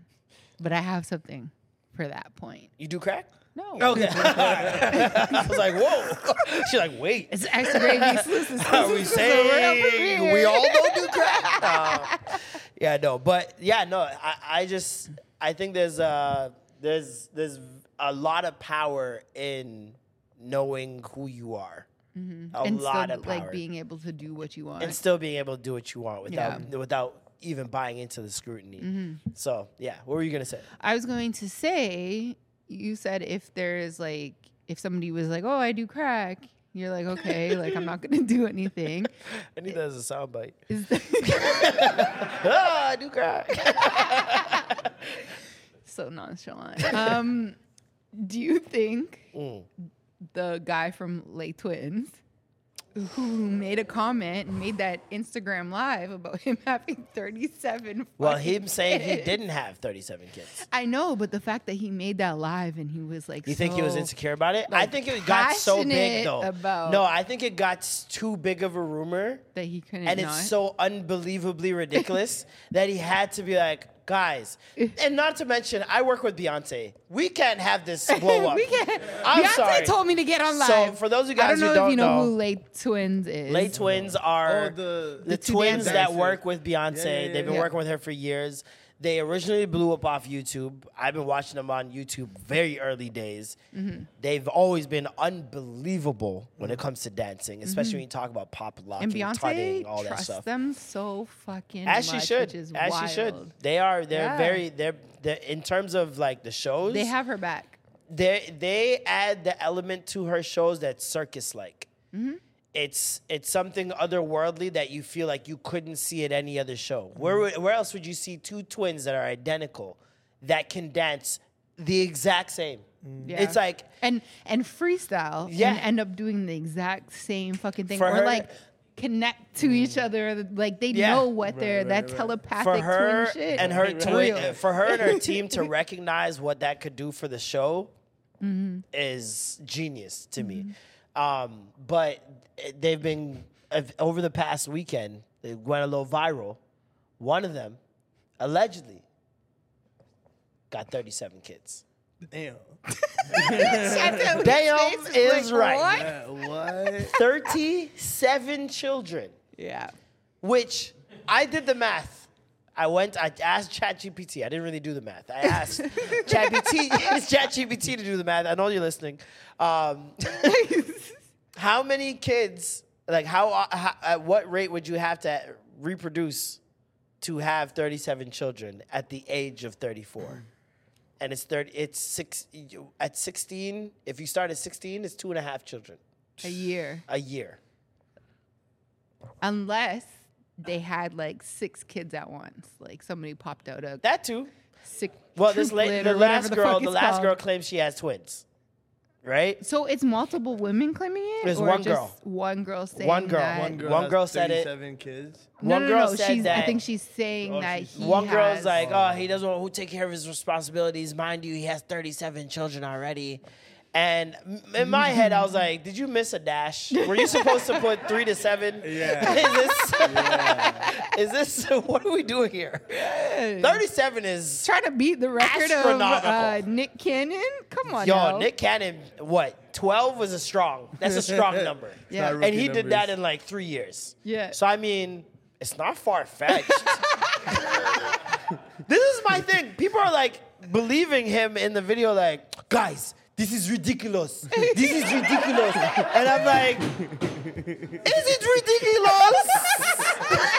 S3: But I have something for that point.
S1: You do crack?
S3: No.
S1: Okay. I was like, whoa. She's like, wait.
S3: It's extra gravy. This is-
S1: Are we
S3: this is a
S1: saying
S3: real
S1: we all don't do crack? No. yeah, no, but yeah, no. I, I just I think there's uh there's there's a lot of power in knowing who you are. A
S3: Mm-hmm. and
S1: lot
S3: still,
S1: of power.
S3: like being able to do what you want.
S1: and still being able to do what you want without without even buying into the scrutiny.
S3: Mm-hmm.
S1: So yeah, what were you gonna say?
S3: I was going to say, you said if there is like, if somebody was like, oh, I do crack, You're like, okay, like I'm not gonna do anything.
S1: I need that as a soundbite.
S3: Is that-
S1: Ah, I do cry.
S3: so nonchalant. Um, do you think
S1: Mm.
S3: the guy from Lay Twins who made a comment and made that Instagram live about him having 37
S1: well,
S3: fucking
S1: him saying he
S3: kids-
S1: didn't have 37 kids.
S3: I know, but the fact that he made that live and he was like,
S1: You think he was
S3: so-
S1: insecure about it? I
S3: like,
S1: think it got so big
S3: passionate
S1: though.
S3: about-
S1: no, I think it got s- too big of a rumor.
S3: that he couldn't.
S1: and
S3: not.
S1: it's so unbelievably ridiculous that he had to be like guys and not to mention i work with beyonce we can't have this blow up
S3: we can't.
S1: I'm
S3: Beyonce
S1: sorry.
S3: told me to get on
S1: So,
S3: live.
S1: for those of you
S3: I
S1: guys
S3: don't
S1: who
S3: know if
S1: don't
S3: you know,
S1: know-
S3: who Lay Twins is.
S1: lay twins are
S4: Oh, the-
S1: the
S4: The
S3: two
S1: twins that
S4: dancers.
S1: work with beyonce
S4: Yeah, yeah, yeah,
S1: they've been
S4: yeah.
S1: working with her for years they originally blew up off youtube i've been watching them on youtube very early days
S3: Mm-hmm.
S1: they've always been unbelievable when it comes to dancing especially when you talk about pop locking
S3: Mm-hmm. and
S1: tutting
S3: Beyonce
S1: all that
S3: trusts
S1: stuff
S3: them so fucking
S1: as she
S3: much,
S1: should
S3: which is
S1: as
S3: wild.
S1: she should they are they're
S3: Yeah.
S1: very they're, they're in terms of like the shows
S3: They have her back.
S1: they they add the element to her shows that's circus like it's it's something otherworldly that you feel like you couldn't see at any other show where would- where else would you see two twins that are identical that can dance the exact same
S3: Yeah.
S1: it's like
S3: and and freestyle
S1: Yeah.
S3: and end up doing the exact same fucking thing
S1: For
S3: or
S1: her- Mm.
S3: like connect to each other like they
S1: Yeah.
S3: know what they're
S4: right,
S3: that
S4: right.
S3: telepathic
S1: for her
S3: twin shit
S1: and her
S3: It's
S1: twin,
S3: real.
S1: for her and her team to recognize what that could do for the show
S3: Mm-hmm.
S1: is genius to me. Um, but they've been if- over the past weekend they went a little viral. One of them allegedly got 37 kids.
S4: Damn.
S1: Damn
S3: It's
S1: is
S3: like,
S1: right.
S3: what?
S4: Uh, what?
S1: 37 children.
S3: yeah
S1: which I did the math. I went, I asked ChatGPT. I didn't really do the math. I asked ChatGPT, it's ChatGPT to do the math. I know you're listening. Um, how many kids, like, how, uh, how, at what rate would you have to reproduce to have 37 children at the age of 34? And it's 30, it's six, you- at 16, if you start at 16, it's two and a half children
S3: a year
S1: a year.
S3: unless they had like six kids at once like somebody popped out a
S1: That too.
S3: six
S1: Well, this
S3: triplet
S1: lady,
S3: or
S1: the
S3: whatever
S1: last
S3: the
S1: girl,
S3: fuck
S1: the
S3: it's
S1: last
S3: called.
S1: girl claims she has twins, right?
S3: so it's multiple women claiming it
S1: There's
S3: or
S1: one
S3: just
S1: girl.
S3: one girl saying
S1: One girl,
S3: that?
S4: One girl,
S1: One
S4: has
S1: girl said it.
S4: 37 kids.
S3: no,
S1: one
S3: no,
S1: girl
S3: no,
S1: said
S3: she's,
S1: that.
S3: I think Oh, she's saying that
S4: she's-
S3: he
S1: One girl's
S3: has-
S1: like, oh, he doesn't want who take care of his responsibilities. Mind you, he has 37 children already. And m- in my head, I was like, did you miss a dash? Were you supposed to put three to seven?
S4: Yeah.
S1: Is this, is this, what are we doing here? 37 is,
S3: trying to beat the record of uh,
S1: Astronomical.
S3: Nick Cannon. Come on,
S1: yo,
S3: now.
S1: Nick Cannon, what? 12 was a strong, that's a strong number.
S3: Yeah.
S4: Not
S1: And he
S4: rookie
S1: did that
S4: numbers.
S1: in like three years.
S3: Yeah.
S1: So I mean, it's not far fetched. this is my thing. People are like believing him in the video, like, guys, this is ridiculous. This is ridiculous. And I'm like, is it ridiculous?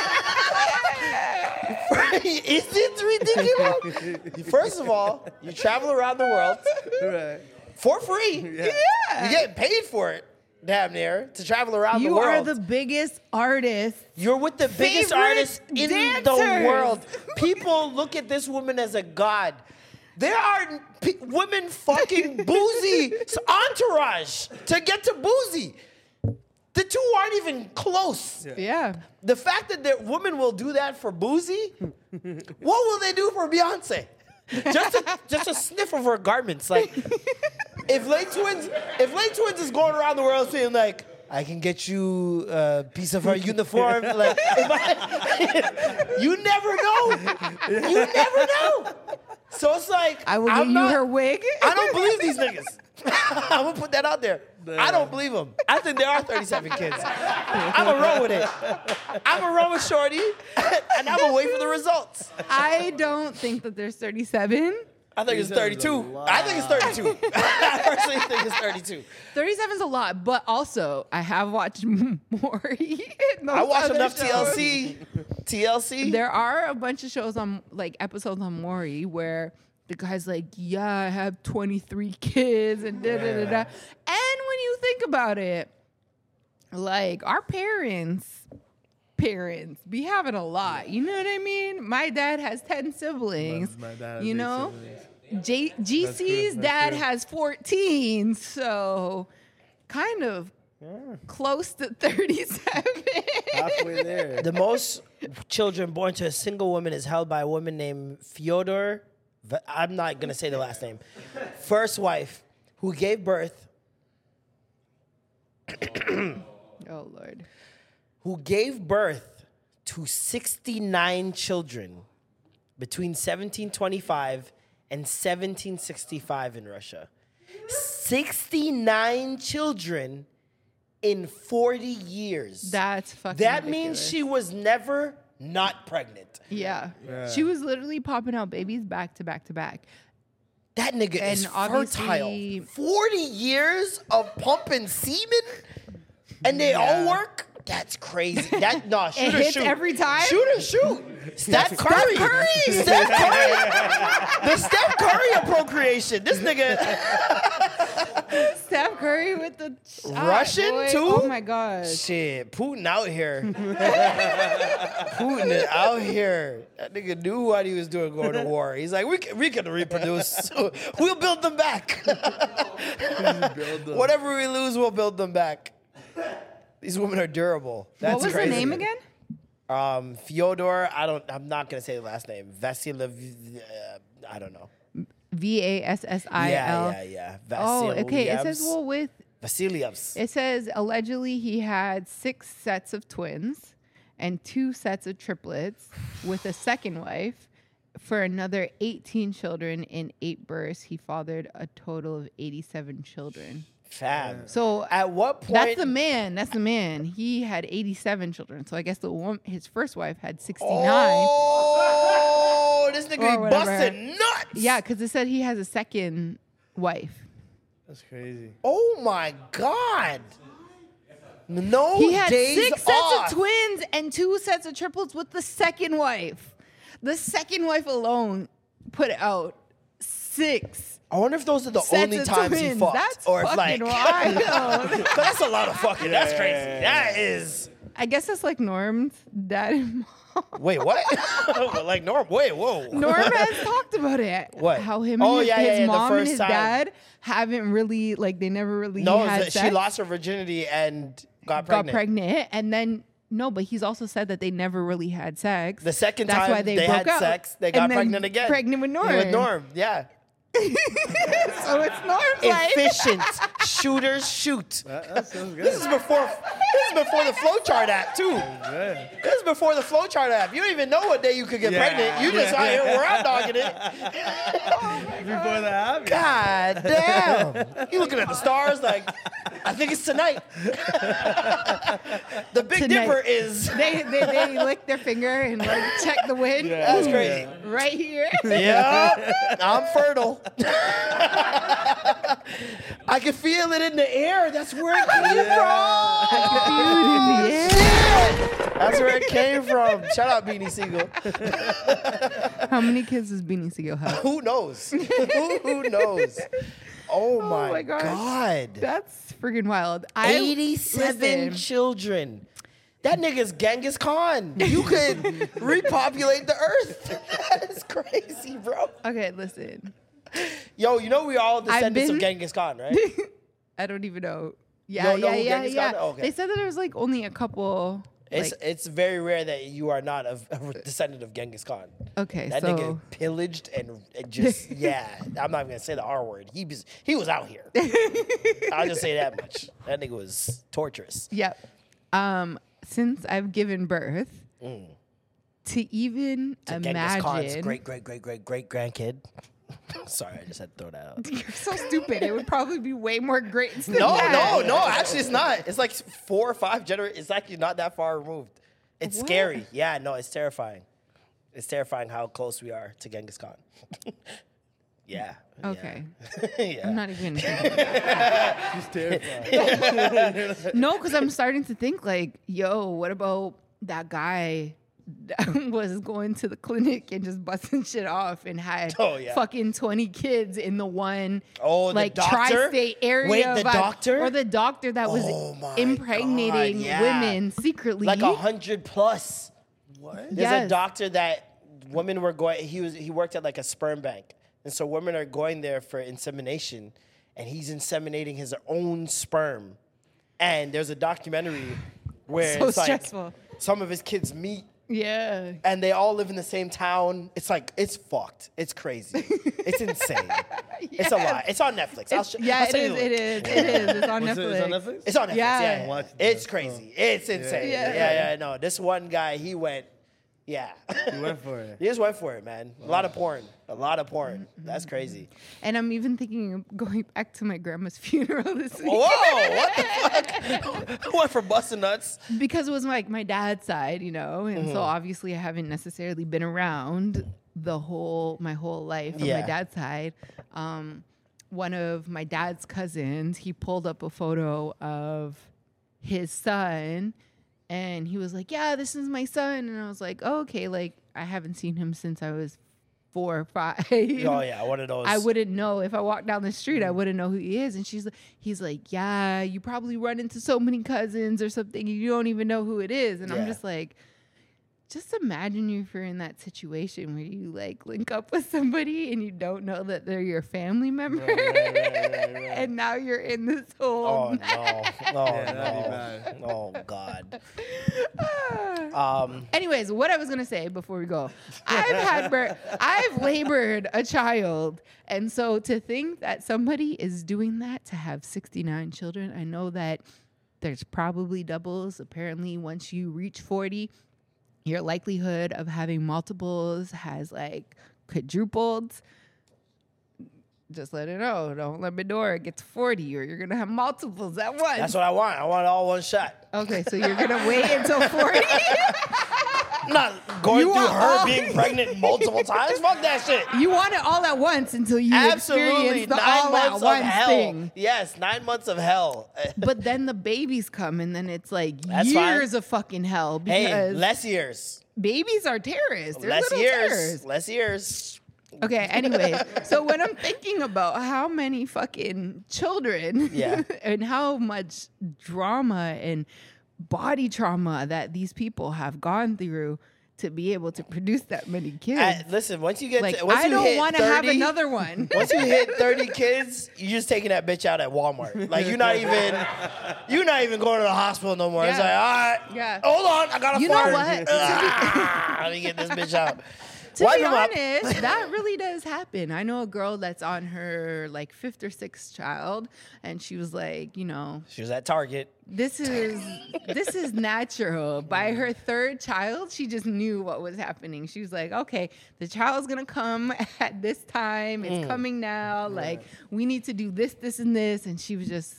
S1: is it ridiculous? First of all, you travel around the world
S4: Right.
S1: for free.
S4: Yeah.
S1: You get paid for it, damn near, to travel around the
S3: you are
S1: world.
S3: the biggest artist.
S1: You're with the biggest
S3: Favorite
S1: artist in the
S3: dancers.
S1: world. People look at this woman as a god. There are p- women fucking boozy entourage to get to boozy. The two aren't even close.
S3: Yeah,
S1: The fact that the women will do that for boozy, what will they do for Beyonce? Just a, just a sniff of her garments, like if late twins if late twins is going around the world saying like I can get you a piece of her uniform. Like, if I- you never know. You never know. So it's like
S3: I will
S1: I'm
S3: give
S1: not-
S3: you her wig.
S1: I don't believe these niggas. I'm gonna put that out there. I don't believe them. I think there are 37 kids. I'm gonna roll with it. I'm gonna roll with Shorty, and I'm gonna wait for the results.
S3: I don't think that there's 37.
S1: I think it's
S4: These are the
S1: 32. I think it's 32. I personally think it's 32.
S3: 37 is a lot, but also I have watched more.
S1: I watch enough TLC. TLC.
S3: There are a bunch of shows on like episodes on Maury where the guy's like, "Yeah, I have 23 kids," and da da da da. And when you think about it, like our parents parents be having a lot you know what i mean my dad has 10 siblings
S4: My dad has
S3: you
S4: eight
S3: know
S4: siblings.
S3: J- gc's
S4: that's
S3: dad
S4: good.
S3: has 14 so kind of close to 37
S4: halfway there.
S1: The most children born to a single woman is held by a woman named Fyodor. V- I'm not gonna say the last name. First wife, who gave birth,
S3: oh lord
S1: who gave birth to 69 children between 1725 and 1765 in Russia. 69 children in 40 years.
S3: that's fucking
S1: that means
S3: ridiculous.
S1: she was never not pregnant.
S3: yeah. she was literally popping out babies back to back to back
S1: That nigga is
S3: And obviously-
S1: fertile. 40 years of pumping semen and they all work? That's crazy. That no, shoot or
S3: hits
S1: shoot.
S3: every time?
S1: Shoot or shoot. Steph Curry. Steph Curry. the Steph Curry of procreation. This nigga.
S3: Steph Curry with the shot,
S1: Russian,
S3: boy.
S1: too?
S3: Oh my gosh.
S1: Shit, Putin out here. Putin is out here. That nigga knew what he was doing going to war. He's like, we can, we can reproduce. we'll build them back. Whatever we lose, we'll build them back. These women are durable. That's
S3: what was
S1: crazy.
S3: the name again?
S1: Um, Fyodor. I don't. I'm not gonna say the last name. Vasiliev. Uh, I don't know.
S3: V A S S I
S1: yeah, yeah,
S3: L.
S1: yeah.
S3: Oh, okay. It says
S1: Vasilievs.
S3: well with
S1: Vasilievs.
S3: it says allegedly he had six sets of twins and two sets of triplets with a second wife. For another 18 children in eight births, he fathered a total of 87 children.
S1: Fam.
S3: So
S1: At what point?
S3: that's the man. That's the man. He had 87 children. So I guess the one, his first wife had 69.
S1: Oh, this
S3: Or
S1: nigga
S3: whatever.
S1: busted nuts.
S3: Yeah, because it said he has a second wife.
S4: That's crazy.
S1: Oh my god. No
S3: He had
S1: days
S3: six sets
S1: off.
S3: of twins and two sets of triplets with the second wife. The second wife alone put out six
S1: I wonder if those are the
S3: sets
S1: only
S3: of
S1: times
S3: twins.
S1: he fucked,
S3: That's
S1: or if like,
S3: fucking wild.
S1: But that's a lot of fucking. That's crazy. That is.
S3: I guess that's like Norm's dad and mom.
S1: Wait, what? like Norm? Wait, whoa.
S3: Norm has talked about it.
S1: What?
S3: How him
S1: Oh,
S3: and his,
S1: yeah, yeah,
S3: his
S1: yeah, the
S3: mom and
S1: first
S3: his
S1: time.
S3: dad haven't really like they never really
S1: no,
S3: had
S1: that she
S3: sex,
S1: lost her virginity and got
S3: got
S1: pregnant.
S3: pregnant, and then no, but he's also said that they never really had sex.
S1: The second
S3: That's
S1: time
S3: why they, broke
S1: had
S3: up.
S1: sex, they
S3: And
S1: got
S3: then
S1: pregnant again.
S3: Pregnant with Norm.
S1: With Norm, yeah.
S3: so it's Norm's life.
S1: Efficient shooters shoot.
S4: That, that sounds good.
S1: This is before this is before the flowchart app too.
S4: good.
S1: This is before the flowchart app. You don't even know what day you could get
S4: Yeah.
S1: pregnant. You just out here where I'm dogging it.
S4: Before that happened,
S1: God damn! You looking at the stars like, I think it's tonight. the Big
S3: Tonight.
S1: Dipper is.
S3: They, they they lick their finger and like check the wind.
S1: That's crazy.
S3: Right here.
S1: Yep, I'm fertile. I can feel it in the air. That's where it came from. That's where it came from. Shout out Beanie Siegel.
S3: How many kids does Beanie Sigel have?
S1: Who knows? who, who knows? Oh, my,
S3: my gosh.
S1: God.
S3: That's friggin' wild. I,
S1: 87
S3: listen,
S1: children. That nigga's Genghis Khan. You could repopulate the earth. that is crazy, bro.
S3: Okay, listen.
S1: Yo, you know we all descendants of
S3: been-
S1: Genghis Khan, right?
S3: I don't even know.
S1: You
S3: Yeah,
S1: don't know
S3: yeah,
S1: who
S3: yeah,
S1: Genghis
S3: yeah.
S1: Khan- okay.
S3: They said that there was like only a couple.
S1: It's
S3: like-
S1: it's very rare that you are not a, a descendant of Genghis Khan.
S3: okay,
S1: That
S3: so
S1: nigga pillaged and, and just yeah. I'm not even gonna say the R word. He was he was out here. I'll just say that much. That nigga was torturous.
S3: Yep. Um, since I've given birth, to even
S1: Mm. Genghis Khan's
S3: imagine,
S1: great great great great great grandkid. Sorry, I just had to throw that out.
S3: you're so stupid. It would probably be way more greats. Than
S1: No,
S3: that.
S1: no, no. Actually, it's not. It's like four or five gener. It's actually not that far removed. It's
S3: What?
S1: scary. Yeah, no, it's terrifying. It's terrifying how close we are to Genghis Khan. yeah. yeah.
S3: Okay,
S1: yeah.
S3: I'm not even. thinking about
S4: she's terrified.
S3: it. no, because I'm starting to think like, yo, what about that guy was going to the clinic and just busting shit off and had
S1: Oh, yeah.
S3: fucking 20 kids in the one
S1: Oh, the
S3: like
S1: doctor?
S3: tri-state area
S1: Wait, the
S3: vibe-
S1: doctor?
S3: or the doctor that was
S1: Oh my
S3: impregnating
S1: God, yeah.
S3: women secretly
S1: like a hundred plus. What? There's a
S3: Yes.
S1: doctor that women were going. He was he worked at like a sperm bank, and so women are going there for insemination, and he's inseminating his own sperm. And there's a documentary where
S3: So
S1: it's like
S3: stressful.
S1: some of his kids meet
S3: yeah
S1: and they all live in the same town. It's like it's fucked. It's crazy. It's insane. It's a lot. It's on Netflix. I'll sh-
S3: yeah
S1: I'll
S3: it
S1: send
S3: is,
S1: you the
S3: it
S1: link.
S3: is it is it's on
S4: Was it-
S3: netflix
S4: it's on Netflix?
S1: It's on Netflix. Yeah,
S3: Yeah.
S1: yeah.
S4: Watch
S1: it's
S4: this,
S1: crazy. It's insane. Yeah.
S3: Yeah.
S1: yeah, No, this one guy, he went. Yeah,
S4: You went for it.
S1: he just went for it, man. A lot of porn. A lot of porn. That's crazy.
S3: and i'm even thinking of going back to my grandma's funeral this week
S1: Whoa! What the fuck? went for busting nuts.
S3: because it was like my dad's side, you know, and
S1: Mm-hmm.
S3: so obviously I haven't necessarily been around the whole my whole life on
S1: Yeah.
S3: my dad's side. Um, one of my dad's cousins, he pulled up a photo of his son, and he was like, "Yeah, this is my son," and I was like, oh, "Okay, like I haven't seen him since I was four or five.
S1: Oh yeah, one of those. Mm.
S3: I wouldn't know if I walked down the street. I wouldn't know who he is. And she's, he's like, yeah, you probably run into so many cousins or something. You don't even know who it is. And
S1: Yeah.
S3: I'm just like, just imagine if you're in that situation where you like link up with somebody and you don't know that they're your family member, and now you're in this whole.
S1: Oh no! Oh
S4: that'd be
S1: no! Oh god! Um,
S3: Anyways, what I was gonna say before we go, I've had bir- I've labored a child, and so to think that somebody is doing that to have sixty nine children, I know that there's probably doubles. Apparently, once you reach forty, your likelihood of having multiples has like quadrupled. Just let it know. Don't let me door it gets forty, or you're gonna have multiples at once.
S1: that's what I want. I want all one shot.
S3: okay, so you're gonna wait until forty.
S1: I'm not going
S3: You
S1: through
S3: want
S1: her
S3: all-
S1: being pregnant multiple times. Fuck that shit.
S3: You want it all at once until you
S1: Absolutely,
S3: experience the
S1: nine
S3: all at
S1: months of
S3: once
S1: hell.
S3: thing.
S1: Yes, nine months of hell.
S3: But then the babies come, and then it's like
S1: That's fine.
S3: years of fucking hell
S1: Hey,
S3: because
S1: less years.
S3: babies are terrorists. They're
S1: less
S3: little
S1: years.
S3: terrorists.
S1: Less years.
S3: Okay. Anyway, so when I'm thinking about how many fucking children,
S1: Yeah.
S3: and how much drama and body trauma that these people have gone through to be able to produce that many kids,
S1: Uh, listen, once you get
S3: Hmm. like
S1: to, once
S3: I
S1: you hit
S3: don't want to have
S1: 30
S3: another one.
S1: Once you hit 30 kids, you're just taking that bitch out at Walmart. Like you're not even you're not even going to the hospital no more. It's
S3: Yeah.
S1: like, all right.
S3: Yeah.
S1: Hold on, I gotta
S3: You know
S1: fart.
S3: what? To be-
S1: Ah, Let me get this bitch out.
S3: to
S1: Wipe
S3: be
S1: 'em up.
S3: honest, that really does happen. I know a girl that's on her like fifth or sixth child, and she was like, you know,
S1: She was at Target.
S3: this is this is natural. By her third child, she just knew what was happening. She was like, okay, the child's gonna come at this time. It's coming now. Like we need to do this, this, and this. And she was just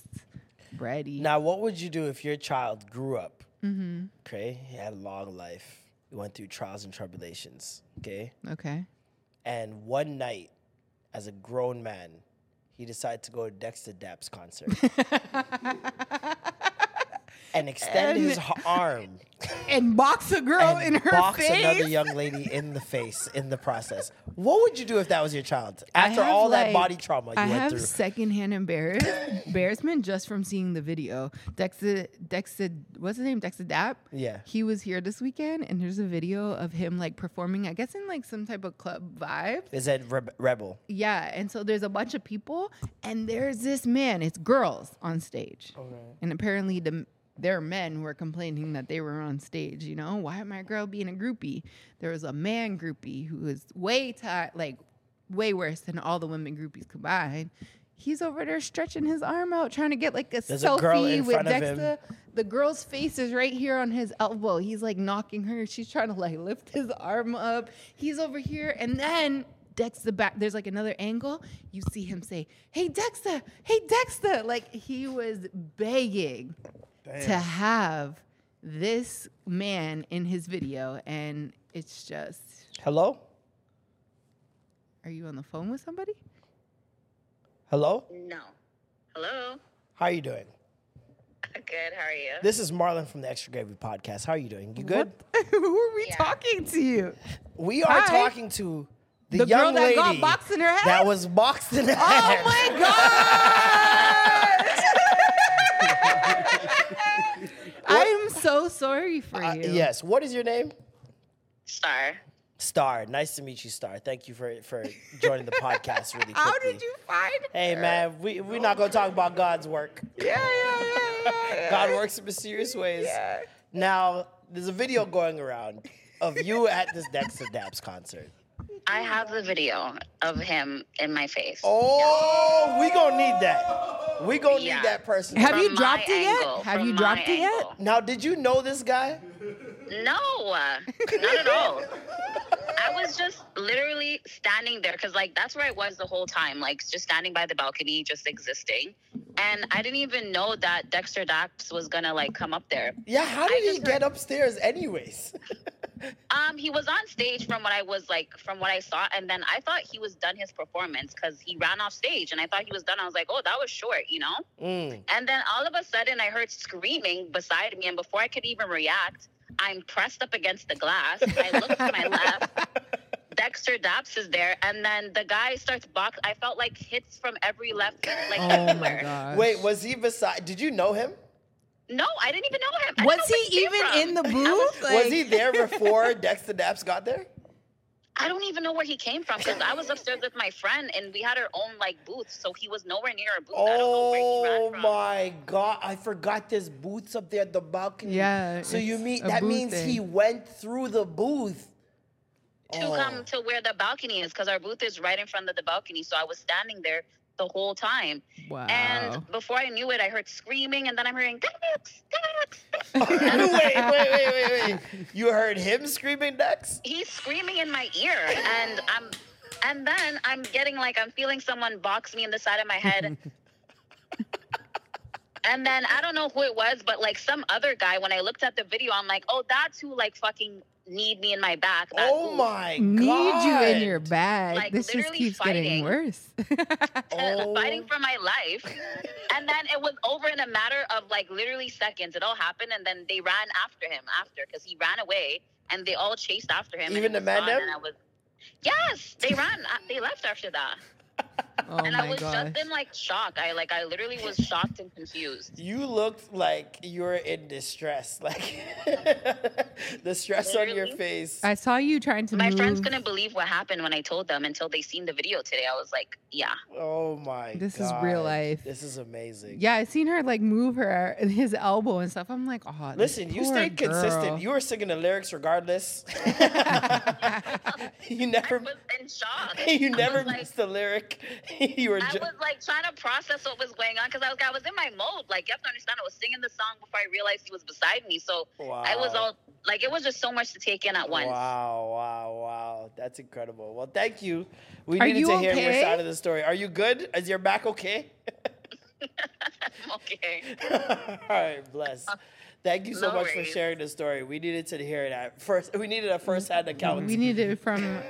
S3: ready.
S1: Now, what would you do if your child grew up?
S3: Mm-hmm.
S1: Okay, he had a long life. He went through trials and tribulations. Okay,
S3: Okay.
S1: and one night, as a grown man, he decided to go to Dexter Dapp's concert and extend his h- arm
S3: And box a girl
S1: and
S3: Oh, in her
S1: box
S3: face.
S1: another young lady in the face in the process. What would you do if that was your child
S3: I
S1: after
S3: have,
S1: all that
S3: like-
S1: body trauma you
S3: I
S1: went
S3: have
S1: through?
S3: secondhand embarrass- embarrassment just from seeing the video. Dexter, Dexter, what's his name? Dexter Dapp.
S1: Yeah.
S3: he was here this weekend, and there's a video of him like performing. I guess in like some type of club vibe.
S1: Is that Reb rebel?
S3: Yeah, and so there's a bunch of people, and there's this man. It's girls on stage,
S1: Oh,
S3: and apparently the their men were complaining that they were on stage. You know, why am I a girl being a groupie? There was a man groupie who was way tight, like way worse than all the women groupies combined. He's over there stretching his arm out, trying to get like a
S1: There's a
S3: selfie
S1: girl in
S3: with
S1: front of him.
S3: Dexter. The girl's face is right here on his elbow. He's like knocking her. She's trying to like lift his arm up. He's over here, and then Dexter back. There's like another angle. You see him say, "Hey Dexter, hey Dexter!" Like he was begging to have this man in his video, and it's just,
S1: Hello,
S3: are you on the phone with somebody?
S1: hello.
S8: No. Hello?
S1: How are you doing?
S8: Good. How are you?
S1: This is Marlon from the Extra Gravy Podcast. How are you doing? You good?
S3: Who are we
S8: Yeah.
S3: talking to you?
S1: We are
S3: Hi.
S1: talking to the,
S3: The girl
S1: young
S3: that
S1: lady
S3: got boxed in her head?
S1: That was boxed in her
S3: Oh
S1: head.
S3: my god! I'm so sorry for
S1: Uh,
S3: you.
S1: yes. What is your name?
S8: Star.
S1: Star. Nice to meet you, Star. Thank you for for joining the podcast. Really quickly.
S3: How did you find?
S1: Hey man, we we're not gonna talk about God's work.
S3: Yeah, yeah, yeah, yeah.
S1: God works in mysterious ways.
S3: Yeah.
S1: Now there's a video going around of you at this Dexter Dabs concert.
S8: I have the video of him in my face.
S1: Oh, we gonna need that. We gonna
S8: Yeah.
S1: need that person.
S3: Have
S8: From
S3: you dropped
S8: my
S3: it yet?
S8: angle,
S3: Have
S8: from
S3: you dropped
S8: my
S3: it yet?
S8: angle.
S1: Now, did you know this guy?
S8: No, uh, not at all. I was just literally standing there because, like, that's where I was the whole time, like, just standing by the balcony, just existing. And I didn't even know that Dexter Dax was gonna like come up there.
S1: Yeah. How did he
S8: just
S1: get upstairs, anyways?
S8: Um, he was on stage from what I was like, from what I saw, and then I thought he was done his performance because he ran off stage, and I thought he was done. I was like, oh, that was short, you know.
S1: Mm.
S8: And then all of a sudden, I heard screaming beside me, and before I could even react, I'm pressed up against the glass. I look to my left. Dexter Daps is there, and then the guy starts box. I felt like hits from every left, like
S3: Oh my
S8: everywhere.
S3: god!
S1: Wait, was he beside? Did you know him?
S8: No, I didn't even know him. I
S3: was
S8: don't know where
S3: he
S8: came
S3: even
S8: from.
S3: in the
S8: I
S3: booth?
S1: was he
S3: Like-
S1: there before Dexter Daps got there?
S8: I don't even know where he came from because I was upstairs with my friend, and we had our own like booth, so he was nowhere near our booth. I don't know where he
S1: Oh
S8: ran from.
S1: my god! I forgot there's booths up there at the balcony.
S3: Yeah,
S1: So you
S3: it's
S1: mean
S3: a
S1: that
S3: booth
S1: means he
S3: thing.
S1: went through the booth.
S8: to
S1: Oh.
S8: come to where the balcony is because our booth is right in front of the balcony. So I was standing there the whole time.
S3: Wow.
S8: And before I knew it, I heard screaming, and then I'm hearing ducks, ducks.
S1: wait, wait, wait, wait, wait! You heard him screaming Dex?
S8: He's screaming in my ear, and I'm, and then I'm getting like I'm feeling someone box me in the side of my head. And then I don't know who it was, but like some other guy. When I looked at the video, I'm like, "Oh, that's who like fucking need me in my back." That
S1: Oh
S8: who-
S1: my god!
S3: Need you in your bag.
S8: Like,
S3: this just
S8: literally
S3: keeps getting
S8: fighting.
S3: worse.
S1: Oh.
S8: uh, fighting for my life. and then it was over in a matter of like literally seconds. It all happened, and then they ran after him after because he ran away, and they all chased after him. and
S1: Even
S8: it was
S1: the man
S8: gone,
S1: them?
S8: and I was, yes, they ran. uh, They left after that,
S3: oh
S8: and I
S3: my
S8: was
S3: gosh!
S8: just in like shock. I like I literally was shocked and confused.
S1: You looked like you were in distress, like the stress on your
S8: Literally.
S1: face.
S3: I saw you trying to
S8: My
S3: move.
S1: Mm-hmm.
S8: friends couldn't believe what happened when I told them until they seen the video today. I was like, yeah,
S1: oh my!
S3: This is real
S1: God.
S3: life.
S1: This is amazing.
S3: Yeah, I seen her like move her uh, his elbow and stuff. I'm like, oh,
S1: Listen, you stayed consistent. You were singing the lyrics regardless. you
S8: I
S1: never,
S8: was in shock.
S1: you
S8: I
S1: never
S8: was like-
S1: missed a lyric. you were.
S8: I
S1: Ju-
S8: was like trying to process what was going on because I was I was in my mode. Like you have to understand, I was singing the song before I realized he was beside me. So I was
S1: Wow.
S8: all like, it was just so much to take in at once.
S1: Wow, wow, wow. That's incredible. Well, thank you. We
S3: Are
S1: needed
S3: you
S1: to hear your
S3: okay?
S1: side of the story. Are you good? Is your back okay?
S8: Okay.
S1: All right, bless. Thank you so
S8: Uh, No
S1: much for
S8: worries.
S1: sharing the story. We needed to hear that first. We needed a first-hand account,
S3: We need it from
S8: No,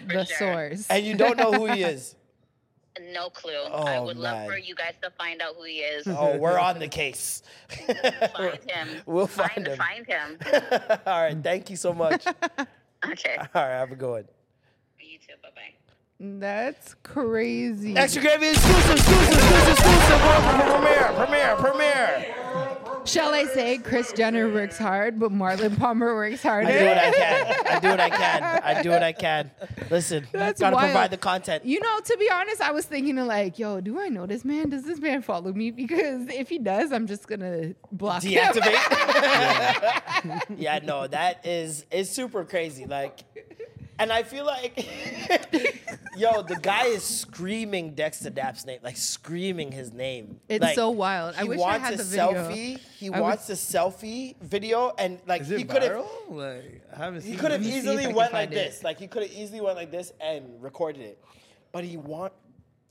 S8: for
S3: the
S8: sure.
S3: source.
S1: and you don't know who he is.
S8: No clue. I
S1: Oh,
S8: would
S1: man.
S8: love for you guys to find out who he is.
S1: Oh, we're on the case.
S8: Find him.
S1: We'll find him.
S8: Find him.
S1: All right, thank you so much. All
S8: Okay.
S1: right, have a good one.
S8: You too. Bye bye.
S3: That's crazy.
S1: Extra gravy exclusive, exclusive, exclusive, exclusive. Premiere, premiere, premiere.
S3: Shall I say, Chris Jenner works hard, but Marlon Palmer works harder.
S1: I do what I can. I do what I can. I do what I can. Listen,
S3: That's
S1: gotta
S3: wild.
S1: provide the content.
S3: You know, to be honest, I was thinking like, yo, do I know this man? Does this man follow me? Because if he does, I'm just gonna block him.
S1: deactivate. yeah, no, that is it's super crazy. Like, and I feel like, yo, the guy is screaming Dexter Dapp's name, like screaming his name.
S3: It's
S1: Like,
S3: so wild. I
S1: he
S3: wish I
S1: wants
S3: had
S1: a
S3: the video.
S1: selfie. He
S3: I
S1: wants a selfie video, and like
S4: Is it
S1: he could have.
S4: viral? Like I haven't seen.
S1: He could
S4: it.
S1: have
S3: see if I
S1: easily
S3: can
S1: went
S3: find
S1: like
S3: it.
S1: this. Like he could have easily went like this and recorded it. But he want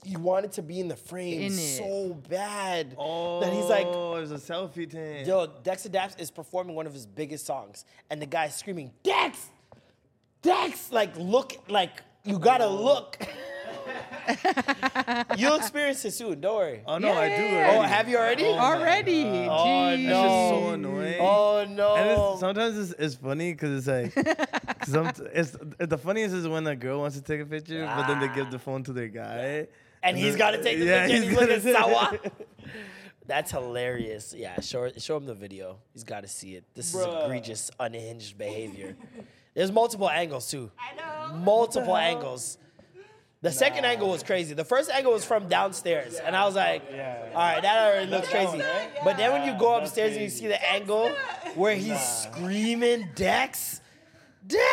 S1: he wanted to be in the frame
S3: In it.
S1: so bad
S4: Oh,
S1: that he's like,
S4: it's a selfie thing.
S1: Yo, Dexter Daps is performing one of his biggest songs, and the guy's screaming, Dex! Dex! Like, look, like, you gotta look. You'll experience it soon. Don't worry.
S4: Oh no, I do.
S3: Yeah.
S1: Oh,
S4: already.
S1: have you already?
S4: Oh, my
S3: Already.
S4: God.
S3: Jeez.
S1: Oh,
S4: That's just so
S1: no.
S4: annoying.
S1: Oh no.
S4: And it's, sometimes it's, it's funny because it's like, some, it's the funniest is when a girl wants to take a picture, but then they give
S1: Ah.
S4: the phone to their guy,
S1: and he's
S4: then-
S1: got to take the
S4: Uh-huh. yeah,
S1: picture. And
S4: he's
S1: he's looking
S4: gotta-
S1: sour. That's hilarious. Yeah, show show him the video. He's got to see it. This is egregious, unhinged behavior. There's multiple angles too. I know. Multiple angles. The second angle was crazy. The first angle was from downstairs, and I was like, "All right, that already looks crazy." But then when you go upstairs and you see the angle where he's screaming, "Dex, Dex!"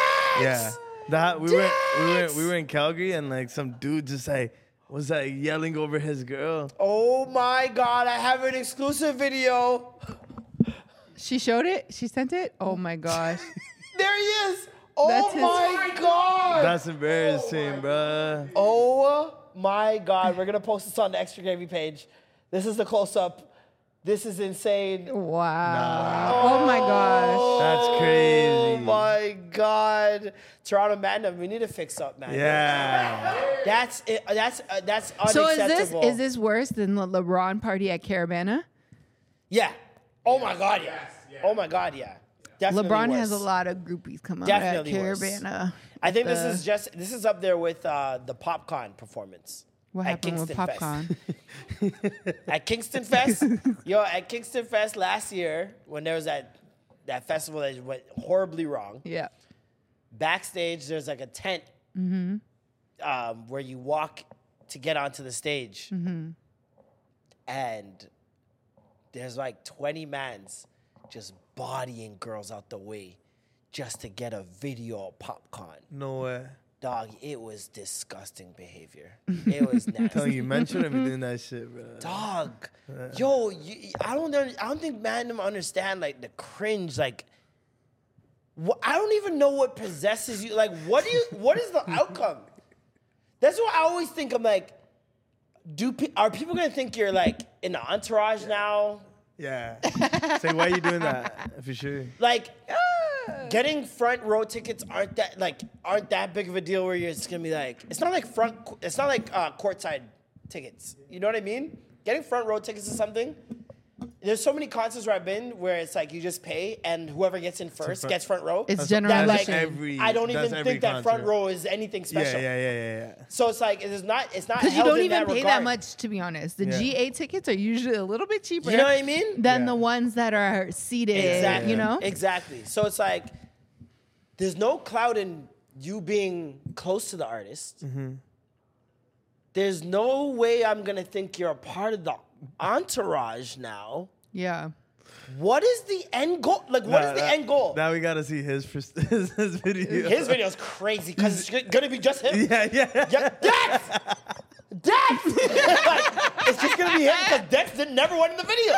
S4: Yeah. That we were we were we were in Calgary and like some dude just like was like yelling over his girl.
S1: Oh my God! I have an exclusive video.
S3: She showed it. She sent it. Oh my gosh.
S1: There he is. Oh
S3: That's his-
S1: my god.
S4: That's embarrassing, bruh.
S1: oh my god. We're gonna post this on the extra gravy page. This is the close up. This is insane. Oh
S3: Wow. Oh my gosh.
S4: That's crazy.
S1: my god. Toronto Magnum, we need to fix up, man.
S4: Yeah.
S1: That's it, that's uh, that's
S3: So is
S1: unacceptable.
S3: this is this worse than the LeBron party at Caravana?
S1: Yeah. Oh my god, yeah. Oh my god, yeah. Definitely
S3: LeBron has a
S1: worse.
S3: lot of groupies come out
S1: Definitely
S3: at
S1: worse.
S3: Caravana.
S1: I think this
S3: The-
S1: is just this is up there with uh, the PopCon performance.
S3: What
S1: at
S3: happened with
S1: Kingston Fest.
S3: popcorn?
S1: at Kingston Fest, yo, at Kingston Fest last year when there was that that festival that went horribly wrong.
S3: yeah.
S1: Backstage, there's like a tent um, where you walk to get onto the stage, and there's like 20 mans just bodying girls out the way just to get a video of popcorn.
S4: No way.
S1: Dog, it was disgusting behavior. It was nasty
S4: Telling Oh, you, men shouldn't be doing that shit, bruh.
S1: dog. Yo, you, I don't. un- I don't think man them understand like the cringe. Like, wha- I don't even know what possesses you. Like, what do you? What is the outcome? That's what I always think. I'm like, do pe- are people gonna think you're like in the entourage now?
S4: Yeah. Say why you doing that for sure.
S1: Like, ah, getting front row tickets aren't that like aren't that big of a deal. Where you're just gonna be like, it's not like front. It's not like uh, courtside tickets. You know what I mean? Getting front row tickets to something. There's so many concerts where I've been where it's like you just pay and whoever gets in first
S4: front-
S1: gets front row.
S3: It's
S1: that
S3: general
S1: like
S3: every
S4: every-
S1: I don't
S4: that's
S1: even
S4: every
S1: think that front
S4: concert.
S1: row is anything
S4: Yeah, yeah,
S1: special.
S4: yeah, yeah, yeah.
S1: So it's like it's not it's not
S3: Because you
S1: held
S3: don't
S1: in
S3: even
S1: that
S3: pay
S1: regard.
S3: that much, to be honest. The
S4: Yeah.
S3: GA tickets are usually a little bit cheaper.
S1: You know what I mean?
S3: Than
S4: Yeah.
S3: the ones that are seated.
S1: Exactly.
S3: You know.
S1: Exactly. So it's like there's no cloud in you being close to the artist.
S4: Mm-hmm.
S1: There's no way I'm gonna think you're a part of the entourage now.
S3: yeah.
S1: What is the end goal? Like, what is
S4: Nah,
S1: the
S4: that-
S1: end goal?
S4: Now we gotta see his pers- his, his video.
S1: His video's crazy because it's g- gonna be just him.
S4: Yeah, yeah.
S1: Yeah, Dex! Dex! Like, it's just gonna be him because Dex didn't never went in the video.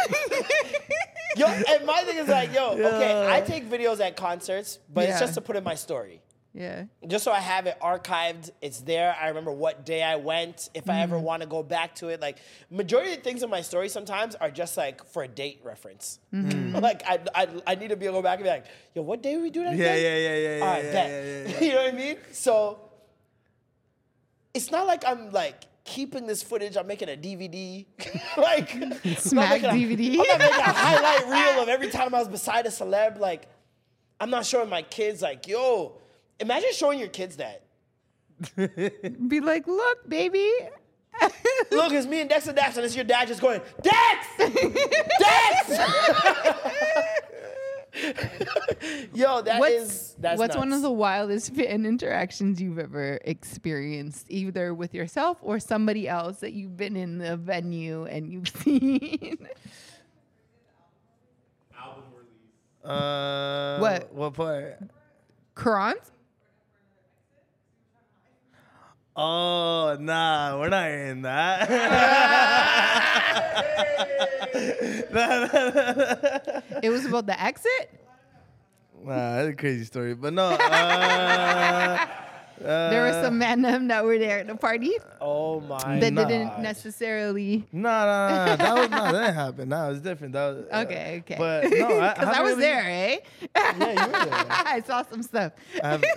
S1: yo, and my thing is like, yo, okay, I take videos at concerts, but
S3: Yeah.
S1: it's just to put in my story.
S3: Yeah.
S1: just so I have it archived, it's there. I remember what day I went, if I
S4: Mm-hmm.
S1: ever want to go back to it. Like majority of the things in my story sometimes are just like for a date reference.
S4: Mm-hmm.
S1: like I, I I need to be able to go back and be like, yo, what day did we do that?
S4: Yeah,
S1: again?
S4: yeah, yeah, yeah, yeah,
S1: All right,
S4: yeah,
S1: bet.
S4: yeah, yeah, yeah.
S1: you know what I mean? So it's not like I'm like keeping this footage. I'm making a DVD, like I'm not
S3: Smack
S1: making a-
S3: DVD.
S1: I'm not making a highlight reel of every time I was beside a celeb. Like I'm not showing my kids. Like yo, imagine showing your kids that.
S3: Be like, look, baby.
S1: Look, it's me and Dex and Dax, and it's your dad just going, Dex! Dex! Yo, that is
S3: What's
S1: that's
S3: what's one
S1: nuts.
S3: of the wildest fan interactions you've ever experienced, either with yourself or somebody else that you've been in the venue and you've seen?
S4: Uh,
S3: What?
S4: What part?
S3: Karant?
S4: Oh nah, we're not in that.
S3: It was about the exit?
S4: Nah, that's a crazy story, but no. Uh,
S3: there were some men um, that were there at the party
S1: Oh my
S3: that
S4: nah.
S3: didn't necessarily.
S4: nah, nah, nah, nah, that was nah, that didn't happen. Nah, it was different. That was uh,
S3: Okay, okay.
S4: But no, I,
S3: Because I,
S4: haven't
S3: was
S4: really-
S3: there, eh?
S4: Yeah, you were there.
S3: I saw some stuff.
S4: I haven't-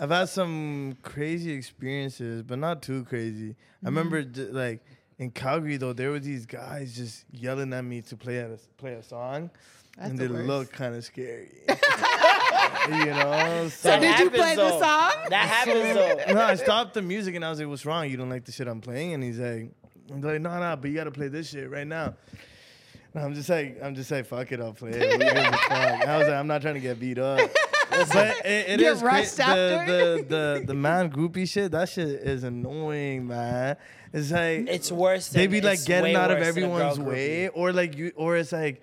S4: I've had some crazy experiences, but not too crazy.
S3: Mm-hmm.
S4: I remember j- like in Calgary though, there were these guys just yelling at me to play at a, play a song, and
S3: the
S4: they
S3: worst.
S4: looked kind of scary. you know, so,
S1: That
S3: did you play
S1: happens,
S3: the
S1: though.
S3: song?
S1: That happens though.
S4: no, I stopped the music and I was like, "What's wrong? You don't like the shit I'm playing?" And he's like, "I'm like, no, no, but you gotta play this shit right now." And I'm just like, I'm just like, "Fuck it, I'll play it." Who gives a fuck? I was like, "I'm not trying to get beat up." But it, it
S3: Get
S4: is cra-
S3: rushed
S4: the,
S3: after?
S4: the, the the man groupie shit. That shit is annoying, man. It's like
S1: It's worse. Than,
S4: they be like
S1: it's
S4: getting
S1: way
S4: out of
S1: worse than a girl
S4: everyone's
S1: groupie.
S4: way, or like you, or it's like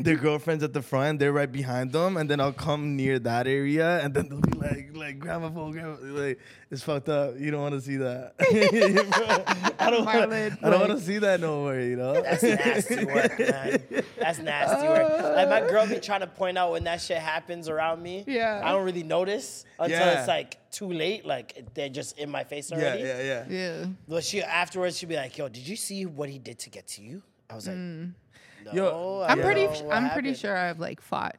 S4: their girlfriends at the front, they're right behind them, and then I'll come near that area, and then they'll be like, like grab my phone, grab my-" like it's fucked up. You don't want to see that. I don't, wanna,
S3: Marlon,
S4: I don't want
S3: like-
S4: to see that no more. You know.
S1: That's nasty work, man. That's nasty work. Like my girl be trying to point out when that shit happens around me.
S3: Yeah.
S1: I don't really notice until
S4: Yeah.
S1: it's like too late. Like they're just in my face
S4: yeah,
S1: already.
S4: yeah, yeah.
S3: Yeah.
S1: But she afterwards she'd be like, "Yo, did you see what he did to get to you?" I was like, "No."
S4: Yo,
S1: I
S3: Mm. I'm
S1: don't
S3: pretty.
S1: know
S3: sh- I'm
S1: what
S3: pretty
S1: happened."
S3: sure I've like fought,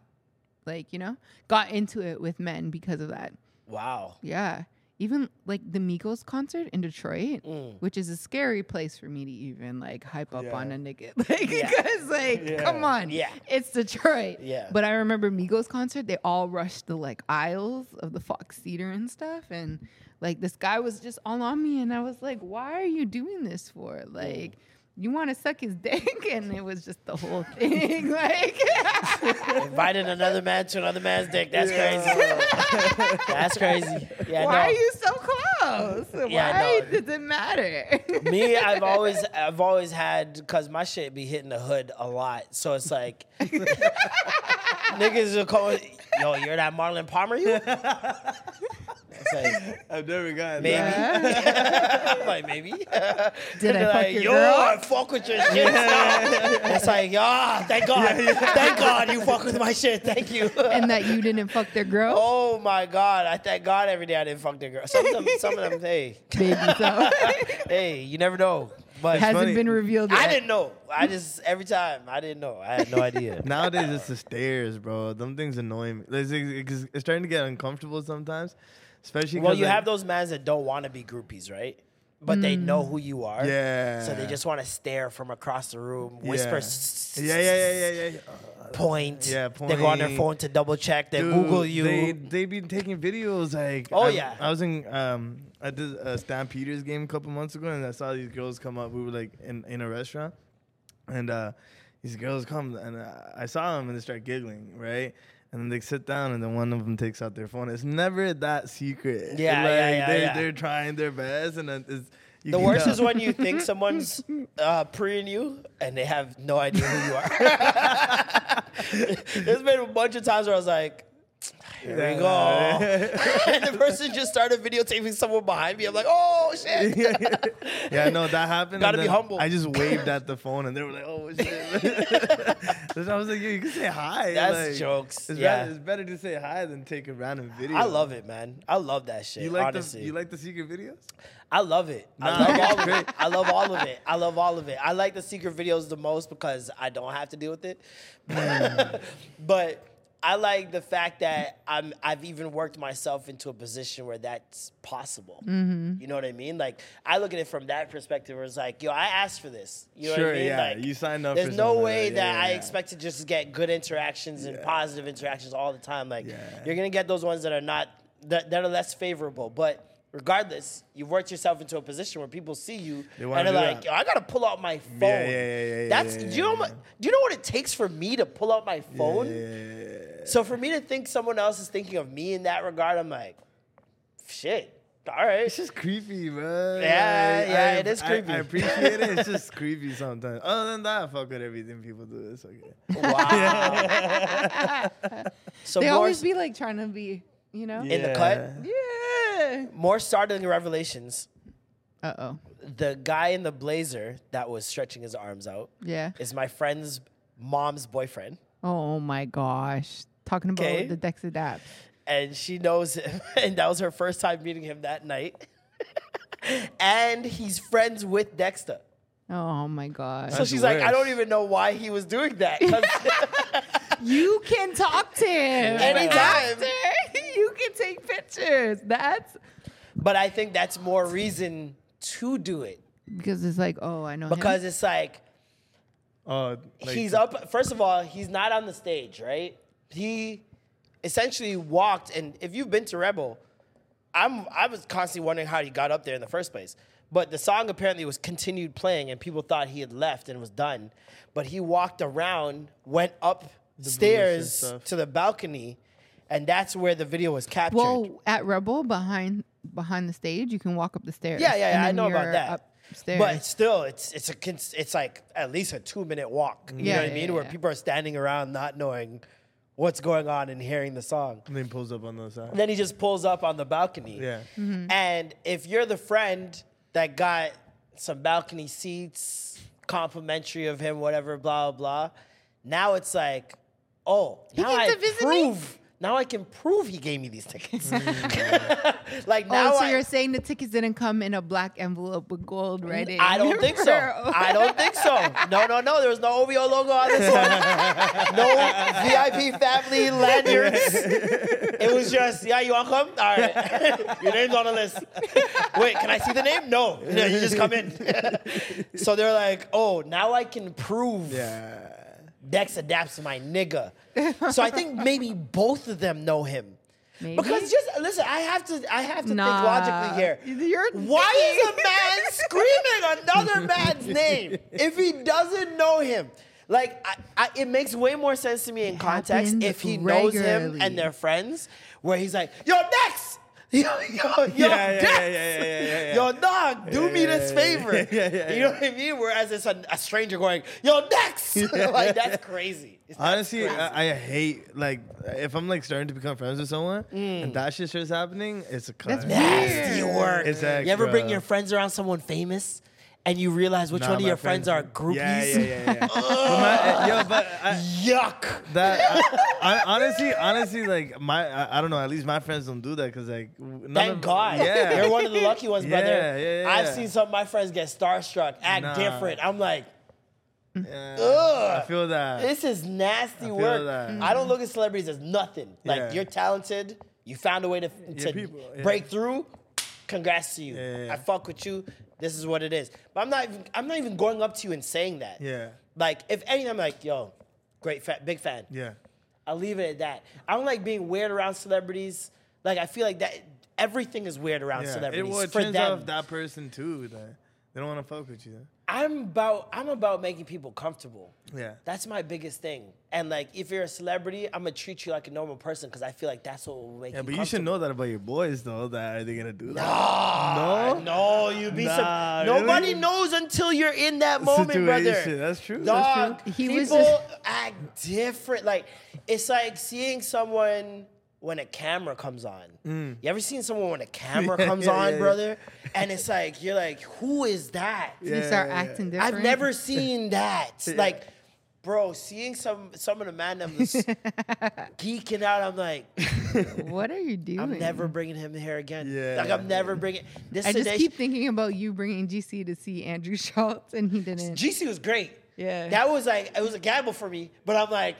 S3: like you know, got into it with men because of that.
S1: Wow.
S3: Yeah. Even like the Migos concert in Detroit,
S1: Mm.
S3: which is a scary place for me to even like hype up on a nigga. Like, because, like, come on.
S1: Yeah.
S3: It's Detroit.
S1: Yeah.
S3: But I remember Migos concert, they all rushed the like aisles of the Fox Theater and stuff. And like this guy was just all on me. And I was like, why are you doing this for? Like, you want to suck his dick? And it was just the whole thing. like,
S1: Invited another man to another man's dick. That's crazy. That's crazy. Yeah.
S3: why
S1: no.
S3: are you so close?
S1: Yeah,
S3: why
S1: no.
S3: does it matter?
S1: Me, I've always, I've always had, cause my shit be hitting the hood a lot, so it's like, niggas will call, yo, you're that Marlon Palmer, you? It's like,
S4: I've never gotten
S1: maybe,
S4: that.
S1: I'm like maybe.
S3: Did I
S1: They're
S3: fuck
S1: like,
S3: your
S1: yo,
S3: girl?
S1: I fuck with your shit. son." It's like, ah, thank God, thank God, you fuck with my shit. Thank you.
S3: and that you didn't fuck their girl,
S1: Oh my God! I thank God every day I didn't fuck the girl. Some of them, some of them, hey,
S3: baby. So
S1: hey, you never know. But
S3: hasn't
S4: funny.
S3: been revealed. Yet.
S1: I didn't know. I just every time I didn't know. I had no idea.
S4: Nowadays it's the stairs, bro. Them things annoy me. It's, it's, it's starting to get uncomfortable sometimes, especially.
S1: well,
S4: 'cause,
S1: you
S4: like,
S1: have those mans that don't want to be groupies, right? But they know who you are.
S4: Yeah.
S1: So they just want to stare from across the room, whisper, s-
S4: Yeah, yeah, yeah, yeah, yeah. yeah.
S1: point.
S4: Yeah,
S1: They go on their
S4: point.
S1: phone to double check. They
S4: Dude,
S1: Google you.
S4: They they been taking videos like.
S1: Oh,
S4: I-
S1: yeah.
S4: I was in um I did a Stampeders game a couple months ago and I saw these girls come up. We were like in in a restaurant, and uh these girls come and uh, I saw them and they start giggling right. And then they sit down, and then one of them takes out their phone. It's never that secret.
S1: Yeah, yeah,
S4: like,
S1: yeah,
S4: they're,
S1: yeah.
S4: They're trying their best, and then it's, you
S1: the
S4: can
S1: worst
S4: tell.
S1: is when you think someone's uh, preying you and they have no idea who you are. There's been a bunch of times where I was like, here we go. and the person just started videotaping someone behind me. I'm like, oh shit.
S4: yeah, no, that happened.
S1: Gotta
S4: and
S1: be
S4: then
S1: humble.
S4: I just waved at the phone, and they were like, "Oh shit!" Then I was like, "Yo, you can say hi."
S1: That's
S4: like,
S1: jokes.
S4: It's
S1: Yeah.
S4: better, it's better to say hi than take a random video.
S1: I love it, man. I love that shit.
S4: You like
S1: honestly,
S4: the you like the secret videos?
S1: I love it.
S4: Nah,
S1: I love
S4: that's
S1: all of it.
S4: great.
S1: I love all of it. I love all of it. I like the secret videos the most because I don't have to deal with it.
S4: Hmm.
S1: but I like the fact that I'm I've even worked myself into a position where that's possible. You know what I mean? Like I look at it from that perspective where it's like, yo, I asked for this. You know what
S4: Sure,
S1: I mean?
S4: yeah.
S1: Like,
S4: You signed up for
S1: There's no
S4: something,
S1: way
S4: right?
S1: that
S4: Yeah,
S1: I
S4: yeah.
S1: expect to just get good interactions and positive interactions all the time. Like
S4: Yeah.
S1: you're gonna get those ones that are not that, that are less favorable. But regardless, you've worked yourself into a position where people see you
S4: They wanna
S1: and they're
S4: do
S1: like,
S4: that.
S1: yo, I gotta pull out my phone.
S4: yeah, yeah, yeah,
S1: That's
S4: yeah,
S1: do
S4: yeah,
S1: you know my, do you know what it takes for me to pull out my phone? So for me to think someone else is thinking of me in that regard, I'm like, shit. All right.
S4: It's just creepy, bro.
S1: Yeah,
S4: Like,
S1: yeah,
S4: I-
S1: it is
S4: I-
S1: creepy.
S4: I, appreciate it. It's just creepy sometimes. Other than that, I fuck with everything people do. It's okay.
S1: Wow. so
S3: They
S1: more,
S3: always be like trying to be, you know.
S1: In the cut?
S3: Yeah.
S1: more startling revelations.
S3: Uh oh.
S1: The guy in the blazer that was stretching his arms out
S3: Yeah.
S1: is my friend's mom's boyfriend.
S3: Oh my gosh. Talking about
S1: Okay.
S3: the Dexadap.
S1: and she knows him, and that was her first time meeting him that night. and he's friends with Dexter.
S3: Oh my gosh.
S1: So
S4: That's
S1: she's like, I don't
S4: worse.
S1: even know why he was doing that. 'Cause
S3: you can talk to him
S1: Anytime.
S3: After, you can take pictures. years. That's
S1: But I think that's more reason to do it
S3: because it's like, oh, I know. him.
S1: because it's like
S4: Oh, like,
S1: he's up. First of all, he's not on the stage, right? He essentially walked, and if you've been to Rebel, I'm I was constantly wondering how he got up there in the first place. But the song apparently was continued playing, and people thought he had left and was done. But he walked around, went up stairs
S4: stuff.
S1: to the balcony, and that's where the video was captured.
S3: well, at Rebel behind behind the stage, you can walk up the stairs.
S1: Yeah, yeah,
S3: and
S1: yeah I
S3: then
S1: know about
S3: you're
S1: that.
S3: Upstairs.
S1: But still, it's it's a cons- it's like at least a two minute walk. You
S3: Yeah,
S1: know what I
S3: yeah,
S1: mean?
S3: yeah,
S1: Where
S3: yeah.
S1: people are standing around not knowing what's going on and hearing the song.
S3: Mm-hmm.
S4: And then pulls up on the other side.
S1: And then he just pulls up on the balcony.
S4: Yeah.
S3: Mm-hmm.
S1: And if you're the friend that got some balcony seats, complimentary of him, whatever, blah blah blah. Now it's like, oh, now
S3: came
S1: I
S3: to visit me?
S1: prove. Now I can prove he gave me these tickets. like now,
S3: Oh, so
S1: I,
S3: you're saying the tickets didn't come in a black envelope with gold writing?
S1: I don't think so.
S3: Bro.
S1: I don't think so. No, no, no. There was no OVO logo on this one. No VIP family lanyards. It was just, yeah, you want to come? All right. Your name's on the list. Wait, can I see the name? No. No, You just come in. so they're like, oh, now I can prove Dex adapts my nigga. So I think maybe both of them know him.
S3: Maybe.
S1: Because just listen, I have to I have to
S3: Nah.
S1: think logically here.
S3: You're
S1: Why is a man screaming another man's name if he doesn't know him? Like, I, I, it makes way more sense to me in context
S3: happens
S1: if he knows him
S3: regularly.
S1: and they're friends, where he's like, "Yo, Dex, yo, yo, yo,
S4: Yeah, yeah,
S1: Dex,
S4: yeah, yeah, yeah, yeah, yeah.
S1: yo, dog, do me this
S4: yeah, yeah,
S1: favor."
S4: yeah, yeah, yeah,
S1: you know what I mean? Whereas it's a, a stranger going, "Yo, Dex," like that's crazy. It's not
S4: Honestly,
S1: crazy.
S4: I, I hate like if I'm like starting to become friends with someone and that shit starts happening, it's a cut.
S3: That's
S1: Mm. Nasty
S3: Weird.
S1: work.
S4: It's
S1: You ever bring
S4: extra.
S1: your friends around someone famous and you realize which
S4: Nah,
S1: one of
S4: my
S1: your friends, are groupies?
S4: Yeah, yeah, yeah. yeah. But my- eh, yo, but I,
S1: Yuck.
S4: that I, I, honestly, honestly, like my I, I don't know. At least my friends don't do that because like w- none
S1: Thank
S4: of-
S1: God.
S4: Yeah,
S1: You're one of the lucky ones, brother.
S4: Yeah, yeah, yeah.
S1: I've seen some of my friends get starstruck, act
S4: Nah.
S1: different. I'm like,
S4: Yeah.
S1: ugh.
S4: I feel that.
S1: This is nasty
S4: feel
S1: work.
S4: that.
S1: I don't look at celebrities as nothing. Like
S4: Yeah.
S1: you're talented, you found a way to, to
S4: people, yeah.
S1: break through. Congrats to you.
S4: Yeah, yeah,
S1: I
S4: yeah.
S1: fuck with you. This is what it is. But I'm not even I'm not even going up to you and saying that.
S4: Yeah.
S1: Like if anything, I'm like, yo, great fa- big fan.
S4: yeah.
S1: I'll leave it at that. I don't like being weird around celebrities. Like I feel like that everything is weird around
S4: Yeah. It,
S1: celebrities.
S4: well, it
S1: for
S4: turns
S1: them.
S4: off that person too. That they don't want to fuck with you.
S1: I'm about I'm about making people comfortable.
S4: Yeah.
S1: That's my biggest thing. And like if you're a celebrity, I'm gonna treat you like a normal person because I feel like that's what will make
S4: Yeah,
S1: you
S4: but you should
S1: comfortable.
S4: know that about your boys though. That are they gonna do that? no.
S1: No, you be some.
S4: Nah, really?
S1: Nobody knows until you're in that moment, brother.
S4: Situation. That's true, that's
S1: Dog,
S4: true.
S3: He
S1: people
S3: was
S1: act different. Like it's like seeing someone when a camera comes on. You ever seen someone when a camera comes
S4: Mm. yeah,
S1: on,
S4: yeah, yeah.
S1: brother? And it's like you're like, who is that?
S3: They start acting different.
S1: I've never seen that. Like, bro, seeing some some of the man them just geeking out, I'm like,
S3: What are you doing?
S1: I'm never bringing him here again.
S4: Yeah.
S1: Like, I'm never bringing this.
S3: I just
S1: today-
S3: keep thinking about you bringing GC to see Andrew Schultz, and he didn't.
S1: GC was great.
S3: Yeah.
S1: That was like it was a gamble for me, but I'm like,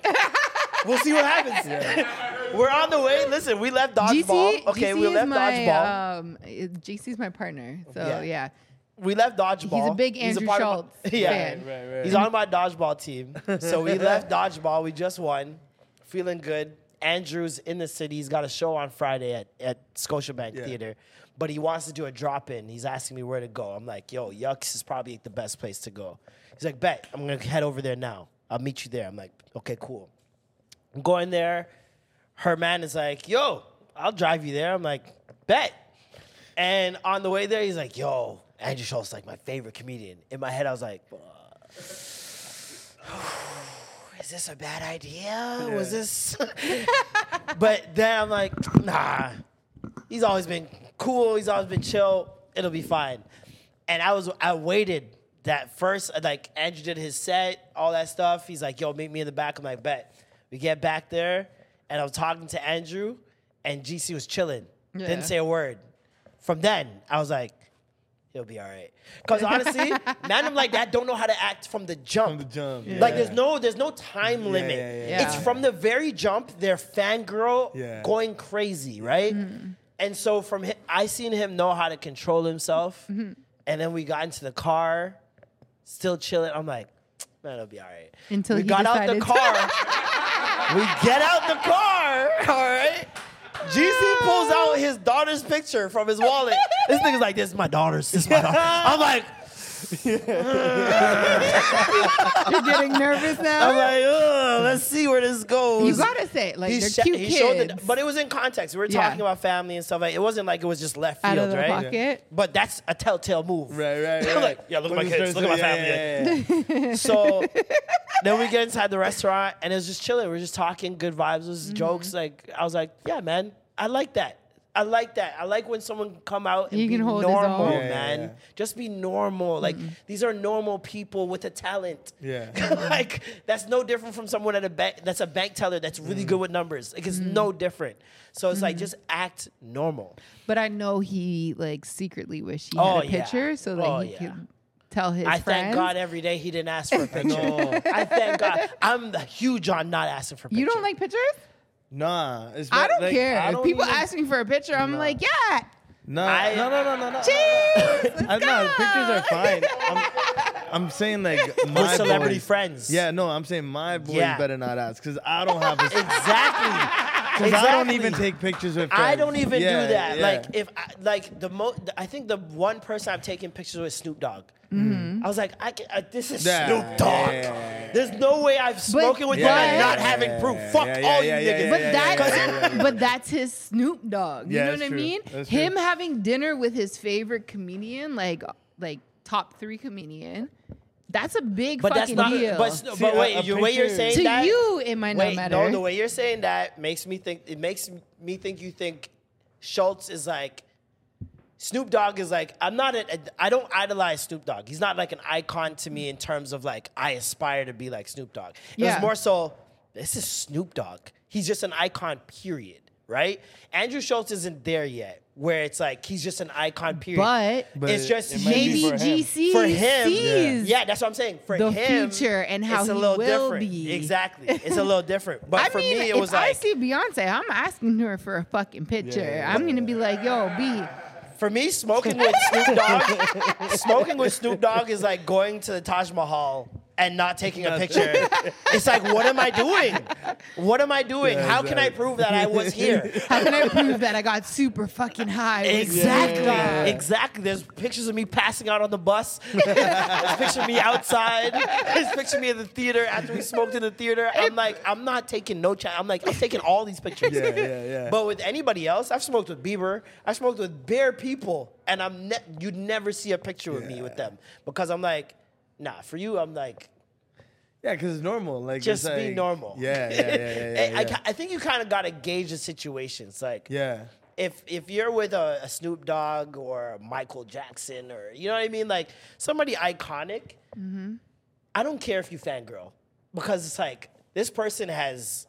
S1: we'll see what happens. We're on the way. Listen, we left dodgeball.
S3: GC,
S1: okay,
S3: GC
S1: we
S3: is
S1: left
S3: my,
S1: dodgeball.
S3: Um, GC's my partner, so
S1: Yeah.
S3: yeah.
S1: we left dodgeball.
S3: big Andrew
S1: part of my-
S3: Schultz
S1: yeah,
S3: fan. Right,
S1: he's on my dodgeball team. So we left dodgeball. We just won, feeling good. Andrew's in the city. He's got a show on Friday at at Scotiabank Theater, but he wants to do a drop in. He's asking me where to go. I'm like, yo, Yucks is probably the best place to go. He's like, bet. I'm gonna head over there now. I'll meet you there. I'm like, okay, cool. I'm going there. Her man is like, yo, I'll drive you there. I'm like, bet. And on the way there, he's like, yo, Andrew Schultz is like my favorite comedian. In my head, I was like, is this a bad idea? Was this? but then I'm like, nah. He's always been cool. He's always been chill. It'll be fine. And I was, I waited that first. Like Andrew did his set, all that stuff. He's like, yo, meet me in the back. I'm like, bet. We get back there, and I'm talking to Andrew, and GC was chilling.
S3: Yeah.
S1: Didn't say a word. From then, I was like, he'll be all right. Because honestly, man, I'm like that. Don't know how to act from the jump.
S4: From the jump,
S1: Like
S4: yeah.
S1: there's no, there's no time limit.
S4: yeah,
S3: yeah,
S1: It's
S3: yeah.
S1: from the very jump. They're fangirl
S4: Yeah.
S1: going crazy, right? And so from hi I seen him know how to control himself. And then we got into the car, still chilling. I'm like, man, it'll be all right.
S3: Until
S1: we
S3: he
S1: got out
S3: decided-
S1: the car. we get out the car. All right. GC pulls out his daughter's picture from his wallet. This nigga's like, this is my daughter's. This is my daughter. I'm like,
S3: You're getting nervous now.
S1: I'm like, Ugh, let's see where this goes.
S3: you gotta say it, like
S1: He
S3: they're
S1: sho-
S3: cute
S1: he
S3: kids.
S1: showed the- but it was in context. We were
S3: Yeah.
S1: talking about family and stuff. Like, it wasn't like it was just left
S3: Out
S1: field,
S3: of the
S1: right?
S3: pocket.
S1: But that's a telltale move.
S4: Right, right,
S1: I'm
S4: right.
S1: like, yeah, look at my
S4: When
S1: kids,
S4: it's
S1: look at my
S4: yeah,
S1: family.
S4: yeah, yeah, yeah.
S1: So then we get inside the restaurant and it was just chilling. We were just talking, good vibes, it was jokes.
S3: Mm-hmm.
S1: Like I was like, yeah, man, I like that. I like that. I like when someone come out and
S3: You
S1: be
S3: can hold his own.
S1: normal,
S3: Yeah,
S4: yeah,
S1: man.
S4: yeah.
S1: Just be normal. Like these are normal people with a talent.
S4: Yeah.
S1: like that's no different from someone at a bank that's a bank teller that's really good with numbers. Like it's no
S3: Mm.
S1: different. So it's like just act normal.
S3: But I know he like secretly wished he
S1: Oh,
S3: had a
S1: yeah.
S3: picture so that
S1: Oh,
S3: he
S1: yeah.
S3: could tell his
S1: I
S3: friends.
S1: thank God every day he didn't ask for a picture.
S4: No.
S1: I thank God. I'm the huge on not asking for pictures.
S3: you don't like pictures?
S4: Nah, it's
S3: I
S4: better-
S3: don't
S4: like,
S3: care.
S4: I
S3: If
S4: don't
S3: people
S4: even-
S3: ask me for a picture, I'm like, yeah,
S4: Nah,
S1: I-
S4: no, no, no, no, no.
S3: cheese.
S4: I, nah, pictures are fine. I'm, I'm saying like my
S1: celebrity
S4: boys.
S1: friends.
S4: Yeah, no, I'm saying my boys
S1: Yeah.
S4: better not ask because I don't have a.
S1: Exactly.
S4: Because
S1: exactly.
S4: I don't even take pictures with. Friends.
S1: I don't even
S4: Yeah,
S1: do that.
S4: yeah.
S1: Like if I, like the mo, I think the one person I've taken pictures with is Snoop Dogg.
S3: Mm-hmm.
S1: I was like, I can, uh, this is
S4: Yeah,
S1: Snoop Dogg.
S4: yeah, yeah, yeah.
S1: There's no way I've spoken with him and
S3: but-
S1: not having proof.
S4: yeah,
S1: Fuck
S4: yeah,
S1: all
S4: yeah,
S1: you
S4: yeah,
S1: niggas.
S4: yeah,
S3: But
S4: yeah,
S3: that's
S4: yeah, yeah, yeah,
S3: but that's his Snoop Dogg. You
S4: Yeah,
S3: know
S4: that's
S3: what I
S4: true.
S3: mean?
S4: That's
S3: Him
S4: true.
S3: having dinner with his favorite comedian, like like top three comedian, that's a big
S1: But that's
S3: fucking
S1: not.
S3: deal.
S1: But, Sno-
S4: See,
S1: but
S4: a-
S1: wait,
S4: a
S1: the way you're
S4: picture-
S1: saying
S3: to
S1: that.
S3: you, it might
S1: wait,
S3: not matter.
S1: no, the way you're saying that makes me think. It makes me think you think Schultz is like. Snoop Dogg is like I'm not an I don't idolize Snoop Dogg. He's not like an icon to me in terms of like I aspire to be like Snoop Dogg. It
S3: Yeah.
S1: was more so this is Snoop Dogg. He's just an icon period, right? Andrew Schultz isn't there yet where it's like he's just an icon period.
S3: But-
S4: But
S1: it's just
S4: it might be
S3: Maybe
S4: for him.
S3: GC
S1: for him.
S3: sees.
S1: Yeah, that's what I'm saying. For
S3: the
S1: him,
S3: future and how
S1: it's a
S3: he
S1: little
S3: will
S1: different.
S3: be.
S1: Exactly, it's a little different. But
S3: I
S1: for
S3: mean,
S1: me, it
S3: if
S1: was
S3: I
S1: like
S3: see Beyonce, I'm asking her for a fucking picture.
S4: yeah,
S3: I'm gonna be like, yo, B,
S1: for me, smoking with Snoop Dogg, smoking with Snoop Dogg is like going to the Taj Mahal and not taking a picture. it's like, what am I doing? What am I doing?
S4: Yeah,
S1: How can I
S4: exactly.
S1: prove that I was here?
S3: how can I prove that I got super fucking high? with Snoop
S1: Exactly.
S3: Dogg?
S1: Exactly. There's pictures of me passing out on the bus. There's picture of me outside. There's picture of me in the theater after we smoked in the theater. I'm like, I'm not taking no chance. I'm like, I'm taking all these pictures.
S4: Yeah, yeah, yeah.
S1: But with anybody else, I've smoked with Bieber. I smoked with bare people, and I'm ne- you'd never see a picture with me with them because I'm like, nah. For you, I'm like,
S4: Yeah, because it's normal. Like
S1: just
S4: it's
S1: be
S4: like-
S1: normal.
S4: Yeah, yeah, yeah, yeah. yeah,
S1: eh, I, I
S4: yeah.
S1: ca- I think you kind of gotta gauge the situations, like
S4: yeah.
S1: if if you're with a, a Snoop Dogg or a Michael Jackson or you know what I mean, like somebody iconic, I don't care if you fangirl because it's like this person has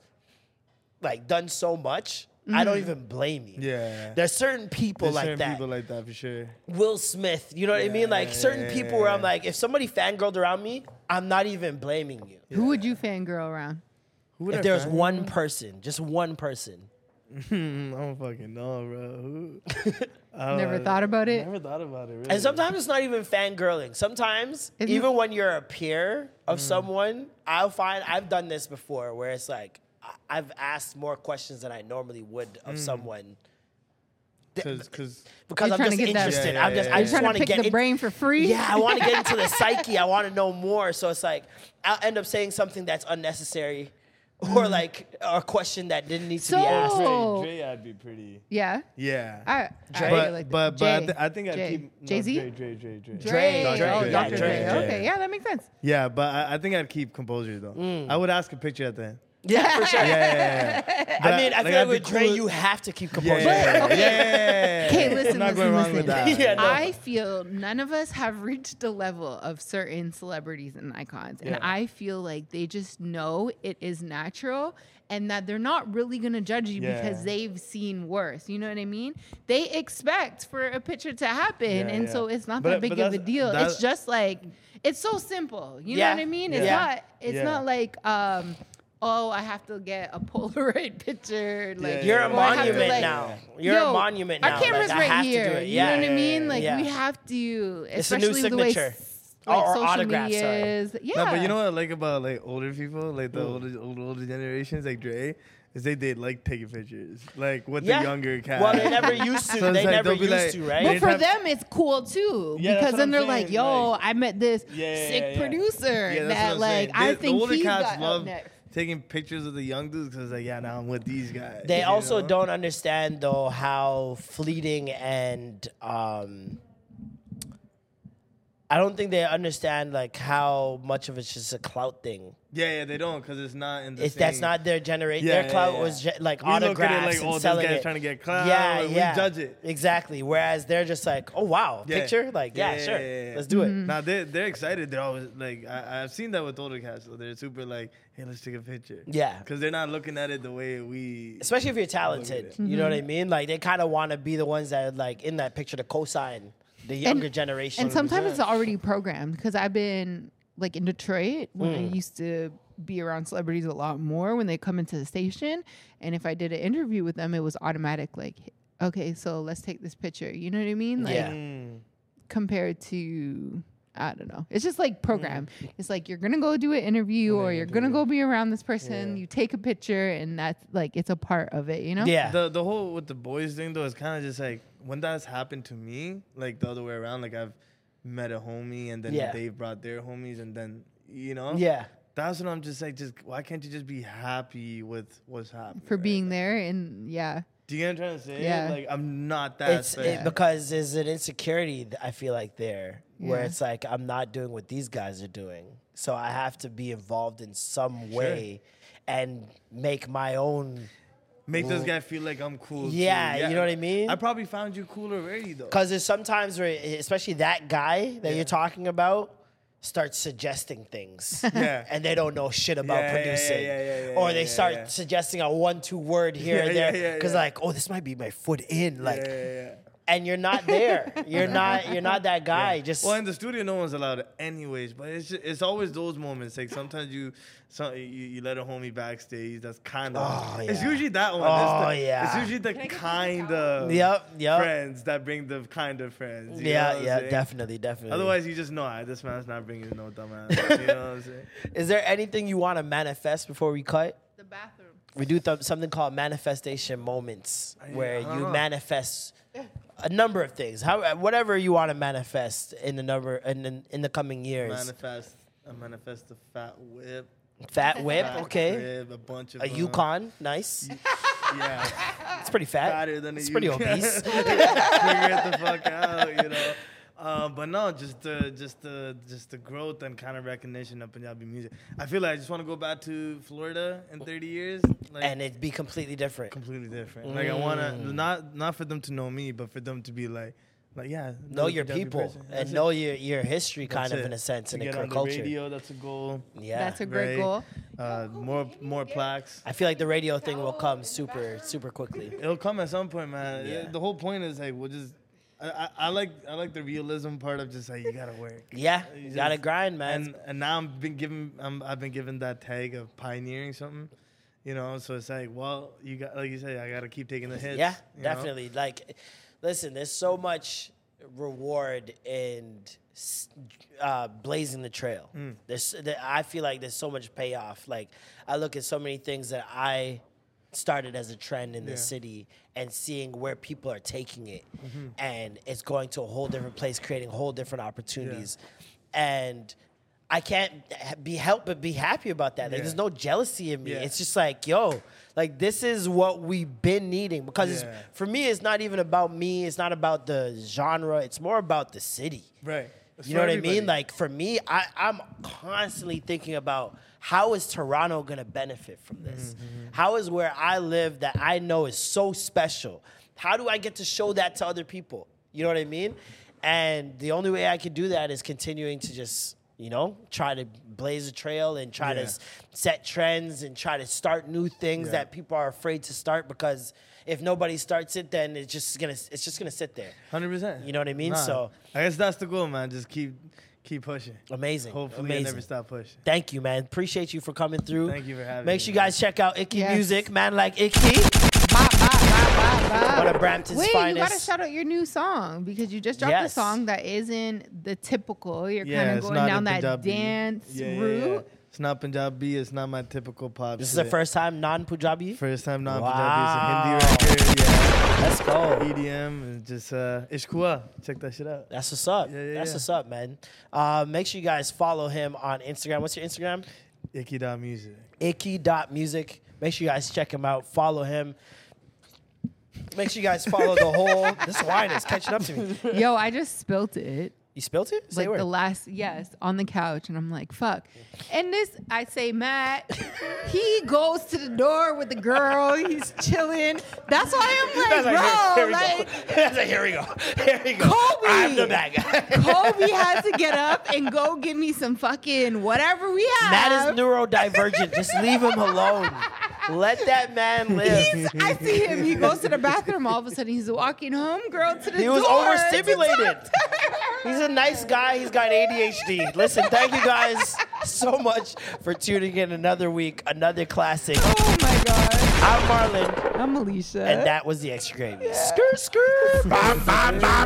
S1: like done so much. I don't even blame you.
S4: Yeah.
S1: there's certain people
S4: There's
S1: like
S4: certain
S1: that.
S4: people like that for sure.
S1: Will Smith, you know what I mean? Like certain people where I'm like, if somebody fangirled around me, I'm not even blaming you.
S3: Who would you fangirl around?
S4: Who would
S1: If
S4: I
S1: there's
S4: find?
S1: one person, just one person,
S4: I don't fucking know, bro. Who?
S3: Never thought about it.
S4: Never thought about it. Really.
S1: And sometimes it's not even fangirling. Sometimes,
S3: If you- Mm.
S1: even when you're a peer of someone, I'll find I've done this before where it's like I- I've asked more questions than I normally would
S3: Mm.
S1: of someone
S4: because
S1: because
S3: You're
S1: I'm just
S3: trying to get that-
S1: interested.
S4: Yeah,
S1: I'm just
S4: yeah,
S1: I
S4: yeah,
S1: just
S3: Trying
S1: want
S3: to
S1: to
S3: pick
S1: get
S3: the
S1: in-
S3: brain for free.
S1: Yeah, I want to get into the psyche. I want to know more. So it's like I'll end up saying something that's unnecessary, or like a question that didn't need to be asked.
S3: Mm. So-
S4: Dre, Dre, I'd be pretty.
S3: Yeah.
S4: Yeah.
S3: Oh. I,
S1: Dre?
S3: I
S4: but
S3: really like that.
S4: but, but I,
S3: Jay.
S4: thi- I think I'd
S3: Jay.
S4: keep no,
S3: Jay Z.
S4: Dre, Dre, Dre, Dre.
S3: Dre.
S1: Dre,
S3: Oh,
S1: Dre,
S3: Dr.
S1: Dre,
S3: Dre.
S1: Dre.
S3: Okay, yeah, Mm. that makes sense.
S4: Yeah, but I, I think I'd keep composure though. I would ask a picture at the end.
S1: Yeah, for sure.
S4: Yeah, yeah, yeah.
S1: I mean, I feel like
S4: I'd be
S1: with Dre,
S4: cool-
S1: you have to keep
S4: Yeah,
S1: composure.
S4: yeah, yeah, yeah,
S3: okay.
S4: yeah, yeah, yeah.
S3: Okay, listen,
S4: I'm not
S3: listen,
S4: going wrong
S3: listen.
S4: with that.
S1: Yeah, no.
S3: I feel none of us have reached the level of certain celebrities and icons. And
S4: Yeah.
S3: I feel like they just know it is natural and that they're not really going to judge you because
S4: Yeah.
S3: they've seen worse. You know what I mean? They expect for a picture to happen.
S4: Yeah,
S3: and
S4: yeah.
S3: so it's not
S4: But-
S3: that
S4: but
S3: big of a
S4: that's-
S3: deal.
S4: that-
S3: It's just like, it's so simple. You
S1: Yeah.
S3: know what I mean? It's
S1: Yeah.
S3: not, it's
S4: Yeah.
S3: not like, um, oh, I have to get a Polaroid picture. Like
S1: You're a
S3: or I have to,
S1: monument
S3: like-
S1: now. You're a
S3: Yo,
S1: monument now.
S3: Our camera's
S1: like, I
S3: right
S1: have
S3: here.
S1: To do it.
S3: you know
S1: Yeah.
S3: what I mean? Like
S1: yeah.
S3: we have to,
S1: It's a new
S3: especially the way
S1: signature.
S3: s-
S1: Or-
S3: like
S1: or
S3: social
S1: autograph,
S3: media
S1: sorry.
S3: is. Yeah,
S4: No, but you know what I like about like older people, like the older, older older generations, like Dre, is they did like taking pictures, like with
S1: Yeah.
S4: the younger cat.
S1: Well, they never used to.
S4: So it's
S1: they
S4: like,
S1: never
S4: they'll be
S1: used
S4: like-
S1: to, right?
S3: But
S4: They'd
S3: for
S4: have-
S3: them, it's cool too
S4: Yeah, that's
S3: because
S4: what
S3: then
S4: I'm
S3: they're like,
S4: saying,
S3: "Yo,
S4: like-
S3: I met this
S4: Yeah, yeah,
S3: sick
S4: yeah, yeah.
S3: producer
S4: Yeah, that's what
S3: that
S4: I'm
S3: like
S4: saying.
S3: I
S4: They- the
S3: think
S4: older
S3: he's
S4: cats
S3: got
S4: love
S3: up next."
S4: taking pictures of the young dudes because like yeah, now I'm with these guys.
S1: They
S4: you
S1: also
S4: know?
S1: don't understand though how fleeting and um I don't think they understand like how much of it's just a clout thing.
S4: Yeah, yeah, they don't because it's not in the.
S1: It's that's
S4: same-
S1: not their generate.
S4: Yeah,
S1: their
S4: yeah,
S1: clout
S4: yeah.
S1: was ge- like
S4: We look at it
S1: autographs
S4: like,
S1: and
S4: oh, this
S1: selling
S4: guy's
S1: it.
S4: trying to get clout,
S1: Yeah,
S4: and we
S1: yeah.
S4: judge it.
S1: exactly. Whereas they're just like, oh wow,
S4: Yeah.
S1: picture. Like yeah,
S4: Yeah,
S1: sure,
S4: yeah, yeah, yeah.
S1: let's do it.
S3: Mm-hmm.
S4: Now they they're excited. They're always like I, I've seen that with older cats. So they're super like, hey, let's take a picture.
S1: Yeah.
S4: because they're not looking at it the way we.
S1: Especially if you're talented, you know what I
S3: Mm-hmm.
S1: mean. Like they kind of want to be the ones that are like in that picture to co-sign the younger generation.
S3: And sometimes it's already programmed because I've been like in Detroit when I
S1: Hmm.
S3: used to be around celebrities a lot more when they come into the station. And if I did an interview with them, it was automatic like, okay, so let's take this picture. You know what I mean? Like
S1: yeah.
S3: compared to I don't know. It's just like programmed. It's like you're gonna go do an interview or you're gonna go be around this person. You take a picture and that's like it's a part of it, you know?
S1: Yeah.
S4: The the whole with the boys thing though is kind of just like when that's happened to me, like the other way around. Like I've met a homie and then
S1: Yeah.
S4: they've brought their homies and then you know
S1: yeah.
S4: That's what I'm just like. Just why can't you just be happy with what's happening
S3: For
S4: right
S3: being
S4: now?
S3: there and yeah.
S4: Do you get what I'm trying to say?
S3: Yeah.
S4: Like I'm not that.
S1: It's
S4: special.
S1: it, because there's an insecurity th- I feel like there where
S3: Yeah.
S1: it's like I'm not doing what these guys are doing, so I have to be involved in some way and make my own.
S4: Make this guy feel like I'm cool. too.
S1: Yeah, you know what I mean?
S4: I probably found you cool already though.
S1: Because there's sometimes where, especially that guy that you're talking about, starts suggesting things,
S4: Yeah.
S1: and they don't know shit about
S4: Yeah, yeah, yeah,
S1: producing,
S4: yeah, yeah, yeah,
S1: or
S4: yeah,
S1: they
S4: yeah,
S1: start
S4: yeah.
S1: suggesting a one-two word here
S4: Yeah,
S1: and
S4: yeah,
S1: there,
S4: yeah,
S1: because
S4: yeah.
S1: like, oh, this might be my foot in, like,
S4: yeah, yeah, yeah.
S1: and you're not there, you're not, you're not that guy. Just
S4: Well, in the studio, no one's allowed, it anyways. But it's just, it's always those moments. Like sometimes you, some, you you let a homie backstage. That's kind of.
S1: Oh,
S4: It's
S1: yeah.
S4: usually that one.
S1: Oh,
S4: it's the,
S1: yeah.
S4: It's usually the kind of.
S1: Yep, yep.
S4: Friends that bring the kind of friends. you know
S1: Yeah,
S4: what I'm
S1: yeah,
S4: saying?
S1: definitely, definitely.
S4: Otherwise, you just know, "Ah, this man's not bringing no dumbass. you know what I'm saying?
S1: is there anything you want to manifest before we cut?
S3: The bathroom.
S1: We do th- something called manifestation moments, where
S4: I don't
S1: you
S4: know.
S1: manifest a number of things, how uh, whatever you want to manifest in the number in the, in the coming years.
S4: Manifest, I manifest a fat whip.
S1: fat whip,
S4: fat
S1: okay.
S4: Rib, uh-huh. a bunch of
S1: A
S4: them.
S1: Yukon, nice.
S4: Yeah.
S1: It's pretty fat.
S4: Fatter than a
S1: it's pretty
S4: Yukon.
S1: obese.
S4: figure it the fuck out, you know. Uh, but no, just the just the just the growth and kind of recognition of Punjabi music. I feel like I just want to go back to Florida in 30 years, like
S1: and Mm. it'd be completely different.
S4: completely different. Like I want to not not for them to know me, but for them to be like, like yeah,
S1: Know
S4: another
S1: your
S4: Punjabi
S1: people
S4: person.
S1: and
S4: That's
S1: know
S4: it.
S1: your, your history, kind of
S4: That's it.
S1: in a sense,
S4: To
S1: and
S4: get
S1: your
S4: on the
S1: culture.
S4: radio, that's a goal.
S1: Yeah,
S3: That's a great
S4: Right.
S3: goal.
S4: Uh, more more plaques.
S1: I feel like the radio thing will come super super quickly.
S4: It'll come at some point, man.
S1: Yeah.
S4: The whole point is like we'll just. I, I, I like I like the realism part of just like you gotta work.
S1: Yeah, you
S4: You
S1: gotta
S4: just-
S1: grind, man.
S4: and and now I've been given I'm, I've been given that tag of pioneering something, you know. So it's like, well, you got like you said, I gotta keep taking the hits.
S1: yeah,
S4: you know?
S1: definitely. Like, listen, there's so much reward in s- uh, blazing the trail.
S4: Hmm.
S1: There's, there, I feel like there's so much payoff. Like, I look at so many things that I started as a trend in the city and seeing where people are taking it
S4: Mm-hmm.
S1: and it's going to a whole different place creating whole different opportunities and i can't ha- be help but be happy about that like
S4: Yeah.
S1: there's no jealousy in me
S4: Yeah.
S1: it's just like yo like this is what we've been needing because
S4: Yeah.
S1: it's, for me it's not even about me it's not about the genre it's more about the city
S4: Right. It's
S1: you
S4: for
S1: know what I
S4: everybody.
S1: mean? Like for me, I, I'm constantly thinking about how is Toronto gonna benefit from this?
S4: Mm-hmm,
S1: How is where I live that I know is so special? How do I get to show that to other people? You know what I mean? And the only way I can do that is continuing to just, you know, try to blaze a trail and try to
S4: Yeah.
S1: s- set trends and try to start new things
S4: Yeah.
S1: that people are afraid to start because if nobody starts it, then it's just gonna it's just gonna sit there.
S4: Hundred percent.
S1: You know what I mean? So-
S4: I guess that's the goal, man. Just keep keep pushing.
S1: Amazing.
S4: Hopefully, I
S1: Amazing.
S4: never stop pushing.
S1: Thank you, man. Appreciate you for coming through.
S4: Thank you for having
S1: Make
S4: me,
S1: sure you
S4: man.
S1: guys check out Icky
S3: Yes.
S1: Music, man like Icky.
S3: Bop, bop, bop, bop, bop.
S1: One of Brampton's
S3: Wait, you gotta
S1: finest.
S3: shout out your new song because you just dropped a
S1: Yes.
S3: song that isn't the typical. You're
S4: Yeah,
S3: kind of
S4: it's
S3: going
S4: not a
S3: down that
S4: Punjabi.
S3: dance
S4: Yeah, yeah,
S3: route.
S4: yeah. It's not Punjabi. It's not my typical pop.
S1: this is the
S4: shit.
S1: first time non Punjabi.
S4: First time non
S1: Wow.
S4: Punjabi. It's a Hindi record. Yeah.
S1: Let's go.
S4: EDM and just uh, Ishkua. Check that shit out.
S1: That's what's up.
S4: Yeah, yeah,
S1: That's
S4: yeah.
S1: what's up, man. Uh, make sure you guys follow him on Instagram. What's your Instagram?
S4: Icky Da Music.
S1: icky.music. Make sure you guys check him out. Follow him. Make sure you guys follow the whole. This wine is catching up to me.
S3: Yo, I just spilt it.
S1: You spilled it? Say
S3: like
S1: a word.
S3: the last yes on the couch and i'm like fuck and this i say matt he goes to the door with the girl he's chilling that's why i'm
S1: That's
S3: like bro
S1: here,
S3: like
S1: we go. That's like, here we go. Here we go.
S3: Kobe.
S1: I'm the bad guy.
S3: kobe has to get up and go give me some fucking whatever we have
S1: Matt is neurodivergent. Just leave him alone. Let that man live.
S3: He's- I see him. He goes to the bathroom. All of a sudden, he's walking home, girl, to the
S1: He was
S3: door to
S1: overstimulated.
S3: talk to her.
S1: He's a nice guy. He's got ADHD. Listen, thank you guys so much for tuning in another week, another classic.
S3: Oh my god!
S1: I'm Marlon.
S3: I'm Alicia.
S1: And that was the extra gravy. Skrr, skrr.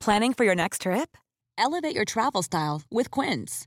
S9: Planning for your next trip? Elevate your travel style with Quince.